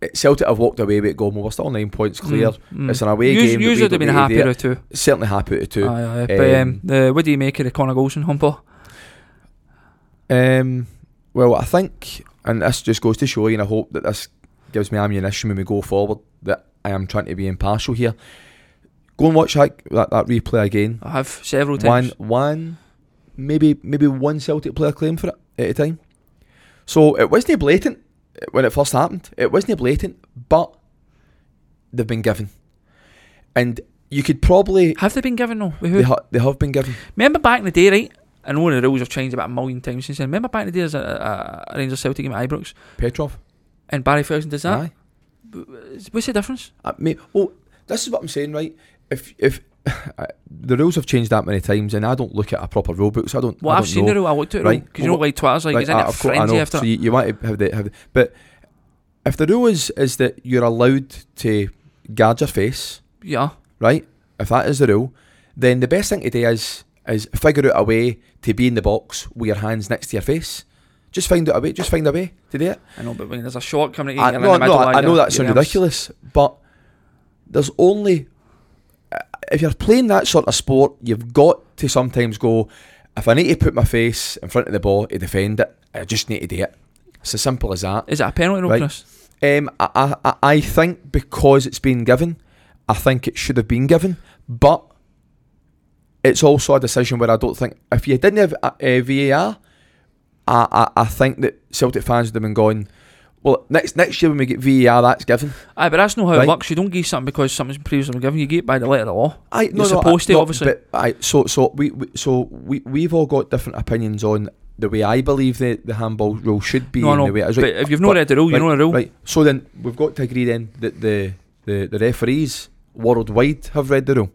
Speaker 1: it, Celtic have walked away with it going, well, we're still nine points clear.
Speaker 3: Mm,
Speaker 1: It's an away
Speaker 3: Yous-
Speaker 1: game that
Speaker 3: yous
Speaker 1: we
Speaker 3: would have
Speaker 1: don't
Speaker 3: been
Speaker 1: really
Speaker 3: happier
Speaker 1: do
Speaker 3: with two.
Speaker 1: Certainly happy to two.
Speaker 3: Aye, aye. But um,
Speaker 1: Um,
Speaker 3: the what do you make of the Conor Golson humper?
Speaker 1: Um, well, I think, and this just goes to show you, and I hope that this gives me ammunition when we go forward, that I am trying to be impartial here. Go and watch that, that, that replay again.
Speaker 3: I have several
Speaker 1: One,
Speaker 3: times.
Speaker 1: one, maybe maybe one Celtic player claimed for it at a time. So it wasn't blatant when it first happened. It wasn't blatant, but they've been given, and you could probably
Speaker 3: Have they been given though? With who?
Speaker 1: they, ha- they have been given.
Speaker 3: Remember back in the day, right? I know the rules have changed about a million times since then. Remember back in the day, there's a, a, a Rangers Celtic game at Ibrox,
Speaker 1: Petrov,
Speaker 3: and Barry Ferguson does that.
Speaker 1: aye.
Speaker 3: What's the difference?
Speaker 1: I mean, well, this is what I'm saying, right? If if the rules have changed that many times, and I don't look at a proper rule book, so I don't.
Speaker 3: Well,
Speaker 1: I
Speaker 3: I've
Speaker 1: don't
Speaker 3: seen
Speaker 1: know.
Speaker 3: the rule. I looked at it
Speaker 1: Right.
Speaker 3: because you know, like Twitter's like,
Speaker 1: Right,
Speaker 3: is in
Speaker 1: I-
Speaker 3: a
Speaker 1: of course, I
Speaker 3: frenzy
Speaker 1: know.
Speaker 3: after.
Speaker 1: So you, you might have the have, the- but if the rule is is that you're allowed to guard your face,
Speaker 3: yeah,
Speaker 1: right? If that is the rule, then the best thing to do is is figure out a way to be in the box with your hands next to your face. Just find out a way. Just find a way to do it.
Speaker 3: I know, but when there's a shot coming at
Speaker 1: I,
Speaker 3: you,
Speaker 1: no,
Speaker 3: you're in the
Speaker 1: no,
Speaker 3: middle.
Speaker 1: I, I
Speaker 3: like,
Speaker 1: know
Speaker 3: your-
Speaker 1: that sounds
Speaker 3: your arms-
Speaker 1: ridiculous, but there's only if you're playing that sort of sport, you've got to sometimes go. If I need to put my face in front of the ball to defend it, I just need to do it. It's as simple as that.
Speaker 3: Is it a penalty, no,
Speaker 1: Right.
Speaker 3: Chris?
Speaker 1: Um, I, I, I think because it's been given, I think it should have been given, but it's also a decision where I don't think if you didn't have uh, uh, VAR, I, I, I think that Celtic fans would have been going. Well, next next year when we get VAR, that's given.
Speaker 3: Aye, but that's not how it
Speaker 1: Right.
Speaker 3: works. You don't give something because something's previously been given. You get it by the letter of the law.
Speaker 1: I
Speaker 3: You're supposed to, obviously.
Speaker 1: But I, so so we, we so we we've all got different opinions on the way I believe the, the handball rule should be.
Speaker 3: no,
Speaker 1: and
Speaker 3: no.
Speaker 1: the way it is.
Speaker 3: But
Speaker 1: Right,
Speaker 3: if you've not
Speaker 1: but-
Speaker 3: read the rule, you
Speaker 1: right,
Speaker 3: know the rule.
Speaker 1: Right. So then we've got to agree then that the the, the referees worldwide have read the rule.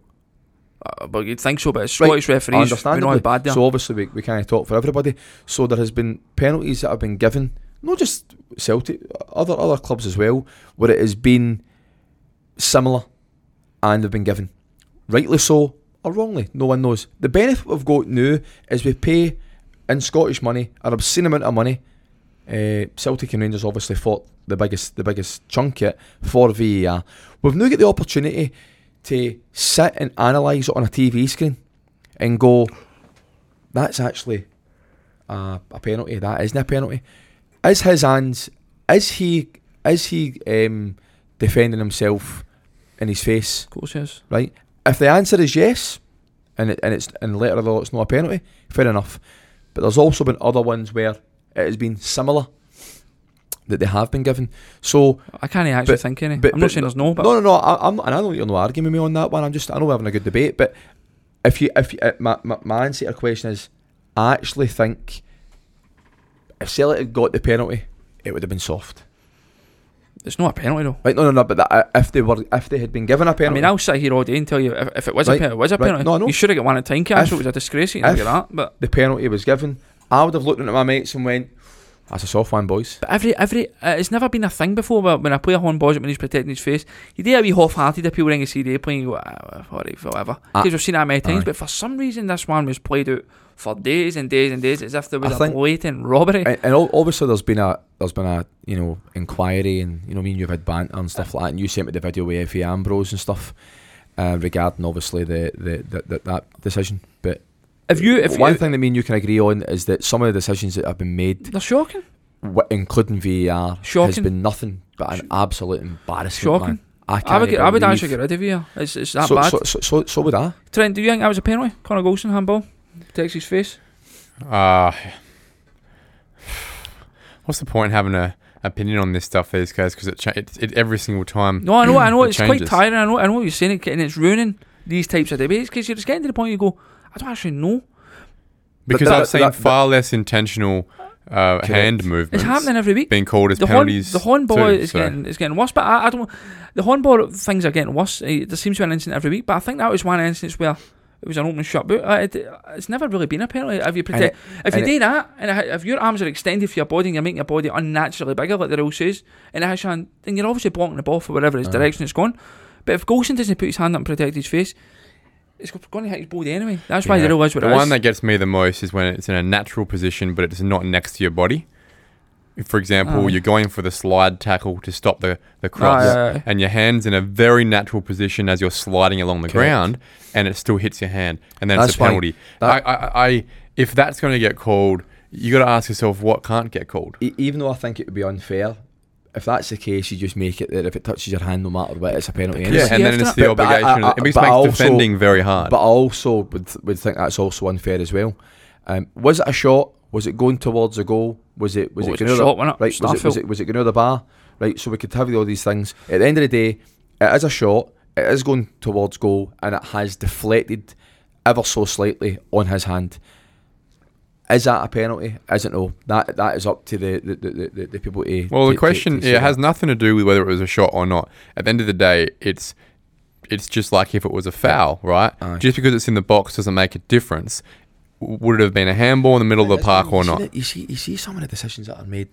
Speaker 3: Uh, but you'd think so, but it's
Speaker 1: Right.
Speaker 3: Scottish referees. We know how
Speaker 1: Understandably.
Speaker 3: bad they are.
Speaker 1: So obviously we, we can't talk for everybody. So there has been penalties that have been given, not just Celtic, other other clubs as well, where it has been similar and have been given. Rightly so or wrongly, no one knows. The benefit we've got now is we pay in Scottish money an obscene amount of money. Uh, Celtic and Rangers obviously fought the biggest the biggest chunk it for VAR. We've now got the opportunity to sit and analyse it on a TV screen and go, that's actually a, a penalty. That isn't a penalty. Is his hands? Is he? Is he um, defending himself in his face?
Speaker 3: Of course, yes.
Speaker 1: Right. If the answer is yes, and it, and it's and later though it's not a penalty. Fair enough, but there's also been other ones where it has been similar that they have been given. So
Speaker 3: I can't actually
Speaker 1: But-
Speaker 3: think any.
Speaker 1: but-
Speaker 3: I'm not
Speaker 1: but-
Speaker 3: saying there's no, but
Speaker 1: no, no, no. I, I'm and I don't think you're not arguing with me on that one. I'm just I know we're having a good debate, but if you if you, uh, my, my my answer to your question is, I actually think if Celtic had got the penalty, it would have been soft.
Speaker 3: it's not a penalty though.
Speaker 1: Right? No, no, no. But that, uh, if they were if they had been given a
Speaker 3: I
Speaker 1: penalty,
Speaker 3: mean, I'll sit here all day and tell you if, if it was a
Speaker 1: Right,
Speaker 3: penalty, it was a
Speaker 1: right,
Speaker 3: penalty.
Speaker 1: no, I know.
Speaker 3: You should have got one at time
Speaker 1: If-
Speaker 3: cancel. It was a disgrace. You didn't
Speaker 1: if-
Speaker 3: get that. But,
Speaker 1: the penalty was given, I would have looked into my mates and went, "That's a soft one, boys."
Speaker 3: but every every uh, it's never been a thing before. Where when a player horn balls it when he's protecting his face, you do a wee half-hearted appeal ring a CD playing. You go, ah, well, all right, whatever.
Speaker 1: Ah,
Speaker 3: Because we've seen that many times.
Speaker 1: aye.
Speaker 3: But for some reason, this one was played out for days and days and days as if there was
Speaker 1: I
Speaker 3: a
Speaker 1: think-
Speaker 3: blatant robbery.
Speaker 1: And, and ob- obviously, there's been a there's been a you know inquiry, and you know, I mean, you've had banter and stuff like that. And you sent me the video with Effie Ambrose and stuff uh, regarding obviously the, the, the, that that decision. But
Speaker 3: if you if
Speaker 1: one
Speaker 3: you,
Speaker 1: thing that me and you can agree on is that some of the decisions that have been made,
Speaker 3: they're shocking.
Speaker 1: wi- including VAR, has
Speaker 3: Shocking.
Speaker 1: been nothing but an absolute embarrassment.
Speaker 3: Shocking.
Speaker 1: Man. I,
Speaker 3: I
Speaker 1: can't
Speaker 3: would, get, I would
Speaker 1: believe-
Speaker 3: actually get rid of you. It's, it's that
Speaker 1: so,
Speaker 3: bad.
Speaker 1: So, so, so, so would I.
Speaker 3: Trent, do you think that was a penalty? Conor Golson handball, takes his face.
Speaker 2: Uh, what's the point in having a opinion on this stuff these days? Because it, cha- it, it every single time.
Speaker 3: No, I know, I know.
Speaker 2: It
Speaker 3: it's
Speaker 2: changes.
Speaker 3: quite tiring. I know, I know what you're saying, it- and it's ruining these types of debates because you're just getting to the point you go, I don't actually know.
Speaker 1: But
Speaker 2: Because
Speaker 1: that-
Speaker 2: I've seen
Speaker 1: that- that-
Speaker 2: far less intentional uh, hand
Speaker 3: It's
Speaker 2: movements
Speaker 3: happening every week.
Speaker 2: being called as
Speaker 3: The horn,
Speaker 2: penalties.
Speaker 3: the horn ball
Speaker 2: too,
Speaker 3: is
Speaker 2: so.
Speaker 3: getting is getting worse, but I, I don't. The horn ball things are getting worse. Eh, There seems to be an incident every week, but I think that was one instance where it was an open shot boot. Uh, it, it's never really been a penalty. If you protect, if
Speaker 1: and
Speaker 3: you
Speaker 1: it-
Speaker 3: do that, Altså, and it, if your arms are extended for your body and you're making your body unnaturally bigger, like the rule says, and it has your hand, then you're obviously blocking the ball for whatever his
Speaker 1: Aye.
Speaker 3: direction it's gone. But if Golson doesn't put his hand up and protect his face, it's going to hit his body anyway. That's why
Speaker 2: Yeah.
Speaker 3: the rule is what
Speaker 2: The
Speaker 3: it
Speaker 2: one
Speaker 3: is.
Speaker 2: that gets me the most is when it's in a natural position, but it's not next to your body. If, For example,
Speaker 3: Oh.
Speaker 2: you're going for the slide tackle to stop the, the cross,
Speaker 3: Aye,
Speaker 1: Oh,
Speaker 3: aye, aye.
Speaker 2: and your hand's in a very natural position as you're sliding along the
Speaker 1: Correct.
Speaker 2: ground, and it still hits your hand, and then it's
Speaker 1: That's
Speaker 2: a
Speaker 1: why
Speaker 2: penalty.
Speaker 1: that-
Speaker 2: I, I, I, if that's going to get called, you got to ask yourself what can't get called.
Speaker 1: E- even though I think it would be unfair, if that's the case, you just make it that if it touches your hand, no matter what, it's a penalty.
Speaker 3: Yeah,
Speaker 1: Anyway.
Speaker 2: Yeah,
Speaker 3: see,
Speaker 2: and then
Speaker 3: after
Speaker 2: it's
Speaker 3: that-
Speaker 2: the
Speaker 1: But- but I-
Speaker 2: obligation.
Speaker 1: I-
Speaker 2: it makes
Speaker 1: but I also-
Speaker 2: defending very hard.
Speaker 1: But I also would would think that's also unfair as well. Um, was it a shot? Was it going towards a goal? Was it was
Speaker 3: Oh,
Speaker 1: it
Speaker 3: it's a
Speaker 1: going to
Speaker 3: shot,
Speaker 1: the
Speaker 3: wasn't it?
Speaker 1: right? Was it, was
Speaker 3: Starfield.
Speaker 1: it was it going to the bar? Right. So we could have all these things. At the end of the day, it is a shot. It is going towards goal, and it has deflected ever so slightly on his hand. Is that a penalty? Is it no? That that is up to the the, the, the, the people to.
Speaker 2: Well,
Speaker 1: to-
Speaker 2: the
Speaker 1: to-
Speaker 2: question
Speaker 1: to say
Speaker 2: it
Speaker 1: that.
Speaker 2: has nothing to do with whether it was a shot or not. At the end of the day, it's it's just like if it was a foul, right?
Speaker 1: Aye.
Speaker 2: Just because it's in the box doesn't make a difference. W- Would it have been a handball in the middle of the
Speaker 1: That's what I
Speaker 2: park
Speaker 1: mean. You
Speaker 2: or not?
Speaker 1: see that- you see, you see some of the decisions that are made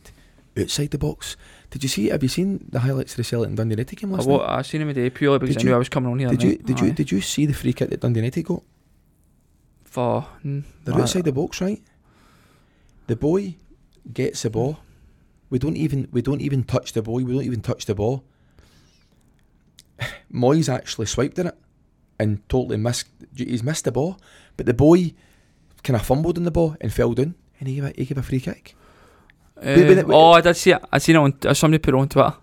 Speaker 1: outside the box. Did you see? Have you seen the highlights of the Celtic and Dundee United game last
Speaker 3: I,
Speaker 1: night?
Speaker 3: wa- I seen him today purely because
Speaker 1: Did
Speaker 3: I knew
Speaker 1: you-
Speaker 3: I was coming on here.
Speaker 1: Did you
Speaker 3: tonight.
Speaker 1: did you
Speaker 3: Uh, Aye.
Speaker 1: did you see the free kick that Dundee United got?
Speaker 3: For mm,
Speaker 1: They're
Speaker 3: aye.
Speaker 1: outside the box, right? The boy gets the ball. We don't even we don't even touch the boy. We don't even touch the ball. Moyes actually swiped in it and totally missed. He's missed the ball, but the boy kind of fumbled in the ball and fell down, and he gave a, he gave a free kick.
Speaker 3: Uh,
Speaker 1: Wait, wait, wait.
Speaker 3: oh, I did see it. I seen it on. Uh, somebody put it on Twitter.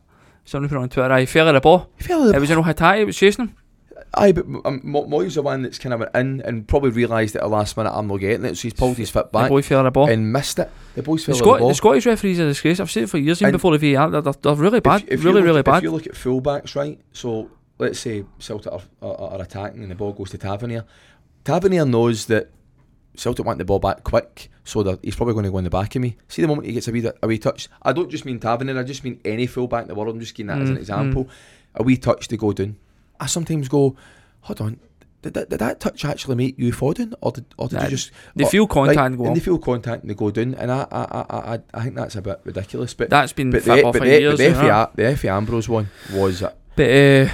Speaker 3: Somebody put it on Twitter. I fell at the ball.
Speaker 1: He fell in the
Speaker 3: It was an Ohatai. It was chasing him.
Speaker 1: Aye, but um, Mo- Moyes the one that's kind of went in and probably realised at the last minute I'm not getting it, so he's pulled his foot
Speaker 3: The
Speaker 1: back
Speaker 3: boy fell at the ball.
Speaker 1: and missed it. The boys
Speaker 3: The,
Speaker 1: fell
Speaker 3: Scot-
Speaker 1: the ball.
Speaker 3: the Scottish referees are a disgrace. I've seen it for years, even
Speaker 1: And-
Speaker 3: before the VAR. They're, they're, they're really bad.
Speaker 1: If- if you
Speaker 3: really,
Speaker 1: look-
Speaker 3: really
Speaker 1: If
Speaker 3: bad.
Speaker 1: you look at fullbacks, right? So let's say Celtic are, are, are attacking and the ball goes to Tavernier. Tavernier knows that Celtic want the ball back quick, so that he's probably going to go in the back of me. See the moment he gets a wee, a wee touch. I don't just mean Tavernier. I just mean any fullback in the world. I'm just giving that as an
Speaker 3: Mm,
Speaker 1: example. A wee touch to go down. I sometimes go, hold on. Did that, did that touch actually make you fall down, or did, or did
Speaker 3: Nah,
Speaker 1: you just
Speaker 3: They
Speaker 1: or-
Speaker 3: feel contact
Speaker 1: right,
Speaker 3: and go
Speaker 1: and
Speaker 3: on.
Speaker 1: they feel contact and they go down, and I I, I, I, I- I think that's a bit ridiculous. But
Speaker 3: That's been
Speaker 1: but the,
Speaker 3: football
Speaker 1: but
Speaker 3: for
Speaker 1: the,
Speaker 3: years.
Speaker 1: but the,
Speaker 3: you know.
Speaker 1: FA, the FA Ambrose one was uh,
Speaker 3: But uh,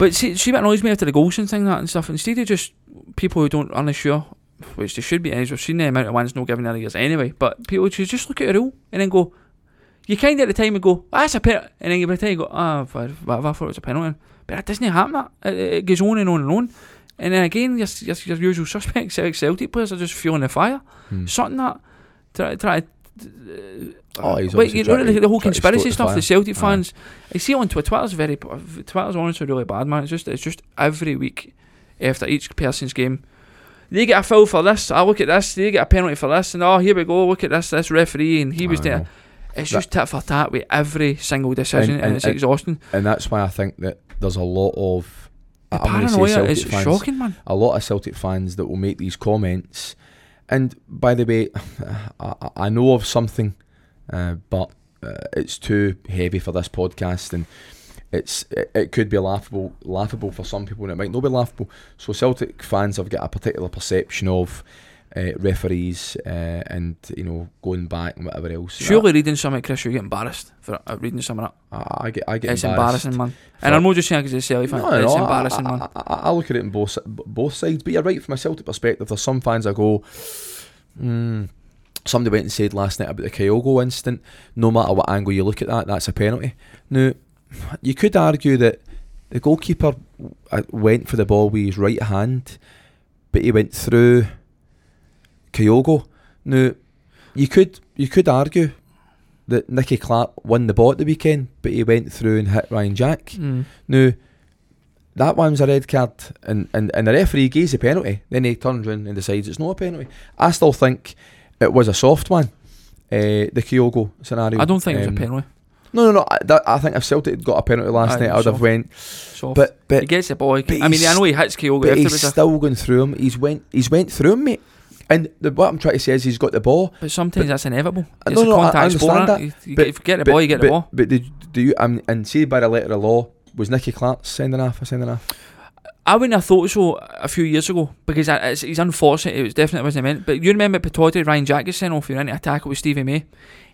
Speaker 3: but see, see what annoys me after the goals and thing that and stuff. Instead of just people who don't aren't sure, which they should be, as we've seen the amount of ones no giving years anyway. But people should just look at a rule and then go. You kind of at the time and go, "Oh, that's a penalty, and then you by the time you go, ah, oh, whatever, I thought it was a penalty. But that doesn't happen. That it, it goes on and on and on. And then again, your, your, your usual suspects, Celtic Celtic players, are just fueling the fire.
Speaker 1: Hmm.
Speaker 3: Something that try try. Uh,
Speaker 1: Oh, he's
Speaker 3: but
Speaker 1: obviously
Speaker 3: you know
Speaker 1: trying to-
Speaker 3: the, the whole
Speaker 1: trying to stoke
Speaker 3: conspiracy
Speaker 1: the
Speaker 3: stuff. The,
Speaker 1: fire.
Speaker 3: Celtic
Speaker 1: Aye.
Speaker 3: fans, I see on Twitter. Twitter's very Twitter's honestly really bad, man. It's just it's just every week after each person's game, They get a foul for this. I look at this. They get a penalty for this. And oh, here we go. Look at this. This referee and he was
Speaker 2: I
Speaker 3: there.
Speaker 2: know.
Speaker 3: It's
Speaker 1: That-
Speaker 3: just tit for tat with every single decision, and,
Speaker 1: And- and-
Speaker 3: it's
Speaker 1: and-
Speaker 3: exhausting.
Speaker 1: and that's why I think that there's a lot of
Speaker 3: The
Speaker 1: I'm gonna say
Speaker 3: paranoia
Speaker 1: Celtic
Speaker 3: is
Speaker 1: fans,
Speaker 3: shocking, man.
Speaker 1: a lot of Celtic fans that will make these comments. And by the way, I, I- I know of something, uh, but uh, it's too heavy for this podcast, and it's it, it could be laughable, laughable for some people, and it might not be laughable. So Celtic fans have got a particular perception of. Uh, referees uh, and you know going back and whatever else.
Speaker 3: Surely reading some of Chris, you get embarrassed for uh, reading some of
Speaker 1: I, I get I
Speaker 3: that.
Speaker 1: get
Speaker 3: it's
Speaker 1: embarrassed.
Speaker 3: embarrassing, man. And
Speaker 1: for-
Speaker 3: I'm not just saying because it's a Celtic fan.
Speaker 1: No,
Speaker 3: it's
Speaker 1: no, I-
Speaker 3: embarrassing,
Speaker 1: I,
Speaker 3: man.
Speaker 1: I, I, I look at it in both si- b- both sides, but you're right from a Celtic perspective. There's some fans that go, mm, somebody went and said last night about the Kyogo incident. No matter what angle you look at that, that's a penalty. Now, you could argue that the goalkeeper uh, went for the ball with his right hand, but he went through Kyogo. Now, you could you could argue that Nicky Clark won the ball at the weekend, but he went through and hit Ryan Jack.
Speaker 3: Mm.
Speaker 1: Now, that one's a red card, and, and, and the referee gives a penalty. Then he turns round and decides it's not a penalty. I still think it was a soft one, uh, the Kyogo scenario.
Speaker 3: I don't think it was
Speaker 1: Um,
Speaker 3: a penalty.
Speaker 1: No, no, no. I, that, I think if Celtic had got a penalty last
Speaker 3: Aye,
Speaker 1: night, I would have
Speaker 3: soft.
Speaker 1: went.
Speaker 3: Soft.
Speaker 1: But
Speaker 3: he
Speaker 1: but,
Speaker 3: gets the ball.
Speaker 1: but
Speaker 3: I mean, I
Speaker 1: he's-
Speaker 3: know he hits Kyogo
Speaker 1: but
Speaker 3: after
Speaker 1: he's
Speaker 3: it's a,
Speaker 1: still going through him. He's went he's went through him, mate. And the, what I'm trying to say is he's got the ball.
Speaker 3: but sometimes that's inevitable.
Speaker 1: Uh,
Speaker 3: It's
Speaker 1: no, no, I-
Speaker 3: a
Speaker 1: I
Speaker 3: contact sport.
Speaker 1: understand
Speaker 3: innit? You, you
Speaker 1: but-
Speaker 3: if you get the
Speaker 1: but,
Speaker 3: ball, you get
Speaker 1: but,
Speaker 3: the ball.
Speaker 1: But did, do you? Um, and say by the letter of law, was Nicky Clark sending off a sending off?
Speaker 3: I wouldn't have thought so a few years ago because I, it's, it's unfortunate. It was definitely wasn't meant. But you remember Patotti, Ryan Jack gets sent off. You're in a tackle with Stevie May,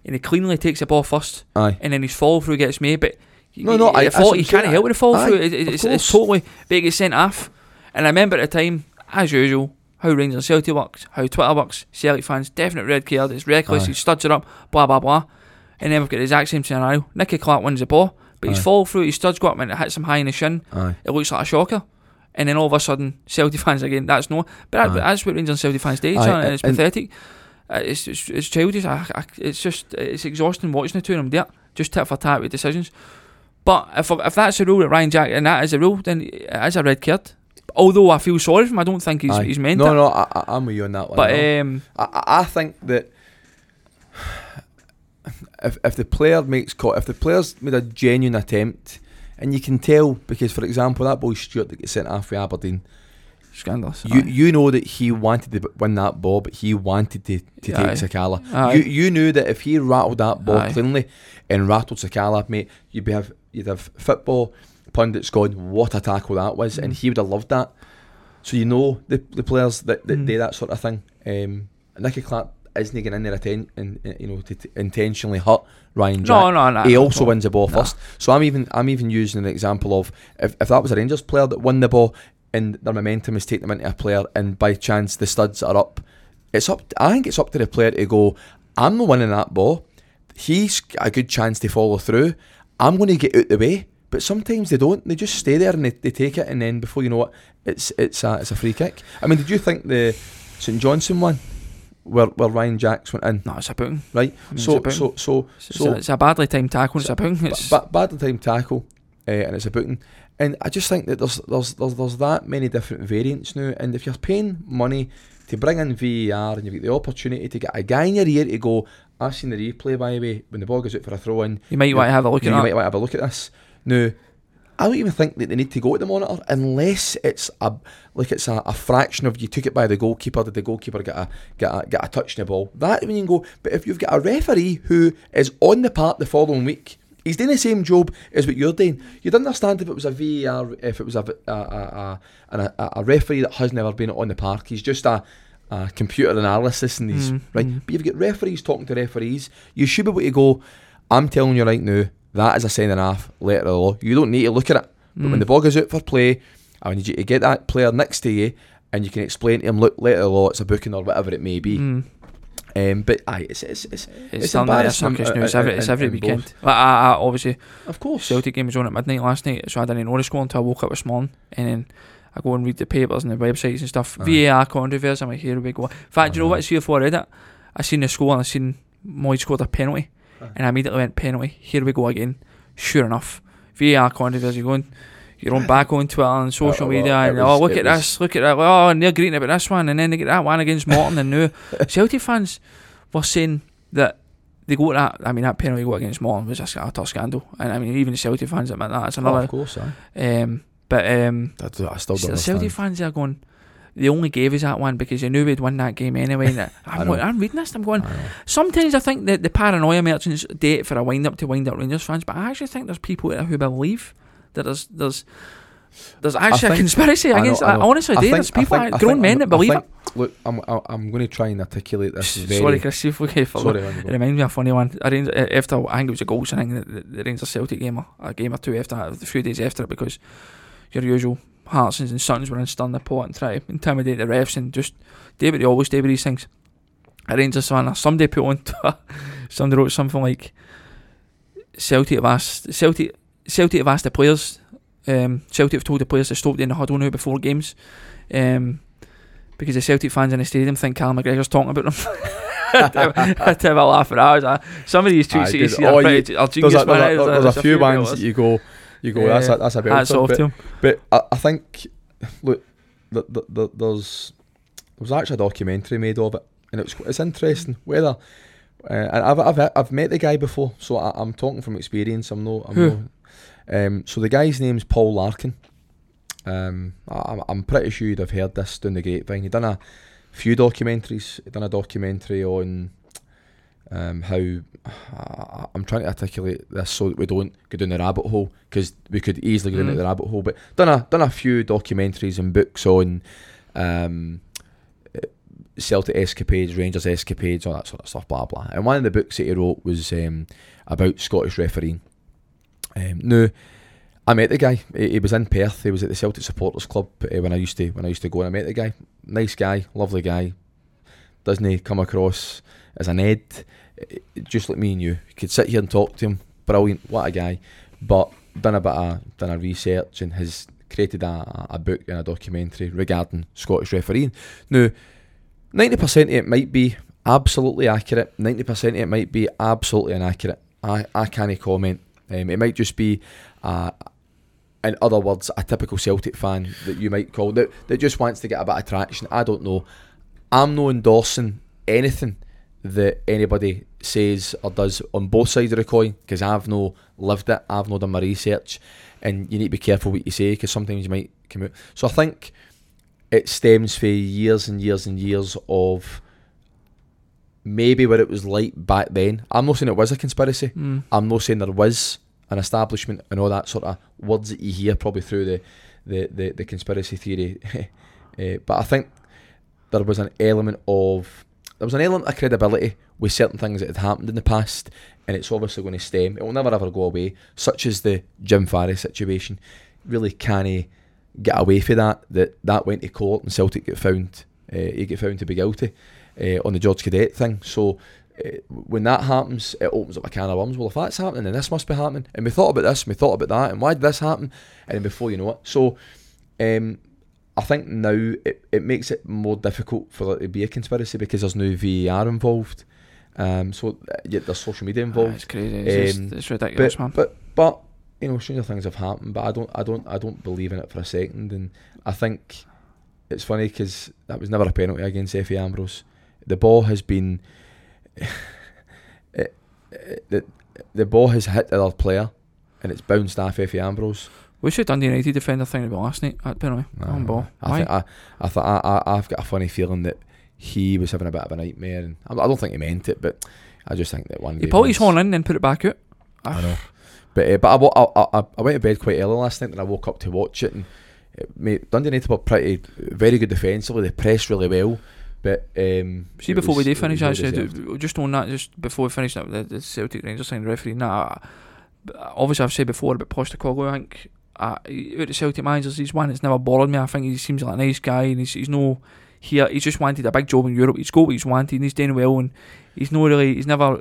Speaker 3: and he cleanly takes the ball first,
Speaker 1: Aye.
Speaker 3: and then his fall through gets made. But
Speaker 1: No, no, I-
Speaker 3: he,
Speaker 1: that's what I'm
Speaker 3: he can't
Speaker 1: saying.
Speaker 3: help with the fall
Speaker 1: Aye,
Speaker 3: through. It, it-
Speaker 1: of
Speaker 3: it's, it's
Speaker 1: course.
Speaker 3: totally. But he gets sent off, and I remember at the time, as usual, how Rangers and Celtic works, how Twitter works. Celtic fans definite red card. It's reckless.
Speaker 1: Aye.
Speaker 3: He studs it up. Blah blah blah. And then we've got the exact same scenario. Nicky Clark wins the ball, but his
Speaker 1: Aye.
Speaker 3: fall through, his studs go up and it hits him high in the shin
Speaker 1: Aye.
Speaker 3: it looks like a shocker. And then all of a sudden, Celtic fans again, that's no. But that,
Speaker 1: Aye.
Speaker 3: that's what Rangers and Celtic fans do, each
Speaker 1: Aye,
Speaker 3: other, and it's
Speaker 1: and-
Speaker 3: pathetic. Uh, It's, it's, it's childish. I, I, it's just it's øh, exhausting watching the two of them there, just tit for tat with decisions. But if, if that's the rule that Ryan Jack, and that is a rule, then it is a red card. Although I feel sorry for him, I don't think he's,
Speaker 1: Aye.
Speaker 3: he's meant
Speaker 1: no,
Speaker 3: it.
Speaker 1: no, I, I- I'm with you on that one.
Speaker 3: but
Speaker 1: I know.
Speaker 3: um,
Speaker 1: I- I, I think that if if the player makes co- if the player's made a genuine attempt, and you can tell because, for example, that boy Stewart that gets sent off with Aberdeen,
Speaker 3: scandalous.
Speaker 1: you
Speaker 3: Aye.
Speaker 1: you know that he wanted to b- win that ball, but he wanted to, to
Speaker 3: Aye.
Speaker 1: take Sakala.
Speaker 3: Aye.
Speaker 1: You you knew that if he rattled that ball
Speaker 3: Aye.
Speaker 1: cleanly and rattled Sakala, mate, you'd be have you'd have football pundits going, "What a tackle that was!" and
Speaker 3: Mm.
Speaker 1: he would have loved that. So you know the the players that, that
Speaker 3: Mm.
Speaker 1: do that sort of thing. Um, Nicky Clark isn't getting in there atten- in, in- you know to t- intentionally hurt Ryan Jack.
Speaker 3: no, no, no.
Speaker 1: He
Speaker 3: no,
Speaker 1: also
Speaker 3: no.
Speaker 1: wins the ball
Speaker 3: Nah.
Speaker 1: first. So I'm even I'm even using an example of if, if that was a Rangers player that won the ball and their momentum is taking them into a player and by chance the studs are up, it's up I think it's up to the player to go, I'm not winning that ball. He's got a good chance to follow through. I'm gonna get out the way. But sometimes they don't. They just stay there and they, they take it and then before you know it, it's it's a it's a free kick. I mean, did you think the St Johnson one where where Ryan Jacks went in,
Speaker 3: No, it's a booting.
Speaker 1: right?
Speaker 3: I mean, it's a
Speaker 1: so
Speaker 3: booting.
Speaker 1: so so
Speaker 3: It's,
Speaker 1: so-
Speaker 3: a, it's a badly timed tackle. It's a booting. It's,
Speaker 1: but bad time tackle, uh, and it's a booking. And I just think that there's there's there's, there's that many different variants now. And if you're paying money to bring in VAR and you've got the opportunity to get a guy in your ear to go, I've seen the replay by the way when the ball goes out for a throw in.
Speaker 3: you might
Speaker 1: you-
Speaker 3: want to have a look
Speaker 1: You
Speaker 3: at
Speaker 1: might
Speaker 3: that.
Speaker 1: want to have a look at this now. I don't even think that they need to go to the monitor unless it's a like it's a, a fraction of you took it by the goalkeeper. Did the goalkeeper get a get a get a touch in the ball? That when you can go. But if you've got a referee who is on the part the following week, he's doing the same job as what you're doing. You'd understand if it was a VAR, if it was a v- a, a, a, an- a, a referee that has never been on the park. He's just a, a computer analysis and he's
Speaker 3: Mm,
Speaker 1: right.
Speaker 3: mm.
Speaker 1: But you've got referees talking to referees. You should be able to go. I'm telling you right now, that is a sending off letter of the law. You don't need to look at it. But when
Speaker 3: Mm.
Speaker 1: the ball goes out for play, I need you to get that player next to you and you can explain to him, look, letter of the law, it's a booking or whatever it may be.
Speaker 3: Mm.
Speaker 1: Um, but aye, it's, it's, it's,
Speaker 3: It's,
Speaker 1: It's
Speaker 3: done there,
Speaker 1: embarrassing,
Speaker 3: circus
Speaker 1: uh,
Speaker 3: now. It's
Speaker 1: uh,
Speaker 3: every, it's
Speaker 1: in-
Speaker 3: every
Speaker 1: in both.
Speaker 3: weekend. Like, I, I obviously
Speaker 1: of course.
Speaker 3: Celtic game was on at midnight last night, so I didn't notice score until I woke up this morning, and then I go and read the papers and the websites and stuff.
Speaker 1: Aye.
Speaker 3: VAR controversy. I'm like, here we go. In fact, you know what? See if I read it. I seen the øh, score and I seen Moy scored a penalty,
Speaker 1: Aye.
Speaker 3: and I immediately went penalty. Here we go again. Sure enough, VAR controversy going. you're on back on Twitter and social
Speaker 1: well,
Speaker 3: media,
Speaker 1: it
Speaker 3: and
Speaker 1: was-
Speaker 3: oh look
Speaker 1: it
Speaker 3: at
Speaker 1: was-
Speaker 3: this, look at that, oh and they're greeting about this one, and then they get that one against Morton, and now Celtic fans were saying that they go to that. I mean that penalty got against Morton was just an utter scandal, and I mean even Celtic fans admit that. It's another.
Speaker 1: of course, aye.
Speaker 3: um, but um,
Speaker 1: I, do- I still
Speaker 3: so
Speaker 1: don't
Speaker 3: the Celtic
Speaker 1: understand.
Speaker 3: fans are going. They only gave us that one because they knew we'd win that game anyway. And I- I'm,
Speaker 1: know.
Speaker 3: going, I'm reading this. I'm going.
Speaker 1: I know.
Speaker 3: Sometimes I think that the paranoia merchants do it for a wind up to wind up Rangers fans, but I actually think there's people out there who believe that there's there's there's actually a
Speaker 1: think-
Speaker 3: conspiracy
Speaker 1: I know,
Speaker 3: against.
Speaker 1: I
Speaker 3: I
Speaker 1: know.
Speaker 3: honestly, do. there's people,
Speaker 1: I
Speaker 3: grown
Speaker 1: think-
Speaker 3: men
Speaker 1: I'm-
Speaker 3: that believe
Speaker 1: I think, Look, I'm I- I'm going to try and articulate
Speaker 3: it.
Speaker 1: this. Very,
Speaker 3: Sorry, Chris. If we get
Speaker 1: Sorry,
Speaker 3: It
Speaker 1: on you go.
Speaker 3: reminds me of a funny one. I Rangers, uh, after I think it was a goals thing, the, the, the Rangers Celtic game, or a game or two after, a few days after it, because your usual Hartsons and Sons were in stirring the pot and try to intimidate the refs and just do what they always do with these things. A Rangers fan, or somebody put on Twitter, somebody wrote something like Celtic have asked Celtic Celtic have asked the players um, Celtic have told the players to stop doing the huddle now before games. Um, because the Celtic fans in the stadium think Cal McGregor's talking about them. I'd have a laugh at that. I was like, Some of these
Speaker 1: Aye,
Speaker 3: tweets that you
Speaker 1: there's-
Speaker 3: see are
Speaker 1: oh,
Speaker 3: pretty are
Speaker 1: There's
Speaker 3: genius.
Speaker 1: a,
Speaker 3: man.
Speaker 1: there's a, there's a few ones that
Speaker 3: realists.
Speaker 1: you go, you go. That's
Speaker 3: Yeah.
Speaker 1: a, that's a
Speaker 3: Hats
Speaker 1: belter.
Speaker 3: off
Speaker 1: But-
Speaker 3: to him.
Speaker 1: But I, I think, look, th th th there's there was actually a documentary made of it, and it's it's interesting whether. Uh, and I've, I've I've met the guy before, so I, I'm talking from experience. I'm no, I'm
Speaker 3: Who?
Speaker 1: no. Um, so the guy's name's Paul Larkin. Um, I, I'm- I'm pretty sure you'd have heard this down the grapevine. He done a few documentaries. He done a documentary on um, how I, I'm trying to articulate this so that we don't go down the rabbit hole because we could easily go down
Speaker 3: Mm.
Speaker 1: the rabbit hole. But done a done a few documentaries and books on um, eh, Celtic escapades, Rangers escapades, all that sort of stuff, blah blah. And one of the books that he wrote was um, about Scottish refereeing. Um, no, I met the guy. He, he was in Perth. He was at the Celtic Supporters Club eh, when I used to when I used to go. And I met the guy. Nice guy, lovely guy. Doesn't he come across as an Ed? Eh, Just like me and you, you could sit here and talk to him. Brilliant, what a guy. But done a bit of done a research and has created a- a, a book and a documentary regarding Scottish refereeing. Now, ninety percent of it might be absolutely accurate. Ninety percent of it might be absolutely inaccurate. I I can't comment. Um, it might just be, uh, in other words, a typical Celtic fan that you might call that that just wants to get a bit of traction. I don't know. I'm not endorsing anything that anybody says or does on both sides of the coin because I've no lived it, I've not done my research, and you need to be careful what you say because sometimes you might come out. So I think it stems for years and years and years of maybe what it was like back then. I'm not saying it was a conspiracy.
Speaker 3: Mm.
Speaker 1: I'm not saying there was an establishment and all that sort of words that you hear probably through the the, the, the conspiracy theory. Eh, but I think there was an element of there was an element of credibility with certain things that had happened in the past, and it's obviously going to stem. It will never ever go away, such as the Jim Farry situation. Really, can he get away from that? That that went to court and Celtic get found. Uh, he get found to be guilty uh, on the George Cadet thing. So uh, when that happens, it opens up a can of worms. Well, if that's happening, then this must be happening. And we thought about this, and we thought about that, and why did this happen? And then before you know it, so um, I think now it, it makes it more difficult for it to be a conspiracy because there's no VAR involved. Um, so uh, yeah, there's social media
Speaker 3: Ah,
Speaker 1: involved.
Speaker 3: it's crazy. It's,
Speaker 1: Um,
Speaker 3: just, it's ridiculous,
Speaker 1: but,
Speaker 3: man.
Speaker 1: but but you know, stranger things have happened. But I don't I don't I don't believe in it for a second. And I think it's funny because that was never a penalty against Effie Ambrose. The ball has been it, it, the the ball has hit the other player, and it's bounced off Effie Ambrose.
Speaker 3: We should have done the United defender thing eh? about last night. That penalty. on ball.
Speaker 1: Um, I
Speaker 3: Why?
Speaker 1: think I, I, th- I, I, I've got a funny feeling that he was having a bit of a nightmare, and I, I don't think he meant it, but I just think that one
Speaker 3: He
Speaker 1: day.
Speaker 3: pulled his
Speaker 1: once-
Speaker 3: horn in, then put it back out.
Speaker 1: I know, but uh, but I, wa- I, I, I went to bed quite early last night, and I woke up to watch it, and uh, mate, Dundee United were pretty very good defensively. They pressed really well, but um,
Speaker 3: See,
Speaker 1: it
Speaker 3: before
Speaker 1: was-
Speaker 3: we
Speaker 1: it
Speaker 3: do finish,
Speaker 1: was well
Speaker 3: actually,
Speaker 1: deserved.
Speaker 3: do- eh, just on that, just before we finish up the, the Celtic Rangers thing, the referee. Nah, I- but obviously I've said before about Postecoglou. I think uh, out of Celtic managers, he's one that's never bothered me. I think he seems like a nice guy, and he's, he's no here. He's just wanted a big job in Europe. He's got what he's wanted, and he's doing well. And he's no really, he's never,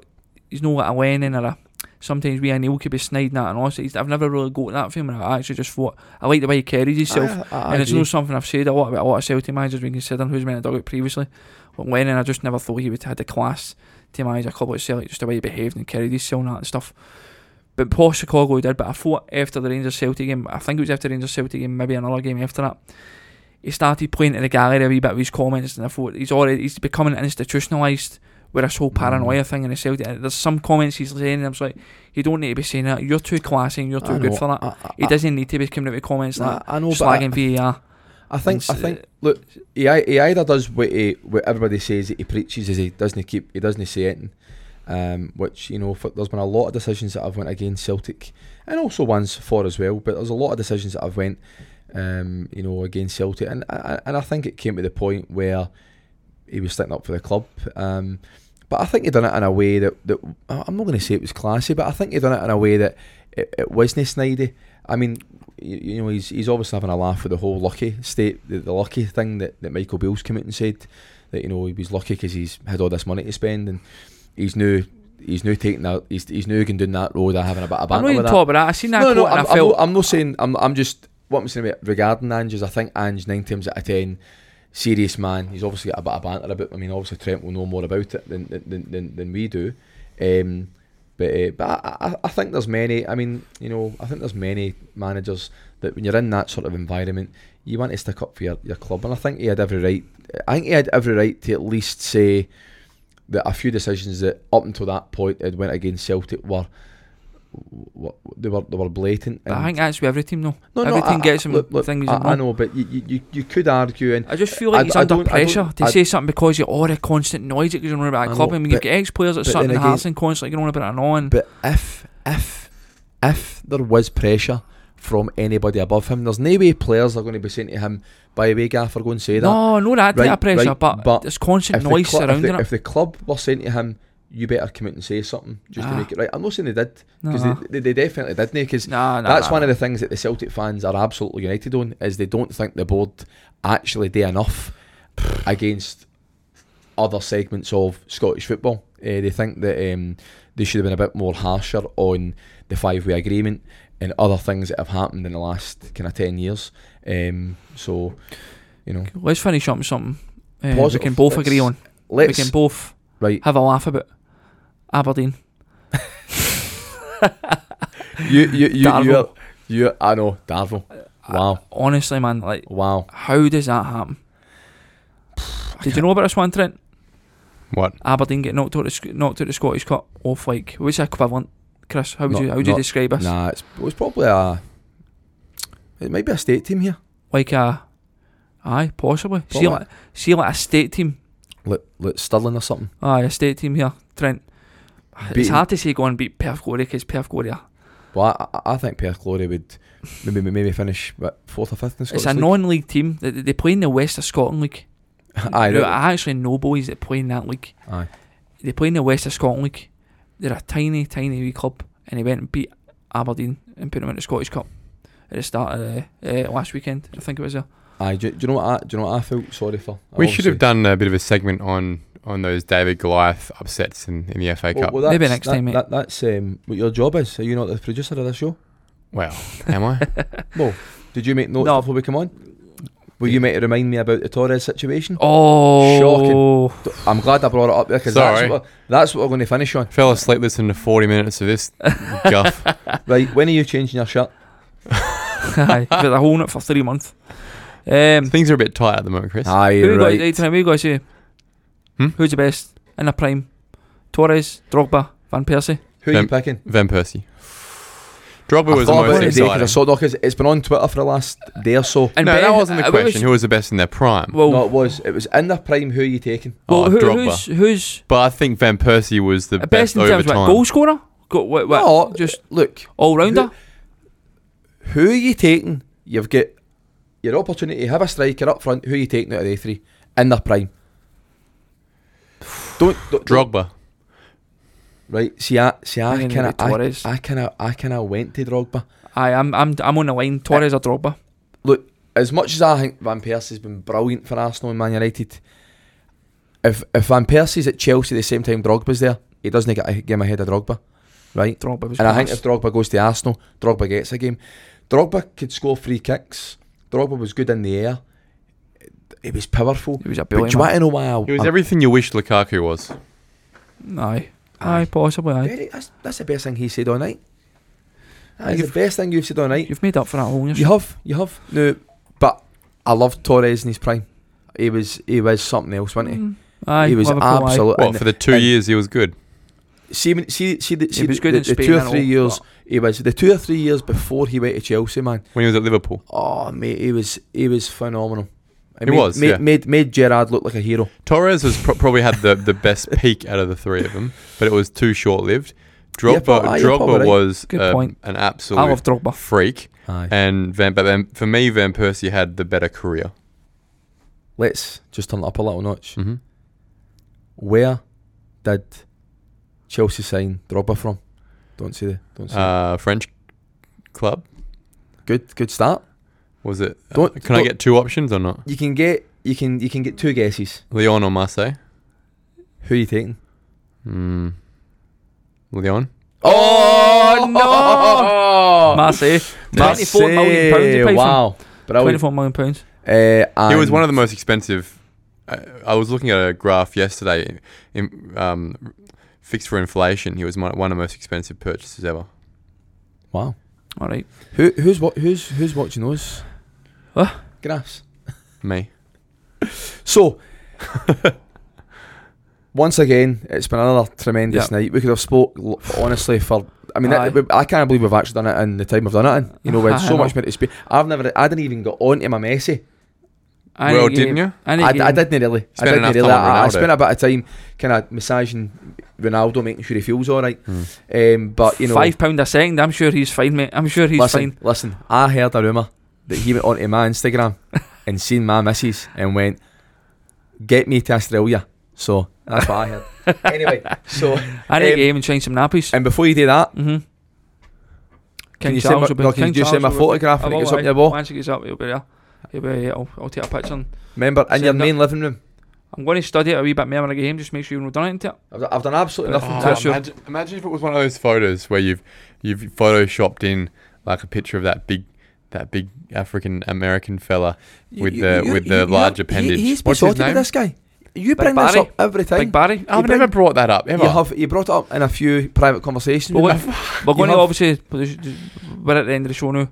Speaker 3: he's no like a Lennon or a. Sometimes we and Neil could be sniding at and all. so he's- I've never really got that for him, and I actually just thought I like the way he carries himself.
Speaker 1: I, I
Speaker 3: and it's
Speaker 1: agree.
Speaker 3: no something I've said a lot about a lot of Celtic managers when considering who's been in the dugout previously. But Lennon, I just never thought he would have had the class to manage a club like Celtic, just the way he behaved and carried his cell and that and stuff. But poor Chicago he did. But I thought after the Rangers Celtic game, I think it was after the Rangers Celtic game, maybe another game after that, he started playing to the gallery a wee bit with his comments, and I thought he's already he's becoming institutionalised with this whole paranoia
Speaker 1: Mm.
Speaker 3: thing in the Celtic. There's some comments he's saying, and I'm just like, you don't need to be saying that. You're too classy and you're too
Speaker 1: I
Speaker 3: good
Speaker 1: know,
Speaker 3: for that.
Speaker 1: I, I,
Speaker 3: he doesn't need to be coming out with comments like
Speaker 1: I, I know,
Speaker 3: that,
Speaker 1: Ah. but I-
Speaker 3: slagging VAR.
Speaker 1: I think. I
Speaker 3: It's,
Speaker 1: think. Look, he, ei- he either does what he, what everybody says that he preaches, is he doesn't keep, he doesn't say anything. Um, which you know, for, there's been a lot of decisions that I've went against Celtic, and also ones for as well. But there's a lot of decisions that I've went, um, you know, against Celtic, and I- I- and I think it came to the point where he was sticking up for the club. Um, but I think he done it in a way that, that I- I'm not going to say it was classy, but I think he done it in a way that it, it wasn't snidey. I mean, you, you know, he's he's obviously having a laugh with the whole lucky state, the, the lucky thing that, that Michael Beale's come out and said that you know he was lucky because he's had all this money to spend and he's new, he's new taking that, he's he's new going down that road of having a bit of banter
Speaker 3: I'm not
Speaker 1: with
Speaker 3: even
Speaker 1: that.
Speaker 3: talking about that. I seen that
Speaker 1: No, no,
Speaker 3: quote and
Speaker 1: I'm,
Speaker 3: I felt
Speaker 1: I'm, not, I'm not saying. I'm, I'm just what I'm saying about regarding Ange is I think Ange nine times out of ten, serious man. He's obviously got a bit of banter about. I mean, obviously Trent will know more about it than than, than, than we do. Um, but uh, but I, I, I think there's many. I mean, you know, I think there's many managers that when you're in that sort of environment, you want to stick up for your, your club, and I think he had every right. I think he had every right to at least say that a few decisions that up until that point had went against Celtic were. What, they were they were blatant.
Speaker 3: But
Speaker 1: and-
Speaker 3: I think that's with every team though.
Speaker 1: no, no,
Speaker 3: every
Speaker 1: I-
Speaker 3: team gets
Speaker 1: I,
Speaker 3: him
Speaker 1: look, look,
Speaker 3: things.
Speaker 1: I,
Speaker 3: in
Speaker 1: I
Speaker 3: one.
Speaker 1: know, but you, you, you- you could argue, and
Speaker 3: I just feel like
Speaker 1: I-
Speaker 3: he's
Speaker 1: I
Speaker 3: under
Speaker 1: don't- I
Speaker 3: pressure
Speaker 1: don't-
Speaker 3: to
Speaker 1: I-
Speaker 3: say something because you're all the constant noise that goes on about
Speaker 1: I
Speaker 3: a club.
Speaker 1: know,
Speaker 3: I mean, you've
Speaker 1: but-
Speaker 3: got ex players that
Speaker 1: but
Speaker 3: Sutton
Speaker 1: then
Speaker 3: and
Speaker 1: again-
Speaker 3: Harrison constantly going on about it and on.
Speaker 1: but if if if there was pressure from anybody above him, there's no way players are going to be saying to him, "By the way, Gaffer, go and say that."
Speaker 3: no, no, that type
Speaker 1: Right,
Speaker 3: of pressure,
Speaker 1: right,
Speaker 3: but,
Speaker 1: but
Speaker 3: there's constant
Speaker 1: the
Speaker 3: noise
Speaker 1: clu- if,
Speaker 3: surrounding
Speaker 1: the,
Speaker 3: it.
Speaker 1: if the club were saying to him, "You better come out and say something," just
Speaker 3: Ah.
Speaker 1: to make it right, I'm not saying they did because
Speaker 3: Nah.
Speaker 1: they, they, they definitely didn't because
Speaker 3: Ah, Nah, nah,
Speaker 1: That's
Speaker 3: nah.
Speaker 1: one of the things that the Celtic fans are absolutely united on is they don't think the board actually do enough against other segments of Scottish football. Uh, they think that um, they should have been a bit more harsher on the five-way agreement and other things that have happened in the last kind of ten years. Um, so, you know,
Speaker 3: Let's finish up with something uh, we
Speaker 1: Positive.
Speaker 3: can both
Speaker 1: Let's-
Speaker 3: agree on. We
Speaker 1: let's
Speaker 3: can both
Speaker 1: right.
Speaker 3: have a laugh about Aberdeen.
Speaker 1: You, you, you,
Speaker 3: Darvel. Uh,
Speaker 1: you, are, you. I know, Darvel. Wow,
Speaker 3: Honestly, man, like
Speaker 1: wow.
Speaker 3: how does that happen? Did you know about this one, Trent?
Speaker 2: What?
Speaker 3: Aberdeen get knocked out, of, Sc- knocked out of the Scottish Cup off like what's the equivalent? Chris, how would
Speaker 1: Not-
Speaker 3: you how would you
Speaker 1: not-
Speaker 3: describe this?
Speaker 1: Nah, it's, it was probably a. It might be a state team here.
Speaker 3: like a aye, possibly. See
Speaker 1: Probably.
Speaker 3: like see like a state team.
Speaker 1: like, like Stirling or something.
Speaker 3: Aye, a state team here, Trent. It's
Speaker 1: Beating-
Speaker 3: hard to say go and beat Perth Glory because Perth Glory are-
Speaker 1: But I- I, I think Perth Glory would maybe maybe finish what, fourth or fifth in the
Speaker 3: it's
Speaker 1: Scottish
Speaker 3: a
Speaker 1: League.
Speaker 3: non-league team. They, they play in the West of Scotland League.
Speaker 1: aye,
Speaker 3: Now,
Speaker 1: right.
Speaker 3: I actually know boys that play in that league.
Speaker 1: aye.
Speaker 3: They play in the West of Scotland League. They're a tiny, tiny wee club, and they went and beat Aberdeen and put them in the Scottish Cup at the start of uh, uh, last weekend. I think it was there.
Speaker 1: Aye, do, do you know what I, do you know what I felt sorry for? I
Speaker 2: We should
Speaker 1: obviously-
Speaker 2: have done a bit of a segment on on those David Goliath upsets in, in the FA Cup. Well,
Speaker 1: that's,
Speaker 3: Maybe next
Speaker 1: that-
Speaker 3: time, mate.
Speaker 1: That, that's um, what your job is. Are you not the producer of this show?
Speaker 2: am I?
Speaker 1: No. Did you make notes
Speaker 3: No.
Speaker 1: before we come on? Were you meant to remind me about the Torres situation?
Speaker 3: Oh,
Speaker 1: D- I'm glad I brought it up there because
Speaker 2: Sorry.
Speaker 1: that's what, that's what we're going to finish on.
Speaker 2: Fell asleep listening to 40 minutes of this guff.
Speaker 1: Right, when are you changing your shirt?
Speaker 3: aye, but they're holding it for three months. Um,
Speaker 2: Things are a bit tight at the moment, Chris.
Speaker 1: Aye,
Speaker 3: who
Speaker 1: right.
Speaker 3: you got? Who you got? to say?
Speaker 2: Hmm?
Speaker 3: Who's the best in the prime? Torres, Drogba, Van Persie.
Speaker 1: Who are you
Speaker 2: Um,
Speaker 1: picking?
Speaker 2: Van Persie. Drogba
Speaker 1: I
Speaker 2: was the
Speaker 1: thought
Speaker 2: most
Speaker 1: about it today 'cause I
Speaker 2: exciting.
Speaker 1: saw because it's been on Twitter for the last day or so.
Speaker 3: And
Speaker 2: no,
Speaker 3: Ben-
Speaker 2: that wasn't
Speaker 3: uh,
Speaker 2: the
Speaker 3: what was-
Speaker 2: question. Who was the best in their prime?
Speaker 3: well,
Speaker 1: no, it was. It was in their prime. Who are you taking?
Speaker 3: well,
Speaker 2: oh,
Speaker 3: who,
Speaker 2: Drogba.
Speaker 3: who's who's
Speaker 2: But I think Van Persie was the
Speaker 3: best,
Speaker 2: best,
Speaker 3: in
Speaker 2: over
Speaker 3: terms of what,
Speaker 2: time.
Speaker 3: goal scorer? Go, what, what,
Speaker 1: No,
Speaker 3: just
Speaker 1: Look,
Speaker 3: all rounder.
Speaker 1: who are you taking? You've got your opportunity to have a striker up front. Who are you taking out of the three in their prime? Don't, don't don't-
Speaker 2: Drogba.
Speaker 1: right. See, I see, I
Speaker 3: Bringing
Speaker 1: kind of,
Speaker 3: in
Speaker 1: I,
Speaker 3: Torres.
Speaker 1: I kind of, I kind of went to Drogba.
Speaker 3: Aye, I'm I'm I'm on the line. Torres or Drogba.
Speaker 1: Look, as much as I think Van Persie's been brilliant for Arsenal and Man United, if if Van Persie's at Chelsea at the same time Drogba's there, he doesn't get a game ahead of Drogba, right?
Speaker 3: Drogba was.
Speaker 1: And I
Speaker 3: class.
Speaker 1: think if Drogba goes to Arsenal, Drogba gets a game. Drogba could score free kicks. Drogba was good in the air. He was powerful.
Speaker 3: he was a
Speaker 1: But do
Speaker 3: billion.
Speaker 1: you want to know why? I,
Speaker 2: It was
Speaker 1: I'm-
Speaker 2: everything you wish Lukaku was.
Speaker 3: Aye. aye, possibly. Aye.
Speaker 1: Derek, that's, that's the best thing he said all night. That is the best thing you've said all night.
Speaker 3: You've made up for that whole
Speaker 1: You have, you have. No, but I loved Torres in his prime. He was, he was something else, wasn't he?
Speaker 3: Mm, Aye,
Speaker 1: he was
Speaker 3: Liverpool, aye.
Speaker 1: absolutely.
Speaker 2: What for the two
Speaker 1: and-
Speaker 2: years he was good?
Speaker 1: See, when- see, see, the, see
Speaker 3: was
Speaker 1: the-
Speaker 3: good
Speaker 1: the,
Speaker 3: in
Speaker 1: the
Speaker 3: Spain
Speaker 1: two or
Speaker 3: and
Speaker 1: three
Speaker 3: all,
Speaker 1: years
Speaker 3: but-
Speaker 1: he was. The two or three years before he went to Chelsea, man.
Speaker 2: When he was at Liverpool.
Speaker 1: Oh mate, he was he was phenomenal. It
Speaker 2: He
Speaker 1: made,
Speaker 2: was,
Speaker 1: made,
Speaker 2: yeah.
Speaker 1: made made Gerard look like a hero.
Speaker 2: Torres has pro- probably had the, the best peak out of the three of them, but it was too short lived.
Speaker 1: Yeah,
Speaker 2: Drogba,
Speaker 1: but- ah, you're probably
Speaker 2: Drogba
Speaker 1: right.
Speaker 2: was
Speaker 3: Good
Speaker 2: uh,
Speaker 3: point.
Speaker 2: an
Speaker 3: I
Speaker 2: absolute
Speaker 3: love Drogba.
Speaker 2: freak,
Speaker 1: Aye.
Speaker 2: and Van, but then for me, Van Persie had the better career.
Speaker 1: Let's just turn it up a little notch.
Speaker 2: Mm-hmm.
Speaker 1: Where did Chelsea sign Drogba from? Don't see the don't see. the-
Speaker 2: Uh, French club
Speaker 1: good good start.
Speaker 2: was it? uh,
Speaker 1: Don't-
Speaker 2: can I
Speaker 1: don't-
Speaker 2: get two options or not?
Speaker 1: You can get you can you can get two guesses.
Speaker 2: Leon or Marseille?
Speaker 1: Who are you taking?
Speaker 2: Mm. Leon.
Speaker 3: Oh, no! Marseille.
Speaker 1: Marseille.
Speaker 3: 24 million pounds he paid
Speaker 1: Wow. But
Speaker 3: for.
Speaker 1: I
Speaker 3: 24 million pounds.
Speaker 1: uh,
Speaker 2: He was one of the most expensive. I, I was looking at a graph yesterday, in, um, fixed for inflation. He was one one of the most expensive purchases ever.
Speaker 1: Wow.
Speaker 3: All right.
Speaker 1: Who who's what who's who's watching those?
Speaker 3: Huh?
Speaker 1: Graphs.
Speaker 2: Me.
Speaker 1: So, once again, it's been another tremendous
Speaker 3: Yep.
Speaker 1: night. We could have spoke l- honestly for. I mean, that,
Speaker 3: Aye.
Speaker 1: I can't believe we've actually done it in the time we've done it in. You know, we had
Speaker 3: I
Speaker 1: so much
Speaker 3: know.
Speaker 1: more to speak. I've never, I didn't even get on to my Messi.
Speaker 3: I
Speaker 2: well,
Speaker 3: need to-
Speaker 2: didn't you?
Speaker 3: I, need
Speaker 1: I,
Speaker 3: to-
Speaker 1: I didn't really. I
Speaker 2: Spent
Speaker 1: didn't
Speaker 2: enough
Speaker 1: really.
Speaker 2: time on
Speaker 1: I, I
Speaker 2: Ronaldo.
Speaker 1: spent a bit of time kind of massaging Ronaldo, making sure he feels all right.
Speaker 2: Hmm.
Speaker 1: Um, but you know,
Speaker 3: five pound a second. I'm sure he's fine, mate. I'm sure he's
Speaker 1: listen,
Speaker 3: fine.
Speaker 1: listen. I heard a rumor that he went onto my Instagram and seen my missus and went, "Get me to Australia." So that's what I heard. anyway, so
Speaker 3: I need
Speaker 1: um,
Speaker 3: to aim and shine some nappies.
Speaker 1: and before you do that,
Speaker 3: mm-hmm.
Speaker 1: Can you send my- no, can you just send my photograph when it gets up your wall?
Speaker 3: Once it gets up, it'll be there. It'll be, yeah, I'll, I'll take a picture. And
Speaker 1: remember in
Speaker 3: Send
Speaker 1: your
Speaker 3: it.
Speaker 1: main living room.
Speaker 3: I'm going to study it a wee bit more when I get home, just make sure you've not done anything to it.
Speaker 1: I've, I've done absolutely
Speaker 3: Oh,
Speaker 1: nothing to
Speaker 3: that's
Speaker 1: it.
Speaker 3: your-
Speaker 2: imagine, imagine if it was one of those photos where you've you've photoshopped in like a picture of that big that big African American fella with the with the large appendage.
Speaker 1: He, he's
Speaker 2: What's his
Speaker 1: besotted with
Speaker 2: name?
Speaker 1: this guy. You
Speaker 3: Big
Speaker 1: bring this
Speaker 3: Barry.
Speaker 1: up every
Speaker 3: Big
Speaker 1: time.
Speaker 3: Barry.
Speaker 2: I've
Speaker 1: you
Speaker 2: never
Speaker 1: bring-
Speaker 2: brought that up ever.
Speaker 1: You have you brought it up in a few private conversations.
Speaker 3: Well,
Speaker 1: with
Speaker 3: what-
Speaker 1: me.
Speaker 3: We're going
Speaker 1: have-
Speaker 3: to obviously. We're at the end of the show now.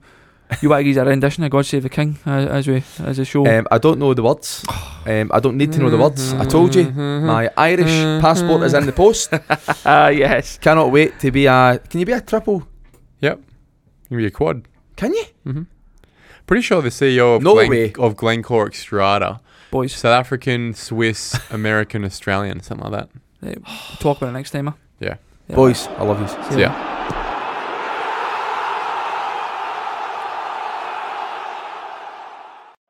Speaker 3: You want to give us a rendition of God Save the King as, as we as a show.
Speaker 1: um, I don't know the words. Um, I don't need to know the words. I told you, my Irish passport is in the post.
Speaker 3: Mm-hmm. Ah yes.
Speaker 1: Cannot wait to be a. Can you be a triple?
Speaker 2: Yep, give me a quad.
Speaker 1: Can you?
Speaker 3: Mm-hmm.
Speaker 2: Pretty sure the CEO of,
Speaker 1: No
Speaker 2: Glen-
Speaker 1: way.
Speaker 2: of Glencore Extrada,
Speaker 3: Boys,
Speaker 2: South African, Swiss, American, Australian, something like that.
Speaker 3: talk about it next time. eh?
Speaker 2: Yeah.
Speaker 3: Yeah.
Speaker 1: Boys, I love you.
Speaker 2: So, yeah.
Speaker 3: later.